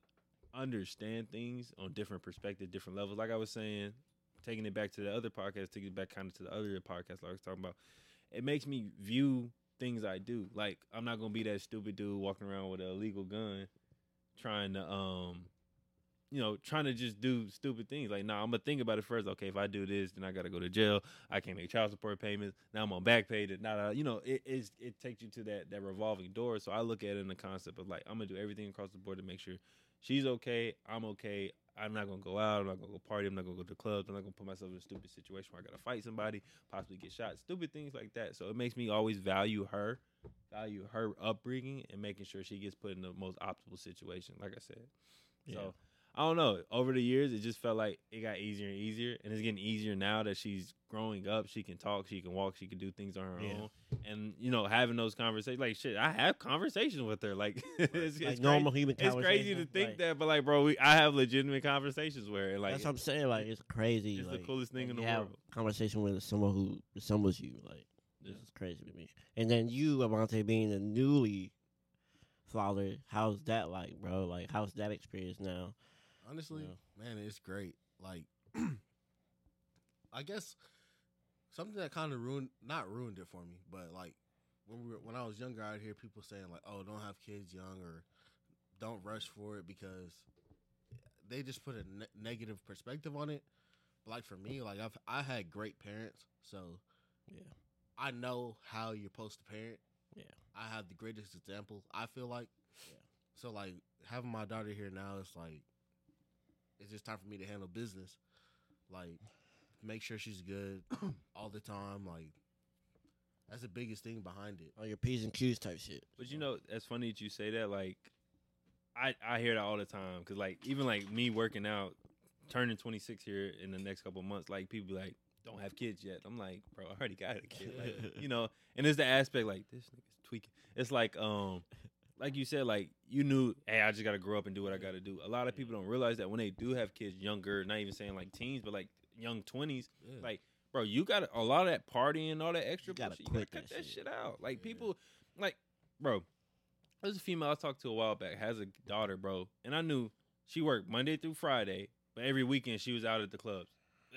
B: understand things on different perspective, different levels. Like I was saying, taking it back to the other podcast, taking it back kind of to the other podcast like I was talking about, it makes me view things I do. Like I'm not gonna be that stupid dude walking around with an illegal gun trying to um you know, trying to just do stupid things. Like, nah, I'm gonna think about it first. Okay, if I do this, then I gotta go to jail. I can't make child support payments. Now I'm on back pay. That not, you know, it is it takes you to that that revolving door. So I look at it in the concept of like, I'm gonna do everything across the board to make sure she's okay, I'm okay. I'm not gonna go out. I'm not gonna go party. I'm not gonna go to clubs. I'm not gonna put myself in a stupid situation where I gotta fight somebody, possibly get shot. Stupid things like that. So it makes me always value her, value her upbringing, and making sure she gets put in the most optimal situation. Like I said,
C: Yeah.
B: so I don't know. Over the years, it just felt like it got easier and easier, and it's getting easier now that she's growing up. She can talk. She can walk. She can do things on her
C: Yeah.
B: own. And you know, having those conversations, like shit, I have conversations with her. Like it's,
C: like
B: it's crazy
C: normal human
B: it's crazy to
C: conversation,
B: think
C: like,
B: that, but like, bro, we I have legitimate conversations where like
C: that's what I'm saying. Like it's crazy.
B: it's the
C: like,
B: coolest thing
C: that
B: in
C: you
B: the
C: have
B: world.
C: Conversation with someone who resembles you. Like
B: Yeah.
C: this is crazy to me. And then you, Avante, being a newly father, how's that like, bro? Like how's that experience now?
A: Honestly,
C: Yeah.
A: man, it's great. Like, I guess something that kind of ruined, not ruined it for me, but like when we were, when I was younger, I'd hear people saying like, "Oh, don't have kids young," or "Don't rush for it," because they just put a ne- negative perspective on it. But like for me, like I've I had great parents, so
C: Yeah.
A: I know how you're supposed to parent.
C: Yeah.
A: I have the greatest example. I feel like,
C: Yeah.
A: so like having my daughter here now, it's like it's just time for me to handle business. Like, make sure she's good all the time. Like, that's the biggest thing behind it.
C: On your P's and Q's type shit.
B: But you know, that's funny that you say that. Like, I I hear that all the time because like even like me working out, turning 26 here in the next couple months, like people be like, don't have kids yet. I'm like, bro, I already got a kid. Like, you know, and it's the aspect like this nigga's tweaking. It's like um. Like you said, like you knew, hey, I just gotta grow up and do what I gotta do. A lot of people don't realize that when they do have kids younger, not even saying like teens, but like young twenties,
A: Yeah.
B: Like, bro, you got a lot of that partying and all that extra
C: You gotta
B: bullshit. You gotta
C: quit
B: cut
C: that
B: that
C: shit.
B: shit out. Like
A: Yeah.
B: people, like, bro, there's a female I talked to a while back has a daughter, bro, and I knew she worked Monday through Friday, but every weekend she was out at the clubs.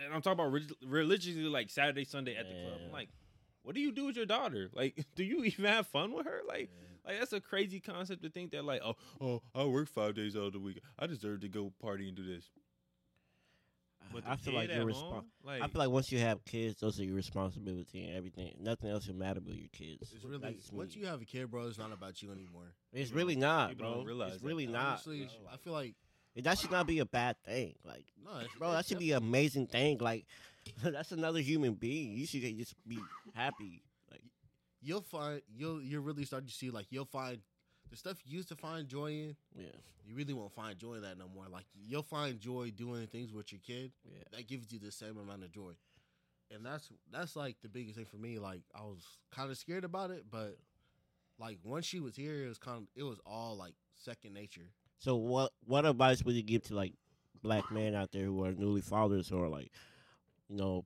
B: And I'm talking about relig- religiously, like Saturday, Sunday at the club. I'm
C: Yeah.
B: like, what do you do with your daughter? Like, do you even have fun with her? Like, like that's a crazy concept to think that like, oh, oh, I work five days out of the week. I deserve to go party and do this. With
C: I
B: the
C: feel like
B: kid
C: you're
B: at home,
C: responsible.
B: Like,
C: I feel like once you have kids, those are your responsibility and everything. Nothing else will matter but your kids.
A: it's really
C: That's
A: once
C: me.
A: you have a kid, bro, it's not about you anymore.
C: it's
B: People
C: really
B: don't-
C: not,
B: people don't
C: bro.
B: realize
C: it's
B: that.
C: really not.
A: Honestly,
C: bro.
A: I feel like
C: And that should not be a bad thing. Like,
A: no, it's,
C: bro, that should be an amazing thing. Like, that's another human being. You should just be happy. Like,
A: You'll find you'll you'll really start to see like you'll find the stuff you used to find joy in.
C: yeah,
A: You really won't find joy in that no more. Like you'll find joy doing things with your kid.
C: yeah.
A: that gives you the same amount of joy. And that's that's like the biggest thing for me. Like I was kind of scared about it, but like once she was here, it was kind of it was all like second nature.
C: So, what what advice would you give to like black men out there who are newly fathers or like, you know,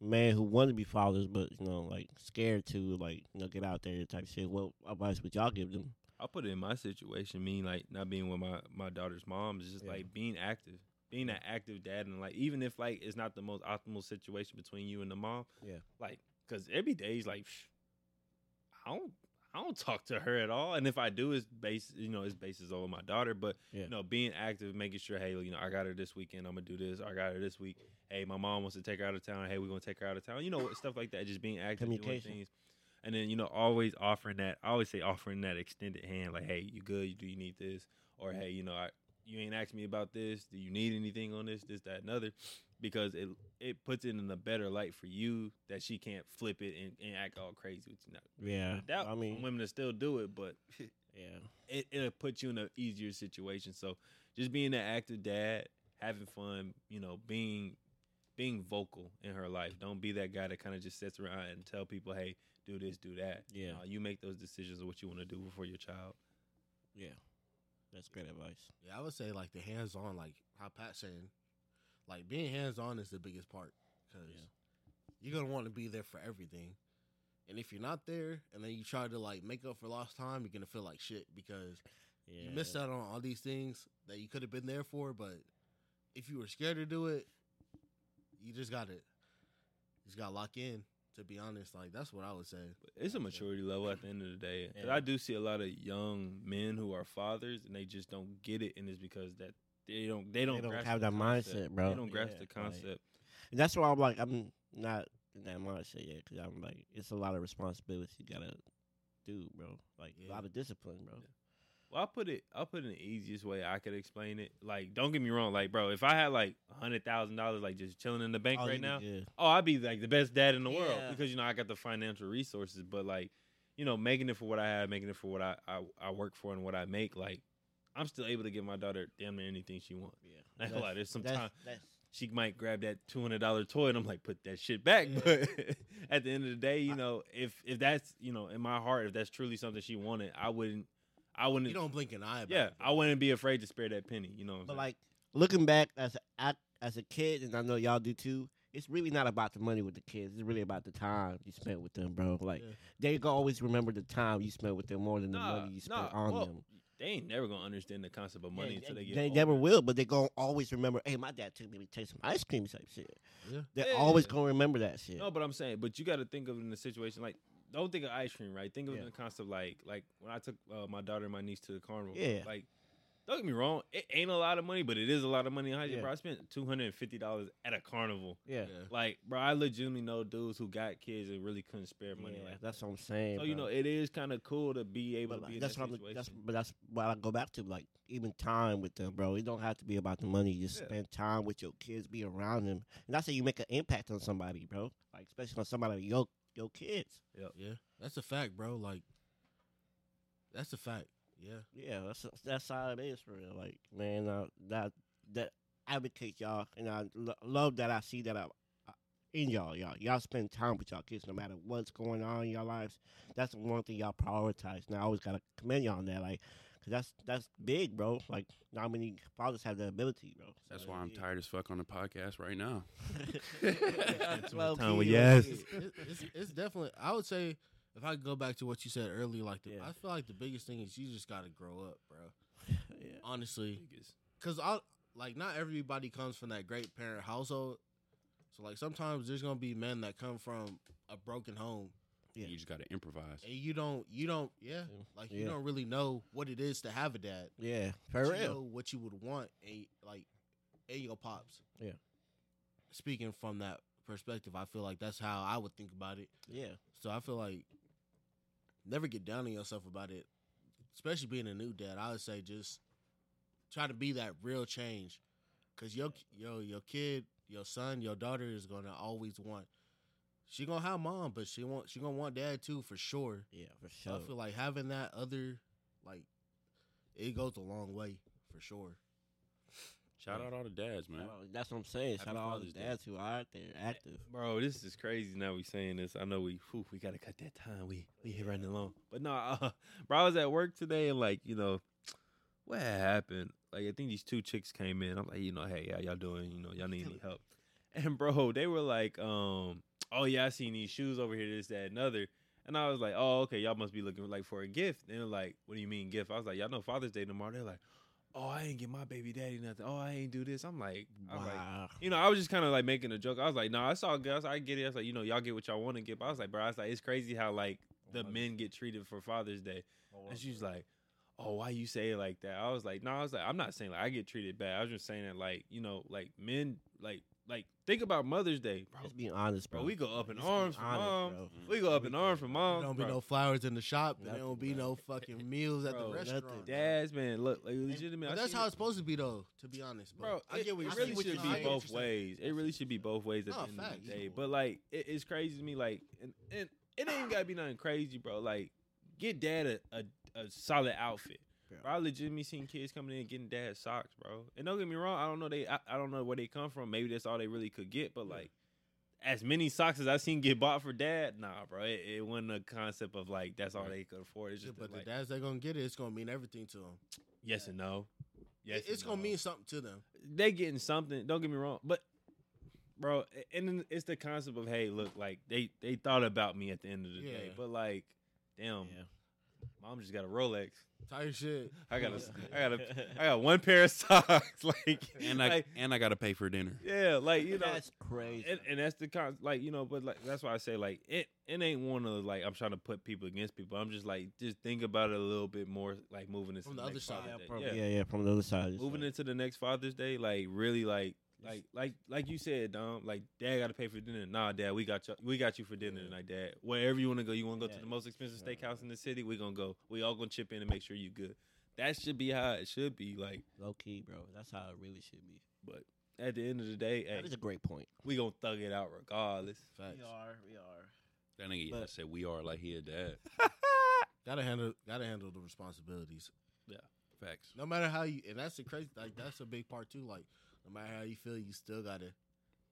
C: men who want to be fathers but you know like scared to like you know get out there type shit? What advice would y'all give them?
B: I'll put it in my situation, mean like not being with my my daughter's mom is just
C: Yeah.
B: like being active, being an active dad, and like even if like it's not the most optimal situation between you and the mom,
C: Yeah.
B: like because every day's like psh, I don't I don't talk to her at all, and if I do, it's base you know it's basis over my daughter, but
C: Yeah.
B: you know being active, making sure hey you know I got her this weekend, I'm gonna do this, I got her this week, hey my mom wants to take her out of town, hey we're gonna take her out of town, you know stuff like that, just being active, doing
C: Communication.
B: things. And then, you know, always offering that. I always say offering that extended hand, like, hey, you good? You do you need this?
C: Mm-hmm.
B: Or hey, you know, I you ain't asked me about this. Do you need anything on this? This, that, and other. Because it it puts it in a better light for you that she can't flip it and, and act all crazy with you. Now,
C: Yeah,
B: that
C: I mean,
B: women will still do it, but
C: yeah.
B: it, it'll put you in an easier situation. So just being an active dad, having fun, you know, being being vocal in her life. Don't be that guy that kind of just sits around and tell people, hey, do this, do that.
C: Yeah.
B: No, you make those decisions of what you want to do for your child.
C: Yeah, that's great advice.
A: Yeah, I would say like the hands on, like how Pat's saying, like being hands on is the biggest part because
C: Yeah.
A: you're gonna want to be there for everything. And if you're not there, and then you try to like make up for lost time, you're gonna feel like shit because
C: Yeah,
A: you missed out on all these things that you could have been there for, but if you were scared to do it, you just got to just got to lock in. To be honest, like that's what I would say.
B: It's a
A: Gotcha.
B: maturity level at the end of the day. 'Cause
C: Yeah.
B: I do see a lot of young men who are fathers and they just don't get it, and it's because that They don't. They don't.
C: don't
B: grasp
C: have
B: the
C: that
B: concept.
C: mindset, bro.
B: They don't grasp
C: Yeah,
B: the
C: like-
B: concept.
C: And that's why I'm like, I'm not in that mindset yet because I'm like, it's a lot of responsibility you gotta do, bro. Like
A: Yeah.
C: a lot of discipline, bro.
B: Well, I'll put it. I'll put it in the easiest way I could explain it. Like, don't get me wrong. Like, bro, if I had like a hundred thousand dollars, like just chilling in the bank
C: Oh, you
B: right
C: be
B: now,
C: good.
B: oh, I'd be like the best dad in the world
C: Yeah.
B: because you know I got the financial resources. But like, you know, making it for what I have, making it for what I I, I work for and what I make, like, I'm still able to give my daughter damn near anything she wants.
C: Yeah,
B: I ain't gonna lie, there's some
C: that's,
B: time-
C: That's,
B: She might grab that two hundred dollar toy and I'm like, put that shit back.
C: Yeah.
B: But at the end of the day, you
A: I-
B: know, if if that's you know in my heart, if that's truly something she wanted, I wouldn't. I wouldn't.
A: You don't blink an eye. About
B: Yeah,
A: it, bro.
B: I wouldn't be afraid to spare that penny. You know, what I'm
C: but
B: saying?
C: like looking back as a, at- as a kid, and I know y'all do too. It's really not about the money with the kids. It's really about the time you spent with them, bro. Like
A: Yeah.
C: they gonna always remember the time you spent with them more than the
B: Nah,
C: money you spent
B: nah,
C: on
B: well,
C: them.
B: they ain't never gonna understand the concept of money
C: Yeah,
B: until
C: they,
B: they get.
C: they
B: older.
C: never will, but they gonna always remember. Hey, my dad took me to take some ice cream type shit.
A: Yeah.
C: They're
B: Yeah.
C: always gonna remember that shit.
B: No, but I'm saying, but you got to think of it in a situation like. Don't think of ice cream, right? Think of it in
C: Yeah.
B: the concept like, like when I took uh, my daughter and my niece to the carnival.
C: Yeah.
B: Like, don't get me wrong, it ain't a lot of money, but it is a lot of money. in Hydra,
C: Yeah.
B: bro, I spent two hundred and fifty dollars at a carnival.
C: yeah,
A: Yeah.
B: Like, bro, I legitimately know dudes who got kids and really couldn't spare money.
C: Yeah,
B: like, that.
C: that's what I'm saying.
B: so you
C: bro.
B: know, it is kind of cool to be able
C: But,
B: to
C: like,
B: be in
C: that's
B: that
C: what I'm.
B: situation.
C: That's but that's what I go back to. Like even time with them, bro. It don't have to be about the money. You just
B: Yeah.
C: spend time with your kids, be around them, and that's how you make an impact on somebody, bro. Like especially on somebody like your your kids.
A: Yeah, that's a fact, bro. Like, that's a fact. Yeah,
C: Yeah, that's that's how it is for real. Like, man, uh, that that advocate y'all, and I lo- love that I see that I, I, in y'all. Y'all, y'all spend time with y'all kids, no matter what's going on in your lives. That's the one thing y'all prioritize. And I always gotta commend y'all on that, like, 'cause that's that's big, bro. Like, not many fathers have that ability, bro. So
D: That's
C: it's
D: why I'm
C: big.
D: tired as fuck on the podcast right now.
B: Spend some time
C: Low-key,
B: with
C: low-key.
B: yes.
A: it's, it's, it's definitely. I would say if I go back to what you said earlier, like the,
C: Yeah.
A: I feel like the biggest thing is you just got to grow up, bro.
C: Yeah.
A: Honestly,
B: Biggest.
A: because I like not everybody comes from that great parent household. So like sometimes there's gonna be men that come from a broken home,
C: Yeah.
D: You just got to improvise.
A: and you don't, you don't, yeah, like you
C: Yeah.
A: don't really know what it is to have a dad.
C: Yeah, for
A: but you know
C: real.
A: what you would want and like in your pops.
C: Yeah.
A: Speaking from that perspective, I feel like that's how I would think about it.
C: Yeah,
A: So I feel like never get down on yourself about it. Especially being a new dad, I would say just try to be that real change. Cause your yo your kid, your son, your daughter is gonna always want she gonna have mom, but she want she gonna want dad too for sure.
C: yeah, for
A: So
C: sure.
A: I feel like having that other like it goes a long way for sure.
D: Shout out all the dads, man.
C: Well, that's what I'm saying.
D: Happy
C: Shout out all the
D: Father's Day.
C: dads who are out there active.
B: Bro, this is crazy. Now we saying this. I know we whew, we gotta cut that time. We we here running long. But no, uh, bro, I was at work today and like you know, what had happened? Like I think these two chicks came in. I'm like, you know, hey, how y'all doing? You know, y'all need any help? And bro, they were like, um, oh yeah, I seen these shoes over here, this, that, another. And I was like, oh okay, y'all must be looking like for a gift. And they're like, what do you mean gift? I was like, y'all know Father's Day tomorrow. They're like, oh, I ain't get my baby daddy nothing. Oh, I ain't do this. I'm like, I was like
C: Wow.
B: you know, I was just kind of like making a joke. I was like, "No, nah, it's all good." I, was like, I get it. I was like, "You know, y'all get what y'all want to get." But I was like, "Bro, I was like, it's crazy how like the men get treated for Father's Day." And she's like, "Oh, why you say it like that?" I was like, "No, I was like, I'm not saying like I get treated bad. I was just saying that like you know, like men, like like think about Mother's Day, bro.
C: Just being honest, bro.
B: Bro, we go up in
C: Just being
B: arms for
C: honest,
B: mom.
C: bro.
D: Mm.
B: We go up in arms for
A: There
B: mom.
A: don't be
B: Um, bro.
A: no flowers in the shop, and there
C: Nothing,
A: don't be
C: bro.
A: no fucking meals at the
B: Bro, nothing.
A: restaurant. bro.
B: dads, man. Look, like
A: And-
B: legitimate.
A: but
B: I
A: that's
B: seen
A: how
B: it-
A: it's supposed to be, though. To be honest, bro.
B: Bro, it,
A: what
B: it
A: you're
B: really
A: saying.
B: should
A: I get
B: be
A: what
B: both
A: you're saying.
B: ways. It really should be both ways at
A: Nah,
B: the end of
A: facts.
B: the day. But like, it, it's crazy to me. Like, and, and it ain't gotta be nothing crazy, bro. Like, get dad a, a, a solid outfit.
C: Yeah.
B: Bro, I legitimately seen kids coming in and getting dad socks, bro. And don't get me wrong, I don't know they, I, I don't know where they come from. Maybe that's all they really could get. But like, as many socks as I seen get bought for dad, nah, bro. It, it wasn't a concept of like that's all
D: Right.
B: they could afford. It's
A: Yeah,
B: just
A: but
B: like
A: the dads they're gonna get it. It's gonna mean everything to them.
B: yes and no. Yes,
A: It- it's
B: and
A: gonna
B: no.
A: mean something to them.
B: they getting something. Don't get me wrong, but bro, and then it's the concept of hey, look, like they they thought about me at the end of the day,
A: Yeah.
B: but like, damn,
C: Yeah.
B: Mom just got a Rolex.
A: Tight shit.
B: I got a, I got a, I got one pair of socks. like
D: and I
B: like,
D: and I gotta pay for dinner.
B: yeah, like you know,
C: that's crazy.
B: and, and that's the con like you know but like that's why i say like it it ain't one of like i'm trying to put people against people i'm just like just think about it a little bit more like moving into
A: From the
B: the,
A: other
B: next
A: side.
B: Father's
A: Yeah,
B: Day.
C: yeah. yeah, from the other side. it's
B: moving
C: like-
B: into the next father's day like really like like like like you said dom like dad gotta pay for dinner nah dad we got you we got you for dinner
C: Yeah.
B: tonight dad wherever you want to go you want to go
C: Yeah.
B: to the most expensive
C: Right.
B: steakhouse in the city we gonna go we all gonna chip in and make sure you good that should be how it should be like
C: low key, bro. That's how it really should be.
B: but at the end of the day hey,
C: That is a great point.
B: we gonna thug it out regardless
A: Facts.
C: are, we are.
D: That nigga yeah,
C: But-
D: said we are like he a dad.
A: Gotta handle. Gotta handle the responsibilities.
D: Facts.
A: No matter how you, and that's the crazy. Like that's a big part too. Like no matter how you feel, you still gotta.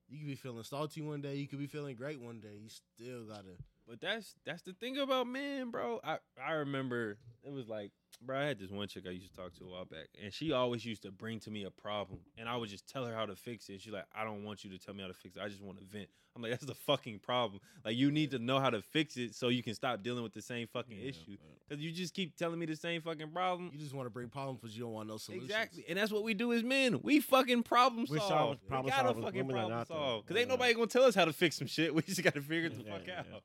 A: You could be feeling salty one day. You could be feeling great one day. You still gotta.
B: But that's that's the thing about men, bro. I I remember it was like, bro, I had this one chick I used to talk to a while back, and she always used to bring to me a problem, and I would just tell her how to fix it. She's like, I don't want you to tell me how to fix it. I just want to vent. I'm like, that's the fucking problem. Like, you need to know how to fix it so you can stop dealing with the same fucking
A: Yeah,
B: issue.
A: but
B: Because you just keep telling me the same fucking problem.
A: You just want to bring problems because you don't want no solutions.
B: Exactly, and that's what we do as men. We fucking problem
C: We're
B: solve.
C: solve- problem
B: we gotta
C: solvers.
B: fucking
C: Women are
B: problem
C: not though.
B: solve. Cause
C: Women
B: ain't
C: are not.
B: nobody gonna tell us how to fix some shit. We just gotta figure it the
C: Yeah,
B: fuck
C: yeah,
B: out.
C: yeah.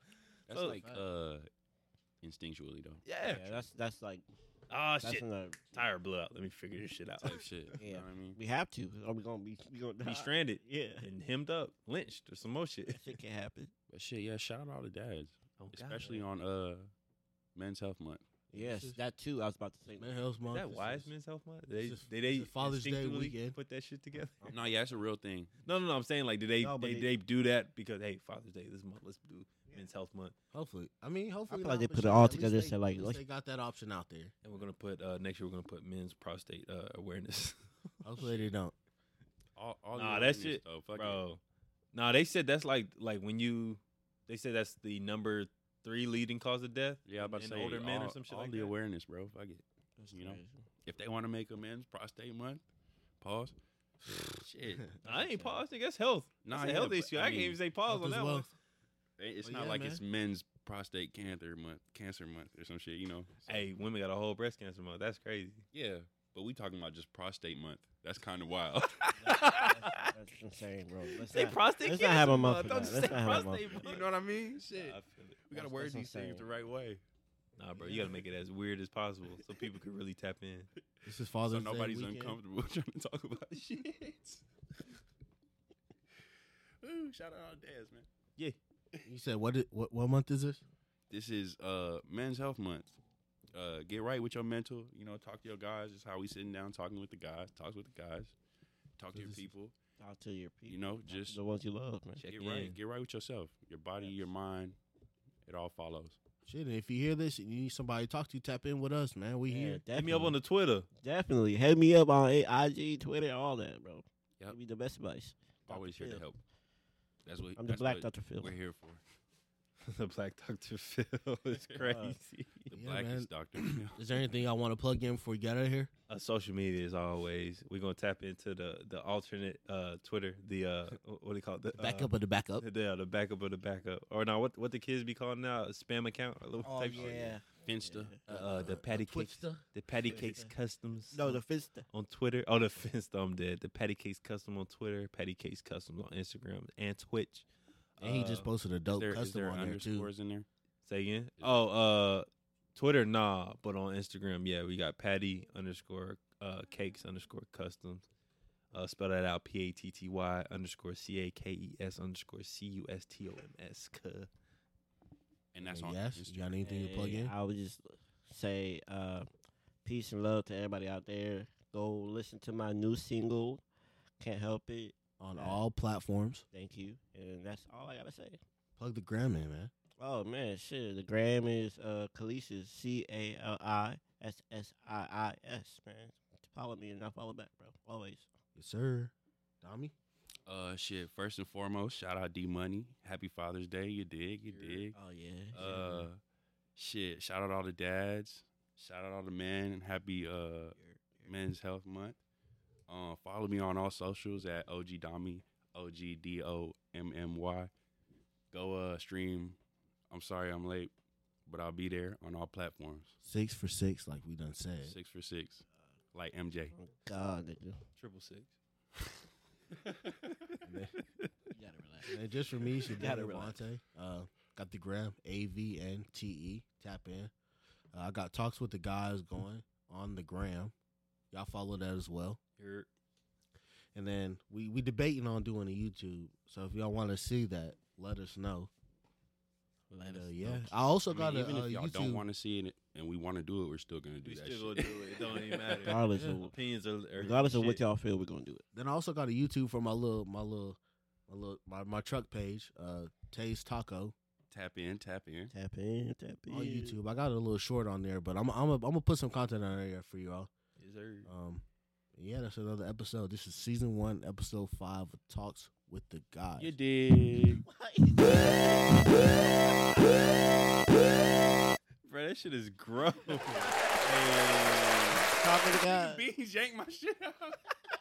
D: That's
B: So-
D: like uh instinctually though.
B: Yeah.
C: Yeah, that's that's like
B: Ah,
C: that's
B: shit.
C: another.
B: Tire blew out. Let me figure this shit out.
D: Type shit. You
C: Yeah.
D: know what I mean?
C: We have to. Are we gonna be? We gonna
B: Be stranded
C: Yeah,
B: and hemmed up, lynched, or some more shit.
C: that shit can happen.
D: But shit, yeah, shout out all the dads.
B: Oh, God.
D: Especially on uh men's health month.
C: Yes,
A: It's just-
C: that too. I was about to say.
A: Man, health
B: Is
A: month.
B: that
A: it's
B: wise
A: just-
B: men's health month? They,
A: just-
B: did they
A: it's a Father's Day
B: instinctively
A: weekend.
B: put that shit together?
D: No, yeah, it's a real thing.
B: No, no, no. I'm saying like, did they
C: No, but
B: they,
C: they-
B: they do that because hey, Father's Day this month, let's do men's health month,
A: Hopefully, I mean, hopefully.
C: feel like
A: not,
C: they
A: but
C: put it
A: shit,
C: all
A: at least
C: together and
A: they-
C: said, like,
A: at least
C: let's-
A: they got that option out there.
B: and we're gonna put uh, next year we're gonna put men's prostate uh, awareness.
A: Hopefully they don't.
D: All,
B: Nah,
D: all the
B: that
D: awareness,
B: shit-
D: though, fuck it.
B: Bro, nah, they said that's like like when you, they said that's the number three leading cause of death.
D: Yeah, I was about to
B: in
D: say
B: older men or
D: all-
B: some shit
D: all
B: like
D: the
B: that.
D: awareness, bro. Fuck it.
C: That's
D: You know?
C: crazy.
D: If they want to make amends, prostate month. Pause. shit.
B: I ain't pause. Nigga, that's health.
D: Nah,
B: that's a
D: yeah,
B: health
D: but,
B: issue.
D: I
B: I,
D: mean,
B: can't even say pause
A: Health
B: on
A: is
B: that one.
A: wealth.
D: They- It's
A: But
D: not
A: yeah,
D: like it's
A: man.
D: men's prostate cancer month, cancer month, or some shit. You know. So-
B: Hey, women got a whole breast cancer month. That's crazy.
D: Yeah, but we talking about just prostate month. That's kind of wild.
C: That's, that's insane, bro. Let's
B: Say
C: not-
B: prostate
C: let's
B: cancer
C: not have a
B: month.
C: month for
B: Don't
C: that.
B: just
C: Let's
B: say
C: not have a month
B: prostate
C: for
B: month.
D: you know what I mean? Shit,
B: Nah, I feel it.
D: we gotta
C: That's-
D: word
C: that's
D: these things
C: insane.
D: the right way.
B: Nah, bro, you gotta make it as weird as possible so people can really tap in.
A: This is
D: So
A: Father's Day
D: nobody's
A: weekend.
D: uncomfortable trying to talk about shit. Ooh, shout out all the dads, man.
A: You said what? It, what? What month is this?
D: This is uh Men's Health Month. Uh, get right with your mental. You know, talk to your guys. It's how we sitting down talking with the guys. Talk with the guys. Talk to
A: So
D: your
A: this-
D: people.
C: Talk to your people.
D: You know,
C: Talk to
D: just
C: the ones you love, man.
B: Check
D: get
B: in.
D: right. Get right with yourself. Your body, your mind. It all follows.
A: Shit, and if you hear this and you need somebody to talk to, tap in with us, man. We
C: Yeah,
A: here.
B: Hit me up on the Twitter.
C: definitely. Hit me up on A- IG, Twitter, all that, bro.
D: Yep.
C: Give me the best advice. Dr.
D: Always here to
C: Phil.
D: help. That's what
C: I'm the
D: that's
C: Black
D: what
C: Doctor Phil.
D: We're here for
B: the Black Dr. Phil is crazy.
D: the
A: Yeah,
D: blackest doctor. Phil.
A: Is there anything I want to plug in before we get out of here?
B: Uh, social media is always. We're gonna tap into the the alternate uh, Twitter, the uh, wh- what do you call it? The,
A: Back
B: uh,
A: up of the backup.
B: Yeah, the backup of the backup. Or now, what what the kids be calling now? A spam account? Or
C: Oh,
B: type shit?
C: yeah.
D: Finsta.
B: Uh, uh, the patty cakes.
A: Twitster.
B: The patty cakes customs.
C: No, the fist.
B: on Twitter. Oh, the fence I'm dead. The Patty Cakes Custom on Twitter, Patty Cakes Customs on Instagram and Twitch.
A: And he just
B: Uh,
A: posted a
D: Is
A: dope
D: there, is
A: custom
D: there
A: on there too.
D: underscores in there?
B: Say again. Oh, uh, Twitter nah, but on Instagram, yeah, we got Patty underscore uh Cakes underscore Customs. Uh, spell that out: P A T T Y underscore C A K E S underscore C U S T O M S. Cuh.
D: And that's
A: And
D: on
A: yes.
D: Instagram.
A: You got anything to plug
C: Hey,
A: in?
C: I would just say uh, peace and love to everybody out there. Go listen to my new single. Can't help it.
A: On all platforms.
C: Thank you. And that's all I gotta say.
A: Plug the gram in, man.
C: Oh man, shit. The gram is uh Khaleesi's C A L I S S I I S, man. Follow me and I follow back, bro. Always.
A: Yes, sir. Tommy.
D: Uh, shit. First and foremost, shout out D Money. Happy Father's Day. You dig? You dig?
C: Oh yeah.
D: Uh, shit. Shout out all the dads. Shout out all the men. And happy uh Men's Health Month. Uh, follow me on all socials at OG Domi, O G D O M M Y. Go uh stream. I'm sorry I'm late. but I'll be there on all platforms.
A: Six for six, like we done said.
D: Six for six, like MJ.
C: Oh, God, nigga.
B: Triple six.
C: You gotta relax.
A: And just for me, she got
C: Gotta relax.
A: Devontae. Uh, got the gram A V N T E. Tap in. Uh, I got talks with the guys going on the gram. Y'all follow that as well.
B: You're
A: And then we we debating on doing a YouTube. So if y'all want to see that, let us know.
C: Let
A: And,
C: us
A: uh,
C: know.
A: yeah, I also
D: I mean,
A: got a
D: even
A: uh,
D: if y'all
A: YouTube.
D: don't want to see it and we want to do it, we're still gonna do
B: we
D: that.
B: still gonna
D: shit.
B: do it. It don't even matter.
C: Regardless,
A: Yeah.
C: of,
B: Opinions are, are
C: regardless of what
B: shit.
C: y'all feel, we're gonna do it.
A: then I also got a YouTube for my little my little my little my, my truck page. Uh, Taze Taco
D: tap in, tap in.
C: Tap in, tap in
A: on YouTube. I got a little short on there, but I'm I'm i I'm gonna put some content on there for y'all.
B: Yes, sir.
A: Um, yeah, that's another episode. This is season one, episode five of Talks with the Guys.
D: You dig?
B: Bro, that shit is gross.
C: Talk to the guy.
D: Beans yank my shit out.